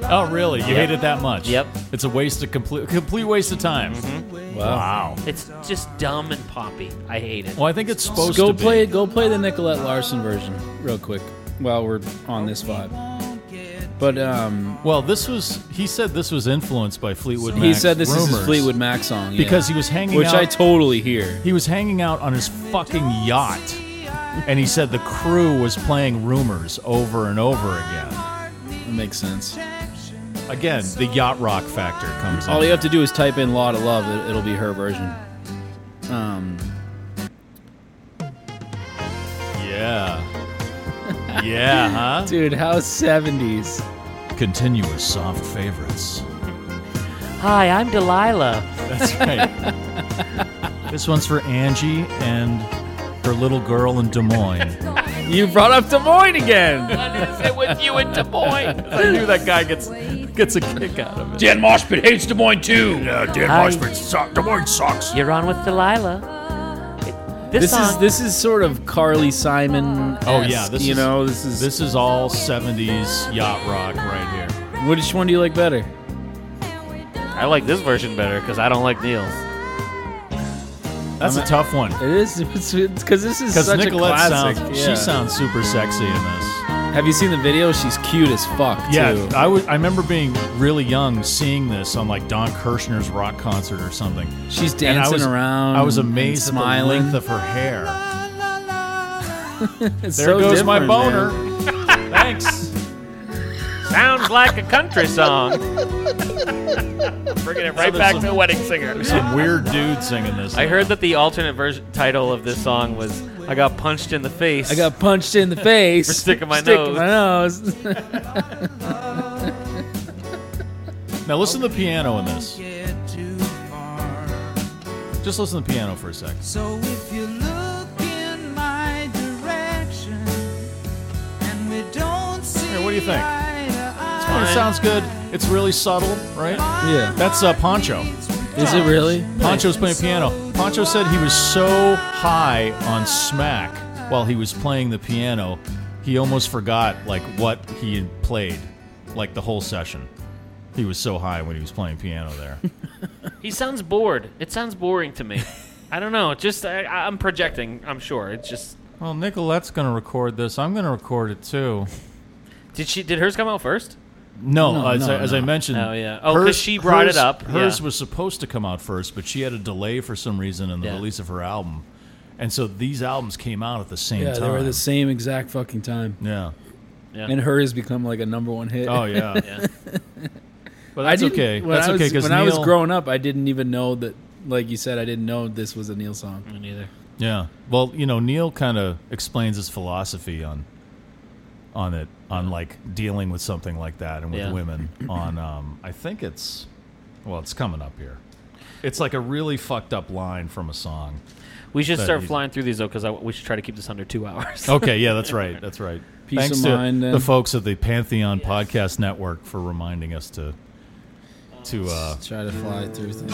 Oh, really? You Yep. hate it that much? Yep. It's a waste of complete complete waste of time. Mm-hmm. Wow. It's just dumb and poppy. I hate it. Well, I think it's supposed go to play be. go play the Nicolette Larson version real quick while we're on this vibe. But um, Well, this was he said this was influenced by Fleetwood Mac. he said this is his rumors, Fleetwood Mac song yeah. because he was hanging which out I totally hear. he was hanging out on his fucking yacht and he said the crew was playing rumors over and over again. It makes sense. Again, the yacht rock factor comes All in. you have to do is type in "Law to Love." It, it'll be her version. Um, Yeah. Yeah, [LAUGHS] huh? dude, how seventies? Continuous soft favorites. Hi, I'm Delilah. That's right. this one's for Angie and her little girl in Des Moines. You brought up Des Moines again. Is it with you and Des [LAUGHS] Moines? I knew that guy gets gets a kick out of it. Dan Moshpit hates Des Moines too. Yeah, Dan Hi. Marshman sucks. Des Moines sucks. You're on with Delilah. This, This song, is this is sort of Carly Simon. Oh, yeah, this you is- know this is. This is all 70s yacht rock right here. which one do you like better? I like this version better because I don't like Neil's. That's a tough one. It is [LAUGHS] it's because this is Because such a Nicolette classic. sounds, yeah. she sounds super sexy in this. Have you seen the video? She's cute as fuck. Yeah, uh, too. I was. I remember being really young, seeing this on like Don Kirshner's rock concert or something. she's And dancing I was, around. I was and amazed at the smiling. length of her hair. It's There so goes my different, man. boner. Thanks. Sounds like a country [LAUGHS] song. Bringing it right So back there's to some- wedding singer. Some weird dude singing this. I heard that the alternate version title of this song was "I Got Punched in the [LAUGHS] Face." I got punched in the face For sticking my nose. my nose. [LAUGHS] Now listen to the piano in this. Just listen to the piano for a second. So if you look in my direction and we don't see Here, what do you think? eye to eye, It sounds good. It's really subtle, right? yeah. That's uh, Poncho. Is it really? Poncho's playing piano. Poncho said he was so high on smack while he was playing the piano, he almost forgot like what he had played, like the whole session. He was so high when he was playing piano there. He sounds bored. It sounds boring to me. [LAUGHS] I don't know. Just I, I- I'm projecting. I'm sure. It's just [LAUGHS] well, Nicolette's gonna record this. I'm gonna record it too. did she did hers come out first? No, No, as, no, I, as I no. mentioned. Oh, yeah. Oh, 'cause she brought it hers- up, Hers yeah. was supposed to come out first, but she had a delay for some reason in the Yeah. release of her album, and so these albums came out at the same Yeah, time. they were the same exact fucking time. Yeah. And her has become like a number one hit. Oh [LAUGHS] yeah. Yeah. But that's I didn't- okay. When That's I was, okay because when I was growing up, I didn't even know that. Like you said, I didn't know this was a Neil song. Me neither. Yeah. Well, you know, Neil kind of explains his philosophy on on it on like dealing with something like that and with Yeah. [CLEARS THROAT] women on um I think it's well, it's coming up here. It's like a really fucked up line from a song. We should But start he's- Oh. flying through these though, because we should try to keep this under two hours. [LAUGHS] [LAUGHS] Okay, yeah, that's right. That's right. Peace Thanks of to mind, then. the folks at the Pantheon Podcast Network for reminding us to to uh Try to fly through things.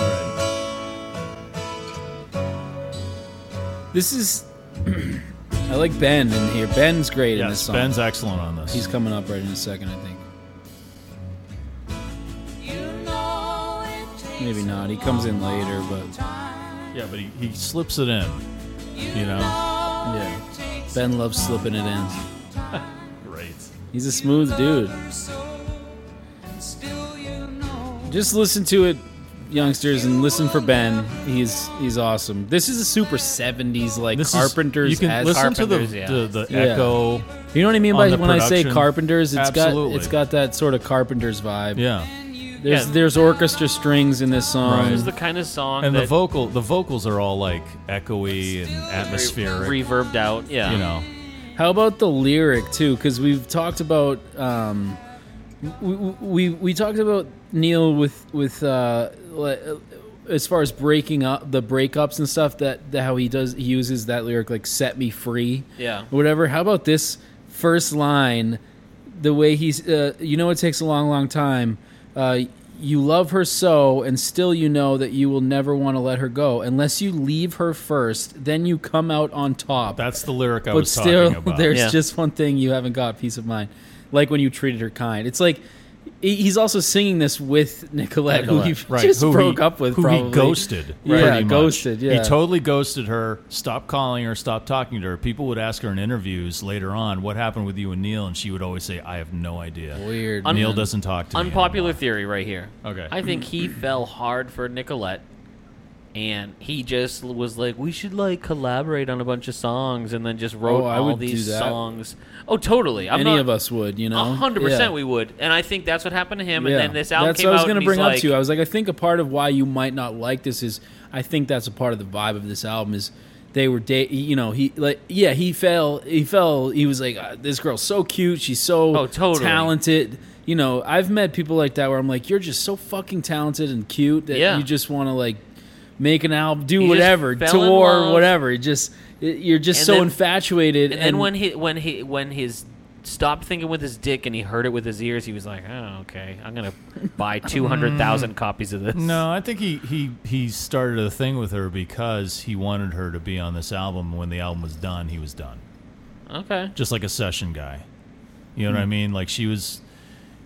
This is. [CLEARS THROAT] I like Ben in here. Ben's great in this yes, song. Ben's excellent on this. He's coming up right in a second, I think. Maybe not. He comes in later, but yeah, but he, he slips it in. You know. yeah. Ben loves slipping it in. Great. He's a smooth dude. Just listen to it, youngsters, and listen for Ben. He's he's awesome. This is a super '70s like This is- carpenters. you can as- listen to the, Carpenters, yeah. the, the Yeah. echo You know what I mean on by the when I say production. carpenters? It's Absolutely. got it's got that sort of carpenters vibe. Yeah, There's Yeah. there's orchestra strings in this song. Right. This is the kind of song and the that vocal the vocals are all like echoey and atmospheric. reverbed out. Yeah. you know, How about the lyric too? Because we've talked about um, we, we we talked about Neil with with uh, li- as far as breaking up the breakups and stuff that, that how he does he uses that lyric like "set me free" Yeah. or whatever. How about this first line? The way he's uh, you know it takes a long long time. Uh, you love her so, and still you know that you will never want to let her go unless you leave her first. Then you come out on top that's the lyric I but was still, [LAUGHS] talking about. there's Yeah. just one thing you haven't got: peace of mind. Like when you treated her kind. It's like he- he's also singing this with Nicolette, who he Nicolette, right, just who he- broke up with. who probably. he ghosted. Yeah, pretty much. ghosted, yeah. he totally ghosted her. Stopped calling her. Stopped talking to her. People would ask her in interviews later on, "What happened with you and Neil?" And she would always say, "I have no idea. Weird. Un- Neil doesn't talk to me." [CLEARS THROAT] Unpopular theory right here. Okay. I think he fell hard for Nicolette and he just was like, "We should like collaborate on a bunch of songs," and then just wrote Oh, I all would do these that. songs. Oh, totally. I'm Any not, of us would, you know. A hundred Yeah. percent, we would, and I think that's what happened to him. And Yeah. then this album that's came what I was out, gonna and bring he's up like, to you. I was like, I think a part of why you might not like this is I think that's a part of the vibe of this album is they were da- you know he like yeah he fell he fell he was like "Ah, this girl's so cute she's so Oh, totally. talented you know I've met people like that where I'm like you're just so fucking talented and cute that Yeah. you just want to like make an album do He just whatever fell in tour love. whatever it just it, you're just And so then- infatuated and then when he when he when his stopped thinking with his dick and he heard it with his ears, he was like, "Oh, okay, [LAUGHS] I'm gonna buy two hundred thousand copies of this." No, I think he, he, he started a thing with her because he wanted her to be on this album. When the album was done, he was done. okay, Just like a session guy. You know Hmm. what I mean? Like she was,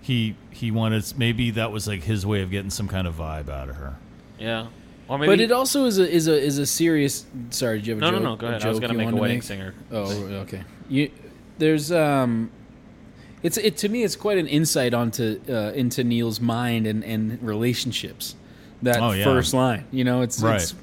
he he wanted maybe that was like his way of getting some kind of vibe out of her. yeah, or maybe but it also is a is a is a serious. Sorry, did you have a no, no, joke? no, go ahead. joke I was gonna you make a wanted to wedding singer. Oh, okay. You, there's um, it's it to me. It's quite an insight onto uh, into Neil's mind and and relationships. That Oh, yeah. first line, you know, it's Right. It's,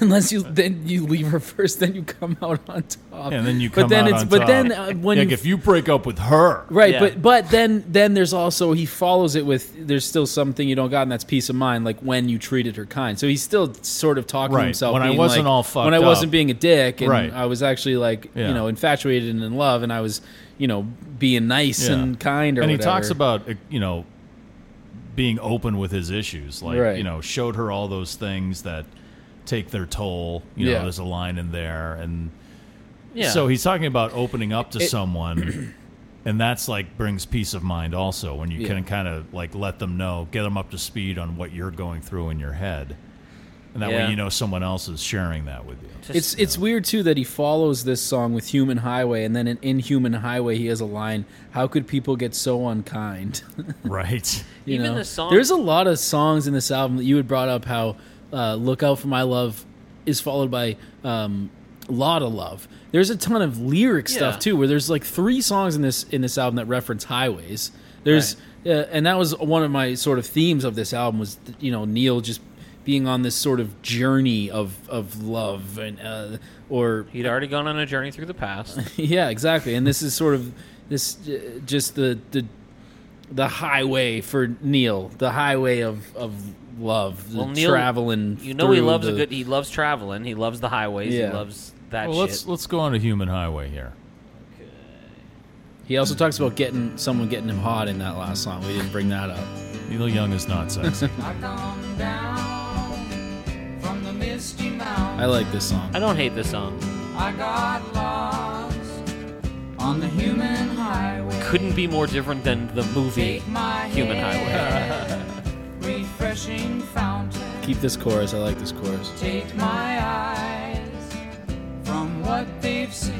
unless you then you leave her first, then you come out on top. And then you come but then out it's on but top. then uh, when like you if you break up with her, Right, Yeah. but but then then there's also he follows it with there's still something you don't got, and that's peace of mind, like when you treated her kind. So he's still sort of talking Right, to himself. when I being wasn't like- all fucked when I up. wasn't being a dick, and Right. I was actually like Yeah. you know infatuated and in love, and I was you know being nice Yeah. and kind, or and he whatever. talks about uh, you know being open with his issues like Right. you know showed her all those things that take their toll you know Yeah. there's a line in there and Yeah. so he's talking about opening up to [CLEARS THROAT] someone and that's like brings peace of mind also when you Yeah. can kind of like let them know get them up to speed on what you're going through in your head and that Yeah. way you know someone else is sharing that with you It's it's weird too that he follows this song with Human Highway, and then in, in Human Highway he has a line: "How could people get so unkind?" [LAUGHS] right You Even know, the song- There's a lot of songs in this album that you had brought up how uh, "Look Out for My Love" is followed by um, "Lot of Love." There's a ton of lyric Yeah. stuff too, where there's like three songs in this in this album that reference highways. There's uh, and that was one of my sort of themes of this album was you know Neil just being on this sort of journey of of love and uh, or he'd already gone on a journey through the past. yeah, exactly. And this is sort of this uh, just the the the highway for Neil, the highway of of love, the Well, Neil, traveling. You know, he through loves the, a good. He loves traveling. He loves the highways. He Yeah. loves that well let's shit. let's go on a human highway here He also talks about getting someone getting him hot in that last song. We didn't bring that up. neil young is not [LAUGHS] sexy I come down from the misty mountain. I like this song. I don't hate this song. I got lost on the human highway. Couldn't be more different than the movie Take my Human hand, Highway. [LAUGHS] refreshing fountain. Keep this chorus. I like this chorus. Take my eyes from what they've seen.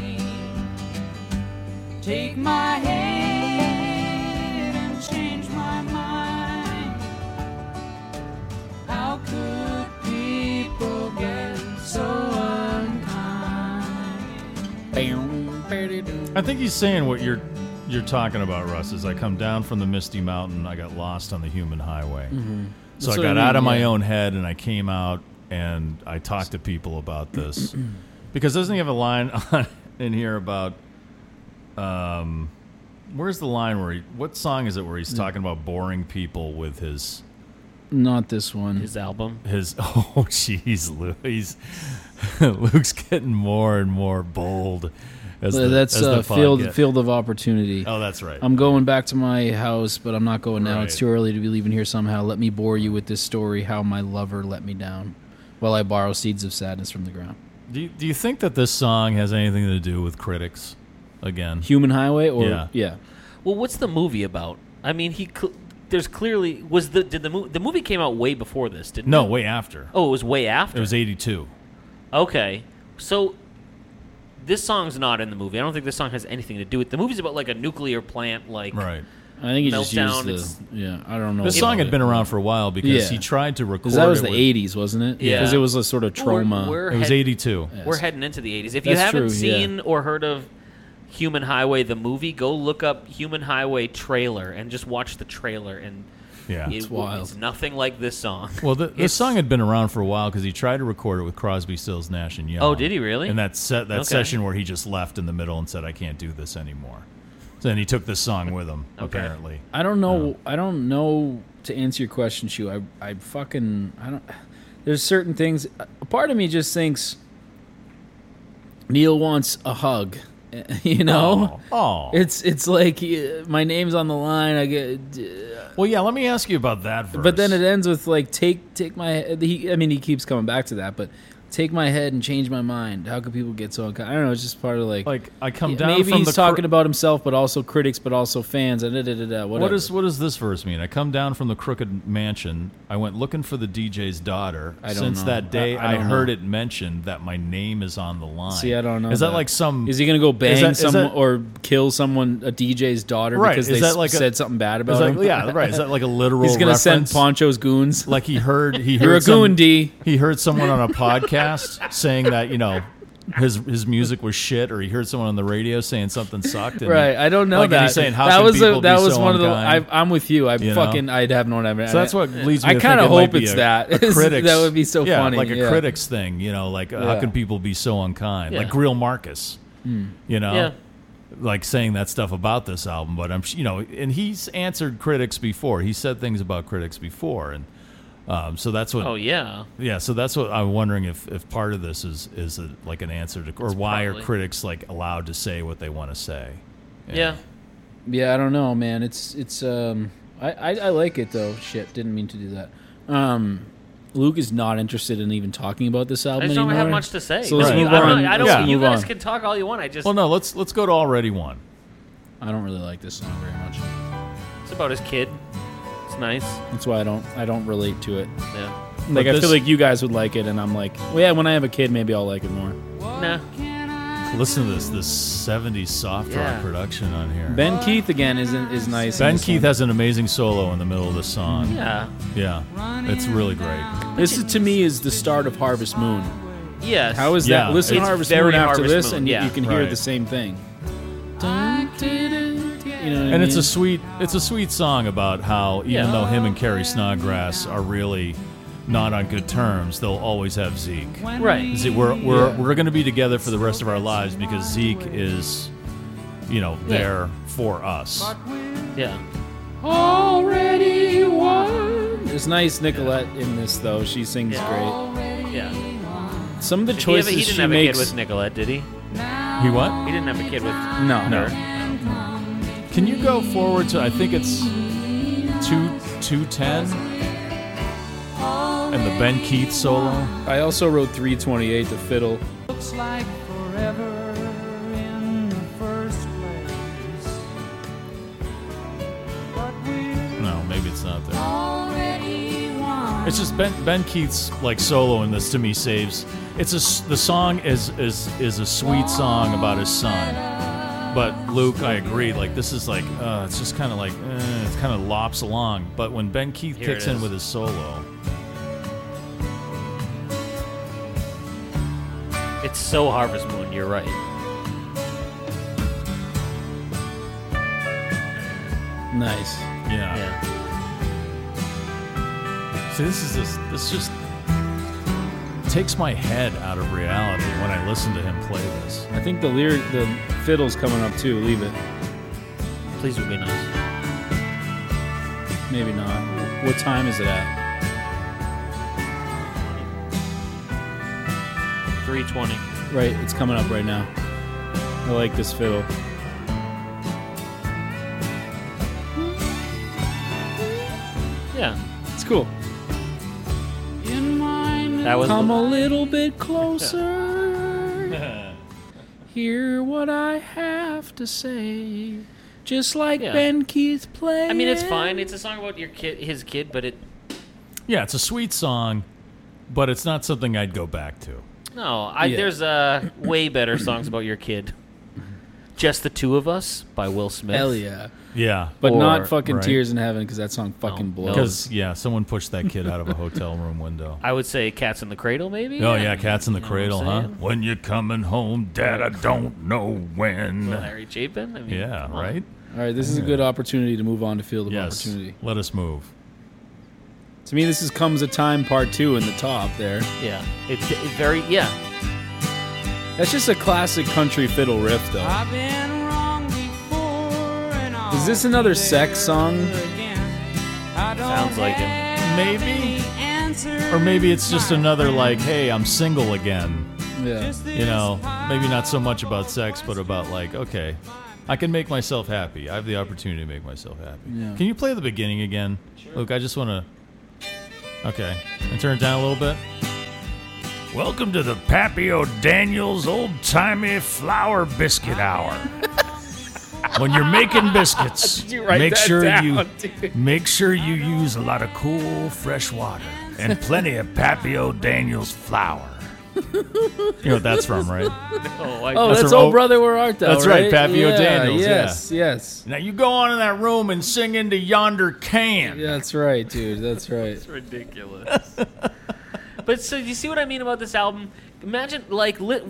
Take my hand and change my mind. How could people get so unkind? I think he's saying what you're you're talking about, Russ. Is I come down from the misty mountain, I got lost on the human highway. So I That's what Mm-hmm. I got out mean, of my yeah. own head and I came out and I talked to people about [CLEARS THROAT] this because doesn't he have a line [LAUGHS] on, in here about um, where's the line where he what song is it where Mm. he's talking about boring people with his Not this one. His album. his [LAUGHS] oh jeez Lou, he's [LAUGHS] Luke's getting more and more bold as the, That's as the uh, pod field get- field of opportunity. oh that's right I'm going back to my house, but I'm not going now. It's Right. too early to be leaving here somehow. Let me bore you with this story how my lover let me down while I borrow seeds of sadness from the ground. Do you, do you think that this song has anything to do with critics? Again, Human Highway or Yeah. yeah. Well, what's the movie about? I mean, he cl- there's clearly was the did the movie the movie came out way before this, didn't no, it? way after. Oh, it was way after. It was '82. okay. So this song's not in the movie. I don't think this song has anything to do with the movie's about like a nuclear plant like Right. I think he just Meltdown, used it's- the yeah. I don't know. This about song it. had been around for a while because Yeah. he tried to record. 'Cause that was it the with- '80s, wasn't it? Yeah. because it was a sort of Well, we're- trauma. we're- It was head- '82. We're heading into the 80s. If you That's haven't true, yeah. seen or heard of Human Highway the movie, go look up Human Highway trailer and just watch the trailer and Yeah. it- It's wild. It's nothing like this song. Well, the, this It's- song had been around for a while because he tried to record it with Crosby, Stills, Nash, and Young. Oh, did he really? And that set that Okay. session where he just left in the middle and said, "I can't do this anymore." So then he took this song with him. Okay. Apparently, I don't know. I don't know to answer your question, Shu. I, I fucking, I don't. There's certain things. A part of me just thinks Neil wants a hug. [LAUGHS] You know, oh, [LAUGHS] it's it's like uh, my name's on the line. I get, well, yeah. Let me ask you about that verse. but then it ends with like take take my. He, I mean, he keeps coming back to that, but take my head and change my mind. How could people get so? Unco- I don't know. It's just part of like. like I come Yeah, down. maybe from he's the talking cro- about himself, but also critics, but also fans, and da da da da. What Whatever. does what does this verse mean? I come down from the crooked mansion. I went looking for the DJ's daughter. I don't Since know. that day, I- I, I don't heard know. it mentioned that my name is on the line. See, I don't know. Is that, like some? Is he going to go bang that- is someone that- or kill someone, a DJ's daughter, Right, because is they that s- like a- said something is bad about that, him? yeah, right. Is that like a literal? He's going to send reference? Poncho's goons. Like he heard he heard You're a goon, some- D. he heard someone on a podcast saying that you know his his music was shit, or he heard someone on the radio saying something sucked. And Right, I don't know like, and that. he's saying how that can was people that be was so one unkind? of the. I, I'm with you. I You know? fucking. I'd have no idea. So that's what leads me. I to kind think of it might hope be it's a- [LAUGHS] that. a critics- that would be so yeah, funny. like a yeah. critics thing. You know, like uh, Yeah. Hmm. how can people be so unkind? Like Yeah. Grill Marcus, you know, [LAUGHS] Yeah. like saying that stuff about this album. But I'm, sh- you know, and he's answered critics before. He said things about critics before, and um, so that's what. Oh yeah. Yeah, so that's what I'm wondering if, if part of this is is a, like an answer to, or why probably- are critics like allowed to say what they want to say? Yeah. Yeah, I don't know, man. It's it's um I, I, I like it though. Shit, didn't mean to do that. Um Luke is not interested in even talking about this I album just don't anymore. have much to say. So let's Right. move I'm on. not- I don't. Let's You move guys on. can talk all you want. I just. Well, no, let's let's go to already one. I don't really like this song very much. It's about his kid. It's nice. That's why I don't I don't relate to it. Yeah. Like I this- feel like you guys would like it, and I'm like, well, yeah. When I have a kid, maybe I'll like it more. Nah. Listen to this this '70s soft Yeah. rock production on here. Ben Keith again isn't is nice. in Ben this Keith one. has an amazing solo in the middle of the song. Yeah. Yeah, it's really great. this is, to me is the start of Harvest Moon. Yes. How is Yeah, that? Listen to it's Harvest very Moon after Harvest this, Moon, and you- yeah. you can hear Right. the same thing. You know what I And it's mean? a sweet it's a sweet song about how even Yeah. though him and Carrie Snodgrass are really not on good terms, they'll always have Zeke. right? Ze- we're we're, Yeah. we're going to be together for the rest of our lives because Zeke is, you know, there for us. Yeah. Already won. It's nice Nicolette in this though. She sings Yeah. Yeah. great. Some of the He, have- choices he didn't she have a kid makes. with Nicolette, did he? He what? He didn't have a kid with. no, No. Can you go forward to I think it's two two ten, and the Ben Keith solo. I also wrote 328 the fiddle. Looks like forever in the first place. But we're No, maybe it's not there. already one. It's just Ben Ben Keith's like solo in this to me saves. It's a s- the song is is is a sweet song about his son. But Luke, I agree. Like this is like uh, it's just kind of like eh, it's kind of lops along. But when Ben Keith Here kicks it in is. with his solo, It's so Harvest Moon. You're right. Nice. yeah. Yeah. See, this is just this just takes my head out of reality when I listen to him play this. I think the lyric the fiddle's coming up too. Leave it. Please would be nice. Maybe not. What time is it at? Three twenty. Right, it's coming up right now. I like this fiddle. Yeah. It's cool. That was. Come a little bit [LAUGHS] closer. Hear what I have to say. Just like Yeah. Ben Keith played. I mean, it's fine. It's a song about your kid, his kid, but it. Yeah, it's a sweet song, but it's not something I'd go back to. No, I Yeah. there's uh way better songs about your kid. Just the Two of Us by Will Smith. Hell yeah. Yeah. But Or- not fucking right. Tears in Heaven because that song fucking No, no. blows. Because, yeah, someone pushed that kid out of a hotel room window. I would say Cats in the Cradle, maybe. Oh, yeah, Cats in the You know what I'm Cradle, huh? saying? When you're coming home, Dad, I don't know when. Larry Chapin. I mean, Yeah, come on. right? All right, this is a good opportunity to move on to Field of Yes. Opportunity. Let us move. To me, this is Comes a Time Part 2 in the top there. Yeah, it's it very yeah. That's just a classic country fiddle riff, though. I've been wrong before and I'll Is this another be sex there song? again. I don't Sounds like it. have Maybe. any answers, Or maybe it's just my another, friend. like, hey, I'm single again. Yeah. Just You know, this maybe not so much pile about sex, of but about, like, okay, I can make myself happy. I have the opportunity to make myself happy. Yeah. Can you play the beginning again? Luke, I just want to. Okay. And turn it down a little bit? Welcome to the Papio Daniels Old Timey Flour Biscuit Hour. when you're [LAUGHS] making biscuits, make sure you make sure you use a lot of cool fresh water and plenty of Papio Daniels flour. You know what that's from, right? Oh, I, Oh, That's that's, a- Oh oh, Brother Where Art Thou? that's right, Pappy yeah, O'Daniels, yeah. Yes, yes. Now you go on in that room and sing into yonder can. Yeah, that's right, dude. That's right. ridiculous. but so you see what I mean about this album? Imagine like lit,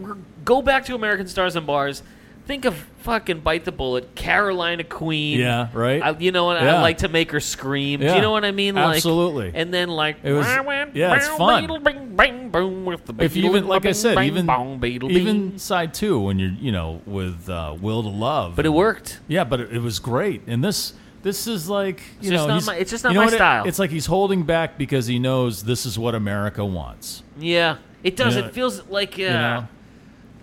go back to American Stars and Bars. Think of fucking bite the bullet, Carolina Queen. Yeah, right? I, you know what? Yeah. I like to make her scream. Do Yeah. you know what I mean? Like, Absolutely. And then like It was- yeah, it's fun. Bing, bing, boom, with the if you even like I said, bing, even bong, beetle, even bing. side two when you're you know with uh, Will to Love, but it worked. Yeah, but it, it was great. And this this is like you just know not he's- my- it's just not you know my what it- style. it's like he's holding back because he knows this is what America wants. Yeah, it does. Yeah. It feels like uh, You know.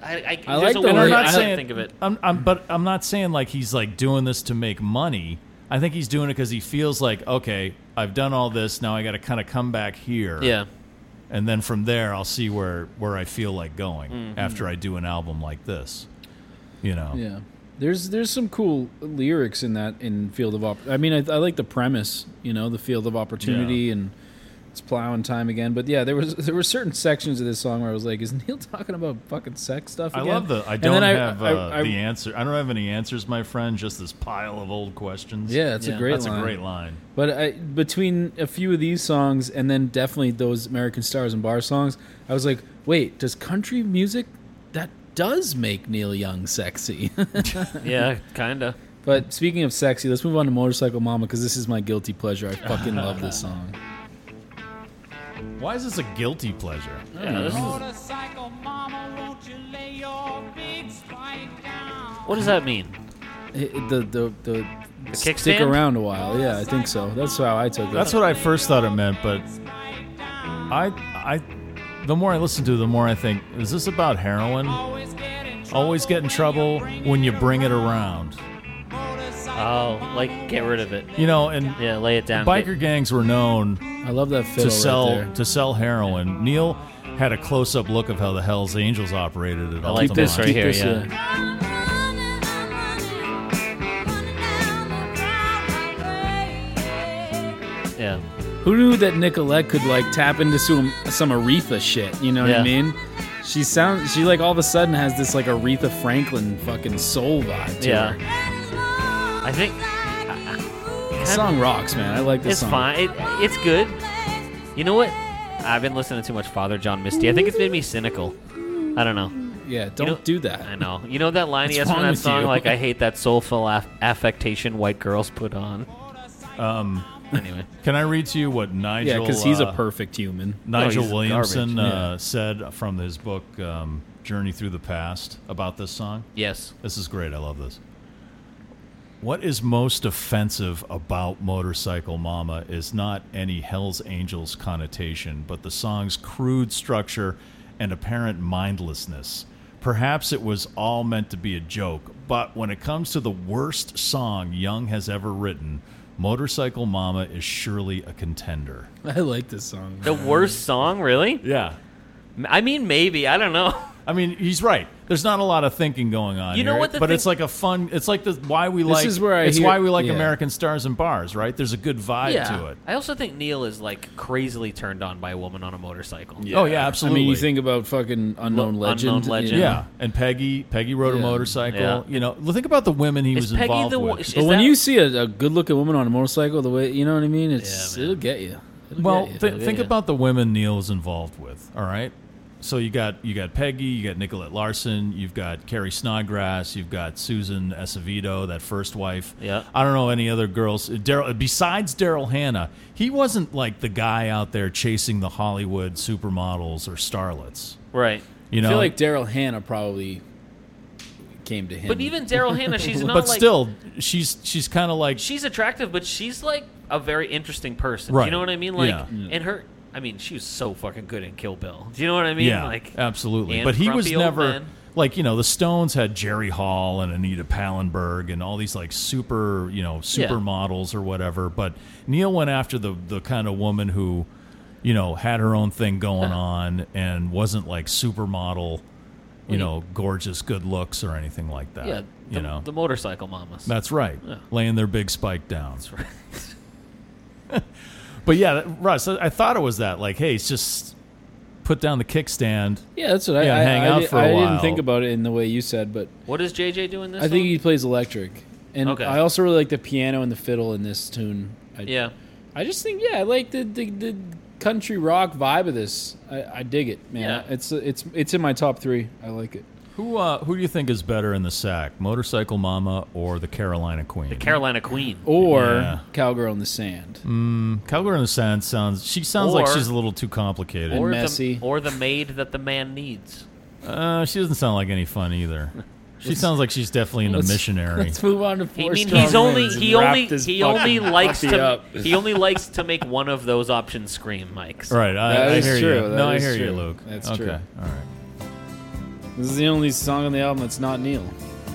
I, I, I there's like a the And word I'm way- I not can't saying think of it. I'm, I'm, but I'm not saying like he's like doing this to make money. I think he's doing it because he feels like okay, I've done all this. Now I got to kind of come back here. Yeah. and then from there I'll see where where I feel like going after I do an album like this. You know, Yeah. There's there's some cool lyrics in that in Field of Op. I mean, I, I like the premise, you know, the Field of Opportunity and it's plowing time again. But yeah, there was [LAUGHS] there were certain sections of this song where I was like, is Neil talking about fucking sex stuff? I Again? love the. I And don't then have I- uh, I- the answer. I don't have any answers, my friend. Just this pile of old questions. Yeah, it's Yeah. a great. that's line. a great line. But I, between a few of these songs and then definitely those American Stars and Bar songs, I was like, wait, does country music that does make Neil Young sexy? [LAUGHS] Yeah, kinda. but speaking of sexy, let's move on to Motorcycle Mama because this is my guilty pleasure. I fucking [LAUGHS] love this song. Why is this a guilty pleasure? Yeah, this is- Motorcycle mama, won't you lay your big spike down? what does that mean? It- it- the the the, kickstand? stick around a while. Yeah, I think so. That's how I took it. That's what I first thought it meant, but Spike down. I I. The more I listen to, it, the more I think, is this about heroin? Always get in trouble. Always get in trouble when you bring it around. Motorcycle Oh, like get rid of it. You know, and Yeah, lay it down. biker Get- gangs were known I love that fiddle to sell right there. to sell heroin. Neil had a close up look of how the Hell's Angels operated at all like this right Keep here, this, yeah. uh, yeah. uh, Who knew that Nicolette could like tap into some some Aretha shit? You know what Yeah. I mean? She sounds she like all of a sudden has this like Aretha Franklin fucking soul vibe. To Yeah. her. I think This song rocks, man. I like this it's song. fine. It, it's good. You know what? I've been listening to too much Father John Misty. I think it's made me cynical. I don't know. Yeah, don't know- do that. I know. You know that line he What's has wrong from that with song? you? Like, I hate that soulful aff- affectation white girls put on. Um, Anyway. can I read to you what Nigel? yeah, because he's uh, a oh, perfect human. [LAUGHS] Nigel No, he's Williamson garbage. uh, said from his book um, Journey Through the Past about this song. Yes. This is great. I love this. What is most offensive about Motorcycle Mama is not any Hell's Angels connotation, but the song's crude structure and apparent mindlessness. Perhaps it was all meant to be a joke, but when it comes to the worst song Young has ever written, Motorcycle Mama is surely a contender. I like this song. The worst song, really? Yeah. I mean, maybe. I don't know. I mean, he's right. There's not a lot of thinking going on. You know here, what the but thing- it's like a fun. It's like the why we like. is where I it's hear- why we like yeah. American Stars and Bars, right? There's a good vibe yeah. to it. I also think Neil is like crazily turned on by a woman on a motorcycle. Oh yeah, I absolutely. mean, you think about fucking unknown Lo- legend. Unknown you Legend. know? yeah, and Peggy, Peggy rode a Yeah. motorcycle. Yeah. You know, think about the women he Is was Peggy involved the one? with. is But when that- you see a, a good-looking woman on a motorcycle, the way you know what I mean, it's Yeah, man. it'll get you. It'll Well, get you. th- It'll get think you. about the women Neil is involved with. All right, so you got you got Peggy, you got Nicolette Larson, you've got Carrie Snodgrass, you've got Susan Acevedo, that first wife. Yeah. I don't know any other girls. Daryl, besides Daryl Hannah, he wasn't like the guy out there chasing the Hollywood supermodels or starlets. right? You know, I feel like Daryl Hannah probably came to him. But even Daryl Hannah, she's [LAUGHS] not. but like, still, she's she's kind of like she's attractive, but she's like a very interesting person. Do Right. you know what I mean? Like, Yeah. and her, I mean, she was so fucking good in Kill Bill. Do you know what I mean? yeah, like, absolutely. and But he was grumpy old never men. like you know the Stones had Jerry Hall and Anita Pallenberg and all these like super you know supermodels or whatever. But Neil went after the the kind of woman who you know had her own thing going Uh-huh. on and wasn't like supermodel, you know, gorgeous good looks or anything like that. Mm-hmm. yeah, the, you know, the motorcycle mamas. that's right, laying their big spike down. That's right. [LAUGHS] but yeah, that- Russ, I I thought it was that like, hey, it's just put down the kickstand. yeah, that's what Yeah, I, I hang I, out di- for a I while. didn't think about it in the way you said, but what is JJ doing this? I think song? he plays electric, and Okay. I also really like the piano and the fiddle in this tune. I, yeah, I just think yeah, I like the the, the country rock vibe of this. I, I dig it, man. Yeah. It's it's it's in my top three. I like it. Who uh, who do you think is better in the sack, Motorcycle Mama or the Carolina Queen? The Carolina Queen. Or Yeah. Mm, Cowgirl in the Sand. Carolina Sand sounds. She sounds like Or- she's a little too complicated. or messy. the or the maid that the man needs. uh, she doesn't sound like any fun [LAUGHS] either. She sounds like she's definitely in a let's- missionary. [LAUGHS] Let's move on to I four. mean, Strong he's only Winds and he wrap only this he fucking- only likes puppy to up. he only likes to make one of those options scream, Mike. All right, I, That I is hear true, you. that no, I is hear you, true. Luke. That's okay. true. All right. This is the only song on the album that's not Neil.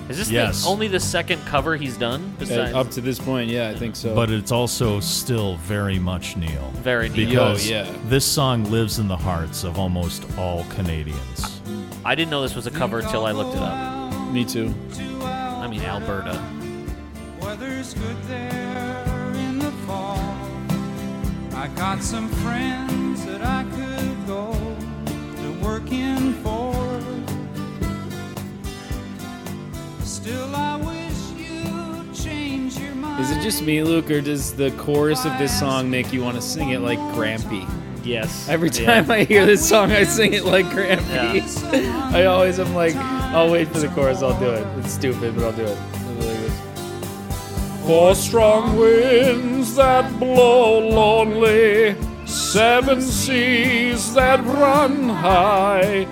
Is this Yes. the, only the second cover he's done? Uh, Besides, up to this point, yeah, I think so. But it's also still very much Neil. very neat. Because Oh, yeah. this song lives in the hearts of almost all Canadians. I didn't know this was a cover until I looked it up. me too. I mean, Alberta. Weather's good there in the fall. I got some friends that I could go to work in for. Still, I wish you'd change your mind. Is it just me, Luke, or does the chorus of this song make you want to sing it like Grampy? Yes. Every time I hear this song, I sing it like Grampy. [LAUGHS] I always am like, I'll wait for the chorus, I'll do it. It's stupid, but I'll do it. I'll be like this. Four strong winds that blow lonely, seven seas that run high.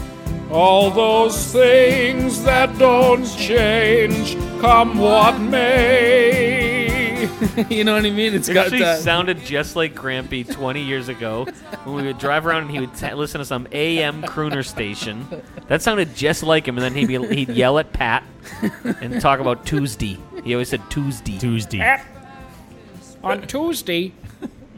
All those things that don't change, come what may. [LAUGHS] you know what I mean? It's It got actually that. sounded just like Grampy 20 years ago when we would drive around and he would ta listen to some AM crooner station. That sounded just like him, and then he'd, be, he'd yell at Pat and talk about Tuesday. He always said Tuesday. Eh. Tuesday. On Tuesday,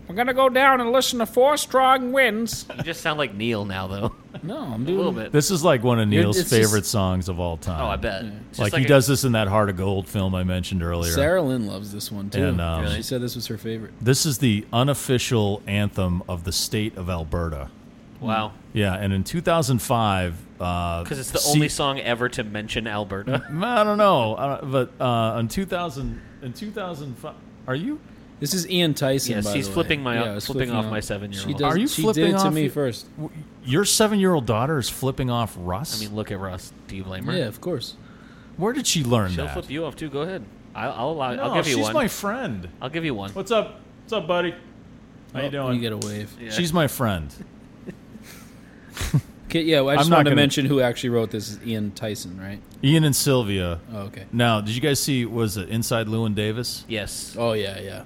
we're gonna go down and listen to Four Strong Winds. You just sound like Neil now, though. no, I'm A doing little bit. This is like one of Neil's it's favorite just- songs of all time. Oh, I bet. It's just Like, he a- does this in that Heart of Gold film I mentioned earlier. Sarah Lynn loves this one too. And, um, She said this was her favorite. This is the unofficial anthem of the state of Alberta. Wow. Yeah, and in 2005, because Because it's the only song ever to mention [LAUGHS] Alberta. uh, I don't know, I don't- but uh, in 2000, in 2005, are you? This is Ian Tyson. Yes, by he's the way. flipping my- I was flipping off my seven-year-old. She does- Are you she flipping did it to off me your- first? Your seven-year-old daughter is flipping off Russ. I mean, look at Russ. Do you blame her? Yeah, of course. where did she learn She'll that? flip you off, too. Go ahead. I'll, I'll allow no, I'll give you she's one. my friend. I'll give you one. What's up? What's up, buddy? How you doing? You get a wave. Yeah, She's my friend. okay, yeah well, I just I'm not wanted to gonna- mention who actually wrote this. Is Ian Tyson, right? Ian and Sylvia. Oh, okay. Now, did you guys see? Was it Inside Llewyn Davis? Yes. Oh yeah, yeah.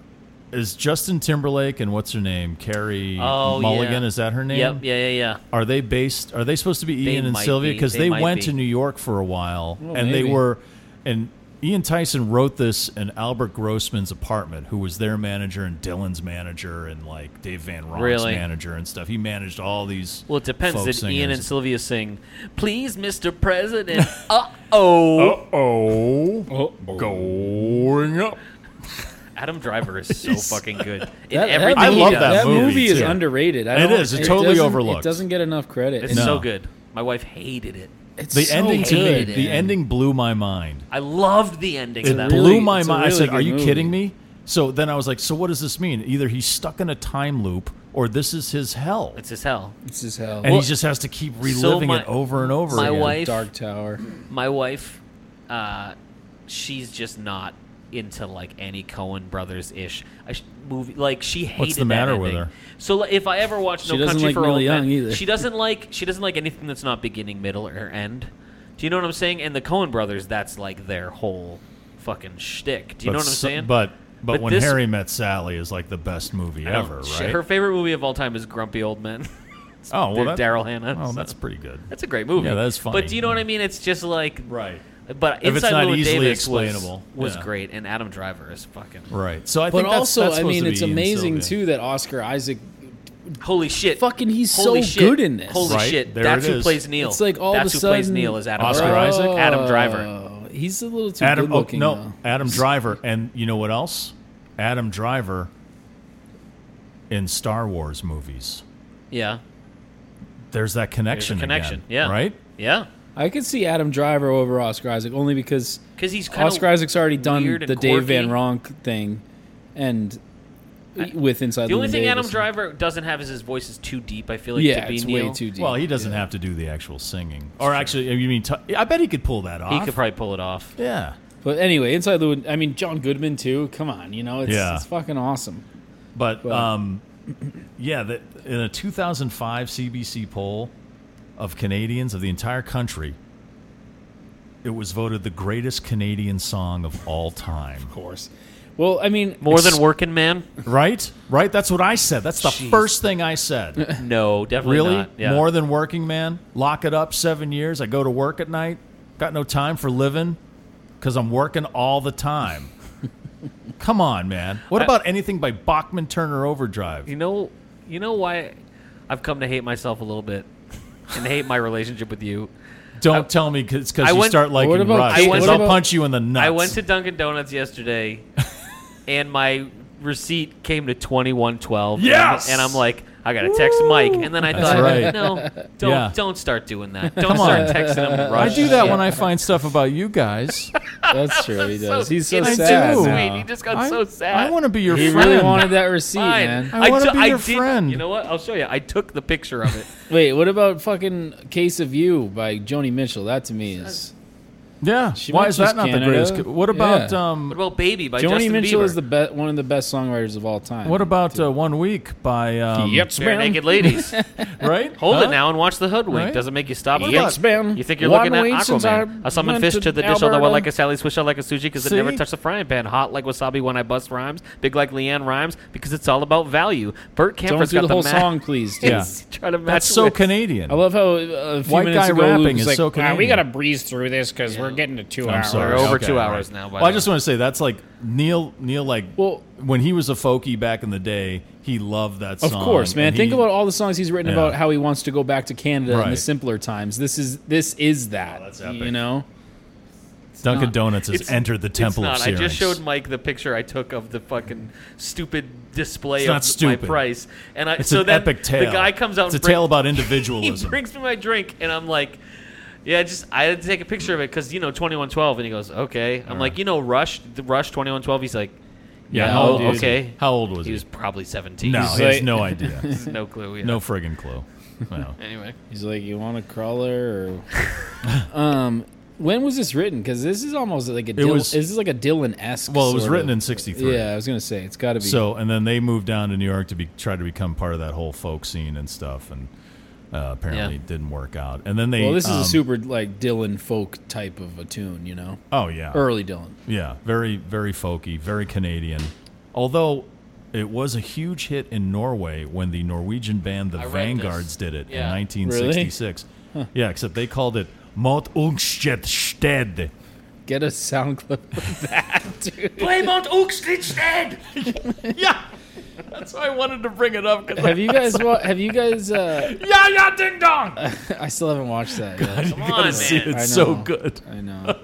Is Justin Timberlake and what's her name, Carrie Oh, Mulligan? yeah. Is that her name? Yep. Yeah, yeah, yeah. Are they based? Are they supposed to be Ian and might Sylvia? be. Oh, Because They they, might went be. to New York for a while, and they maybe. were, and Ian Tyson wrote this in Albert Grossman's apartment, who was their manager and Dylan's manager and like Dave Van Ron's Really? manager and stuff. He managed all these. Well, it depends. folk Did Ian singers. and Sylvia sing, Please, Mr. President? uh oh. Uh oh. Going up. Adam Driver is so fucking good. In That- everything I movie- he love does. that movie, is too. underrated. I It don't- is. It's totally doesn't- overlooked. It doesn't get enough credit. It's And so No. good. My wife hated it. It's The so ending to me, good. hated the it. ending blew my mind. I loved the ending It of that blew really- my it's a mind. I really said, good "Are you movie. kidding me?" So then I was like, "So what does this mean? Either he's stuck in a time loop, or this is his hell, It's as hell. It's as hell. and he just has to keep reliving my- it over and over." my again. wife- Dark Tower. My wife, uh, she's just not into like any Cohen Brothers ish movie. Like she hated. the that matter with ending. her? So like, if I ever watch She No doesn't Country like for Neil Old Men, Young either. she doesn't like she doesn't like anything that's not beginning, middle, or end. Do you know what I'm saying? And the Cohen Brothers, that's like their whole fucking shtick. Do you But know what I'm so- saying? But but, But when this- Harry met Sally is like the best movie I don't- ever, she- right? Her favorite movie of all time is Grumpy Old Men. [LAUGHS] oh, well, they're that- Daryl Hannah. Oh, so- that's pretty good. That's a great movie. Yeah, that is funny. But do you know what I mean? It's just like Right. But If it's Inside not Llewyn easily Davis explainable, was, was yeah. great, and Adam Driver is fucking Right. So I But think that's, also, that's I supposed mean, to it's be Ian amazing Sylvia. too that Oscar Isaac. holy shit. Fucking, he's holy so shit. good in this. Holy Right, shit! there That's it who is. plays Neil. It's like all That's of a who plays sudden- Neil is Adam Oscar Driver. Isaac? Adam Driver. Oh, he's a little too Adam, good oh, looking. no, though. Adam Driver, and you know what else? Adam Driver in Star Wars movies. Yeah. There's that connection. again, connection, yeah. Right. Yeah. I could see Adam Driver over Oscar Isaac only because Because he's kind Oscar Isaac's already done weird and the Dave Van quirky. Ronk thing, and with Inside The only Llewyn thing Adam Davis. Driver doesn't have is his voice is too deep. I feel like yeah, to be it's Neil. way too deep. Well, he doesn't have to do the actual singing, or actually, you mean? T- I bet he could pull that off. He could probably pull it off. yeah. But anyway, Inside Llewyn. I mean, John Goodman too. Come on, you know it's, Yeah. it's fucking awesome. But Well- um, yeah, the, in a 2005 CBC poll of Canadians of the entire country, it was voted the greatest Canadian song of all time. Of course. Well, I mean, [LAUGHS] More than Working Man? Right? Right? That's what I said. That's the first thing I said. No, definitely really? not. Yeah. More than working man? Lock it up seven years. I go to work at night. Got no time for living because I'm working all the [LAUGHS] time. Come on, man. What I- about anything by Bachman Turner Overdrive? You know, you know why I've come to hate myself a little bit and hate my relationship with you. Don't tell me because I you went- start liking What about- Rush. I 'cause went- I'll what about- punch you in the nuts. I went to Dunkin' [LAUGHS] Donuts yesterday, and my receipt came to twenty one twelve. Yes! and I'm like, I gotta text Mike, and then I That's thought, right. [LAUGHS] no, don't Yeah. don't start doing that. Don't Come start on. texting Uh, him. I Rush. do that when I find stuff about you guys. That's true. [LAUGHS] He does. He's so it's sad. too do. now. sweet. He just got I, so [LAUGHS] sad. I want to be your He friend. really [LAUGHS] wanted that receipt, Fine. man. I wanna took- be your did- friend. You know what? I'll show you. I took the picture [LAUGHS] of it. Wait, what about fucking "Case of You" by Joni Mitchell? That to me is yeah. She Why might is that choose not the Canada. greatest? co- What about Yeah. what um? about Baby by Joni Justin Mitchell Bieber? is the be- one of the best songwriters of all time. What about uh, One Week by um? Yes, Bare man. [LAUGHS] naked ladies. Right. Hold Huh? it now and watch the hoodwink. Right? Doesn't make you stop. What it. about- Yes, man. You think you're One looking at week since Aquaman? I I summon went fish to to the dish, although I Alberta. like a Sally swish, I like a sushi because it never See? touched the frying pan. Hot like wasabi when I bust rhymes, big like Leanne rhymes because it's all about value. Bert Don't Camper's do got the the whole ma- song, please. [LAUGHS] dude. Yeah. trying to match. That's so with- Canadian. I love how uh, a few White minutes guy ago, rapping Luke was is like, so Wow, Canadian. we gotta breeze through this because we're getting to two I'm hours. sorry. over Okay, two all hours now, by Well, I the just way. want to say that's like Neil. Neil, like Well- when he was a folkie back in the day, he loved that "Of song. course, man. and Think he- about all the songs he's written Yeah. about how he wants to go back to Canada in the Right. simpler times. This is this is that. that's you epic. know, Dunkin' not- Donuts has It's- entered the it's temple not. of I Syrinx. just showed Mike the picture I took of the fucking stupid display It's of not my stupid. price, and I It's so an then epic tale. the guy comes out. It's a and brings- tale about [LAUGHS] He individualism. brings me my drink, and I'm like, yeah, just I had to take a picture of it because you know 2112, and he goes, okay. I'm like, you know, Rush, the Rush 2112. He's like, yeah, Yeah, how oh, old was he? okay. How old was he he? was probably 17. no, He's he has like- [LAUGHS] no idea. like, no clue. Yeah. no friggin' clue. [LAUGHS] No. [LAUGHS] Anyway, he's like, "You want a crawler?" Or... um, when was this written? Because this is almost like a Dylan. was- Is this like a Dylan esque? Well, it was written in '63. Yeah, I was gonna say it's got to be. So, and then they moved down to New York to be try to become part of that whole folk scene and stuff, and uh, apparently Yeah. it didn't work out. And then they. well, this is um, a super like Dylan folk type of a tune, you know, Oh yeah. early Dylan. Yeah, very, very folky, very Canadian. Although it was a huge hit in Norway when the Norwegian band The I read Vanguards this. did it Yeah. in 1966. Yeah, except they called it Mot Ungstedstede. Get a sound clip of that, dude. Playmont Oakstitch dead! yeah, that's why I wanted to bring it up. Cause Have you guys? Wa- have you guys? Uh, Yeah, yeah, ding dong! [LAUGHS] I still haven't watched that. Yet. come on, man. I It's so know. good. I know.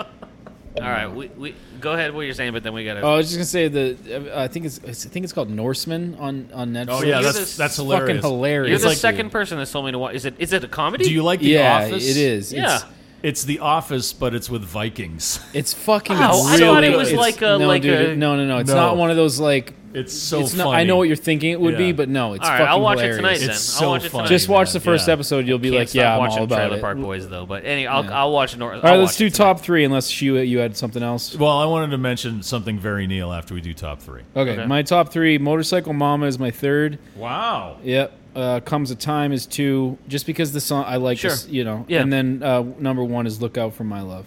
All right, we, we go ahead what you're saying, but then we gotta. Oh, I was just gonna say the. I think it's. it's- I think it's called Norseman on on Netflix. Oh yeah, you're that's the- that's It's hilarious. Fucking hilarious. you're the dude. second person that's told me to watch. Is it is it a comedy? Do you like The yeah, Office? it is. Yeah. It's, It's The Office, but it's with Vikings. [LAUGHS] it's fucking. Oh, I really thought it good. was It's- like a- no, like dude, a- no, no, no. It's No. not one of those like. It's so it's funny. not. I know what you're thinking it would Yeah. be, but no, it's all right, fucking I'll watch hilarious. it tonight. Then It's I'll so watch it tonight. funny. Just watch the Yeah. first episode. You'll be Can't like, stop yeah, I'm watching all about Trailer it. Park Boys though. But anyway, I'll, I'll watch. Nor- All right, let's do top three, unless you you had something else. Well, I wanted to mention something very Neil after we do top three. Okay, Okay. my top three: Motorcycle Mama is my third. Wow. Yep. Uh, Comes a Time is two, just because the song I like, Sure. this, you know. Yeah. And then uh, number one is Look Out for My Love.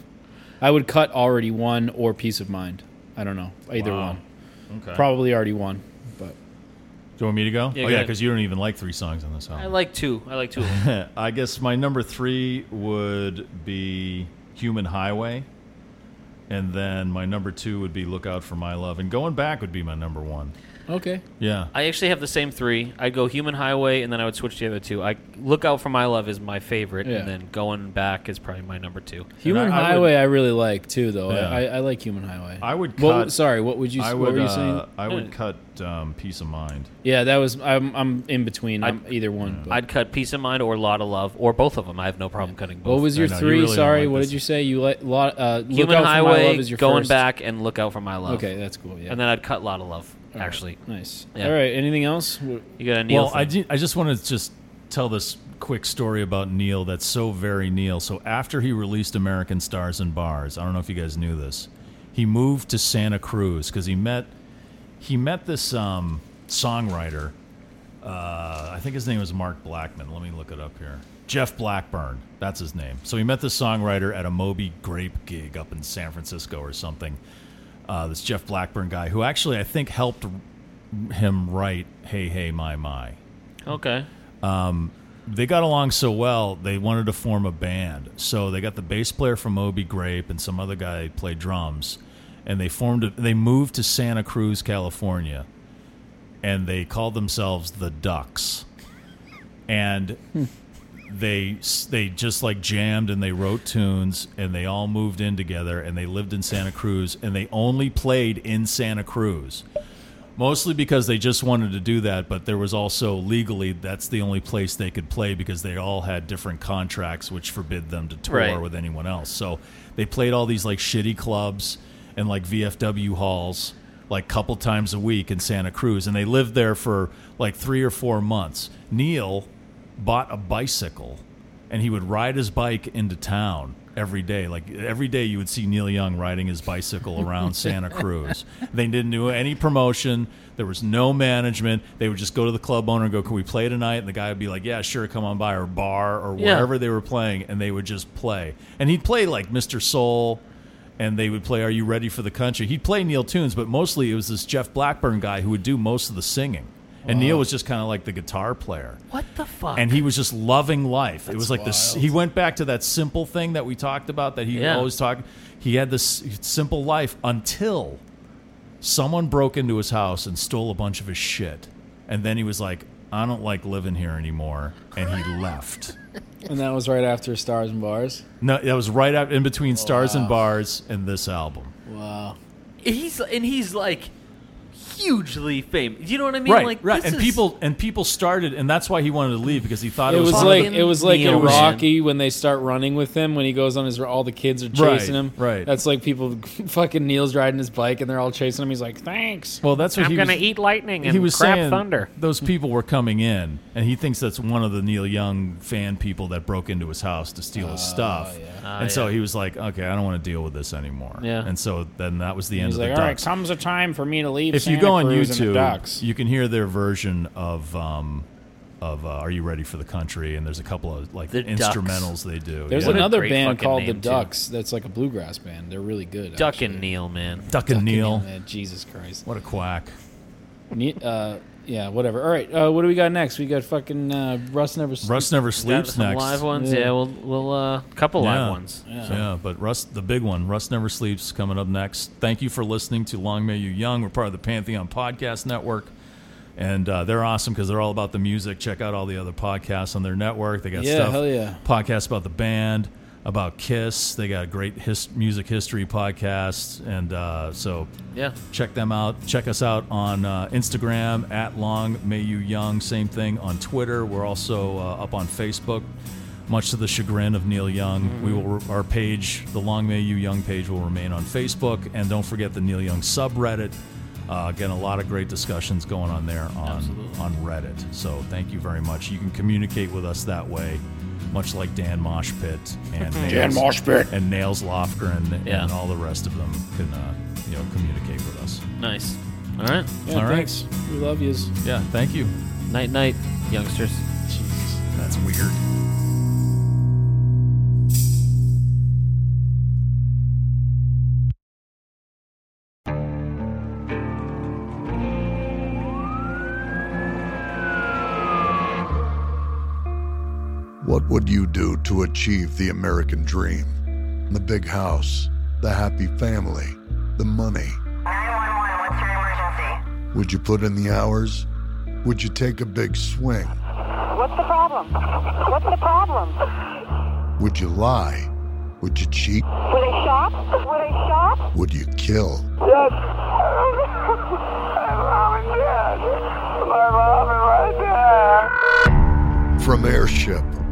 I would cut Already One or Peace of Mind. I don't know. Either Wow. one. Okay. Probably Already One. But Do you want me to go? Yeah, oh, go yeah, ahead. because you don't even like three songs on this I album. like two. I like two. I guess my number three would be Human Highway. And then my number two would be Look Out for My Love. And Going Back would be my number one. okay. Yeah. I actually have the same three. I'd go Human Highway, and then I would switch the other two. I Look Out for My Love is my favorite, Yeah. and then Going Back is probably my number two. I- Human I would- Highway I, really like too though. Yeah. I, I, I like Human Highway. I would What- cut- sorry, what would you I what would, were you uh, saying? I would cut um, Peace of Mind. Yeah, that was I'm I'm in between. I'm either one. but- I'd cut Peace of Mind or Lot of Love or both of them. I have no problem cutting both. what was your I know, you three? really don't sorry, like what this. did you say? You like lot uh Look Human Out for My Highway, Love is your Going first. Back, and Look Out for My Love. Okay, that's cool. Yeah. and then I'd cut Lot of Love. Actually, nice. Yeah. All right, anything else? What- you got a Neil. well, I, thing. ju- I just want to just tell this quick story about Neil that's so very Neil. So after he released American Stars and Bars, I don't know if you guys knew this, he moved to Santa Cruz because he met he met this um, songwriter. Uh, I think his name was Mark Blackman. Let me look it up here. Jeff Blackburn, that's his name. So he met this songwriter at a Moby Grape gig up in San Francisco or something. Uh, this Jeff Blackburn guy, who actually I think helped him write "Hey Hey My My." okay. they got along so well they wanted to form a band so they got the bass player from obi grape and some other guy played drums and they formed a, they moved to santa cruz california and they called themselves the ducks and they s- they just like jammed and they wrote tunes and they all moved in together and they lived in santa cruz and they only played in santa cruz Mostly because they just wanted to do that, but there was also legally that's the only place they could play because they all had different contracts which forbid them to tour Right. with anyone else. So they played all these like shitty clubs and like VFW halls like couple times a week in Santa Cruz and they lived there for like 3 or 4 months. Neil bought a bicycle and he would ride his bike into town every day. Like every day, you would see Neil Young riding his bicycle around Santa Cruz. They didn't do any promotion. There was no management. They would just go to the club owner and go, "Can we play tonight?" And the guy would be like, "Yeah, sure, come on by," or bar or Yeah. wherever they were playing, and they would just play. And he'd play like Mr. Soul. And they would play "Are You Ready for the Country." He'd play Neil tunes, but mostly it was this Jeff Blackburn guy who would do most of the singing, and Neil was just kind of like the guitar player What the fuck? and he was just loving life. it was like this. He went back to that simple thing that we talked about that he Yeah. always talked. He had this simple life until someone broke into his house and stole a bunch of his shit, and then he was like, "I don't like living here anymore," and he left. And that was right after Stars and Bars. No, that was right out in between Stars and Bars and this album. Wow. he's and he's like hugely famous. You know what I mean? right, like, right, this and is- people and people started, and that's why he wanted to leave because he thought It it, was fucking like it was like in Neil, man. Rocky when they start running with him when he goes on his all the kids are Right, chasing him. right. That's like people [LAUGHS] fucking Neil's riding his bike and they're all chasing him. He's like, thanks. Well, that's what I'm he gonna was, eat lightning and he was crap saying thunder. those people were coming in, and he thinks that's one of the Neil Young fan people that broke into his house to steal his stuff. Oh, and so he was like, "Okay, I don't want to deal with this anymore." Yeah. And so then that was the end He's of like, the all right, Ducks. comes a time for me to leave. if you Santa go on Cruz and the YouTube, Ducks. you can hear their version of um, of uh, "Are You Ready for the Country?" and there's a couple of like The Ducks. instrumentals they do. there's yeah. another great band fucking called the name, too. Ducks that's like a bluegrass band. They're really good. Duck actually. and Neil, man. Duck and Neil. Yeah, Jesus Christ. What a quack! Ne- uh, yeah, whatever. All right, uh, what do we got next? We got fucking uh, Russ never. Sleeps. Russ never Got sleeps some next. live ones. Yeah. Yeah, we'll we'll uh, couple live ones. Yeah. but Russ, the big one, Russ Never Sleeps, coming up next. Thank you for listening to Long May You Young. We're part of the Pantheon Podcast Network, and uh, they're awesome because they're all about the music. Check out all the other podcasts on their network. They got Yeah, stuff, hell yeah. podcasts about the band, about Kiss. They got a great his- music history podcast, and uh, so Yeah. check them out. Check us out on uh, Instagram at Long May You Young. Same thing on Twitter. We're also uh, up on Facebook. Much to the chagrin of Neil Young, we will re- our page, the Long May You Young page, will remain on Facebook, and don't forget the Neil Young subreddit. Uh, again, a lot of great discussions going on there on on Reddit. So thank you very much. You can communicate with us that way, much like Dan Moshpit and [LAUGHS] Dan Nails- Moshpit. and Nails Lofgren Yeah. and all the rest of them can uh, you know communicate with us. Nice. All right. Yeah, All right. thanks. We love yous. Yeah, thank you. Night night, youngsters. That's weird. What would you do to achieve the American dream? The big house, the happy family, the money. 911, what's your emergency? Would you put in the hours? Would you take a big swing? What's the problem? What's the problem? Would you lie? Would you cheat? Were they shot? Were they shot? Would you kill? Yes. [LAUGHS] My mom and dad. My mom is right there. From Airship,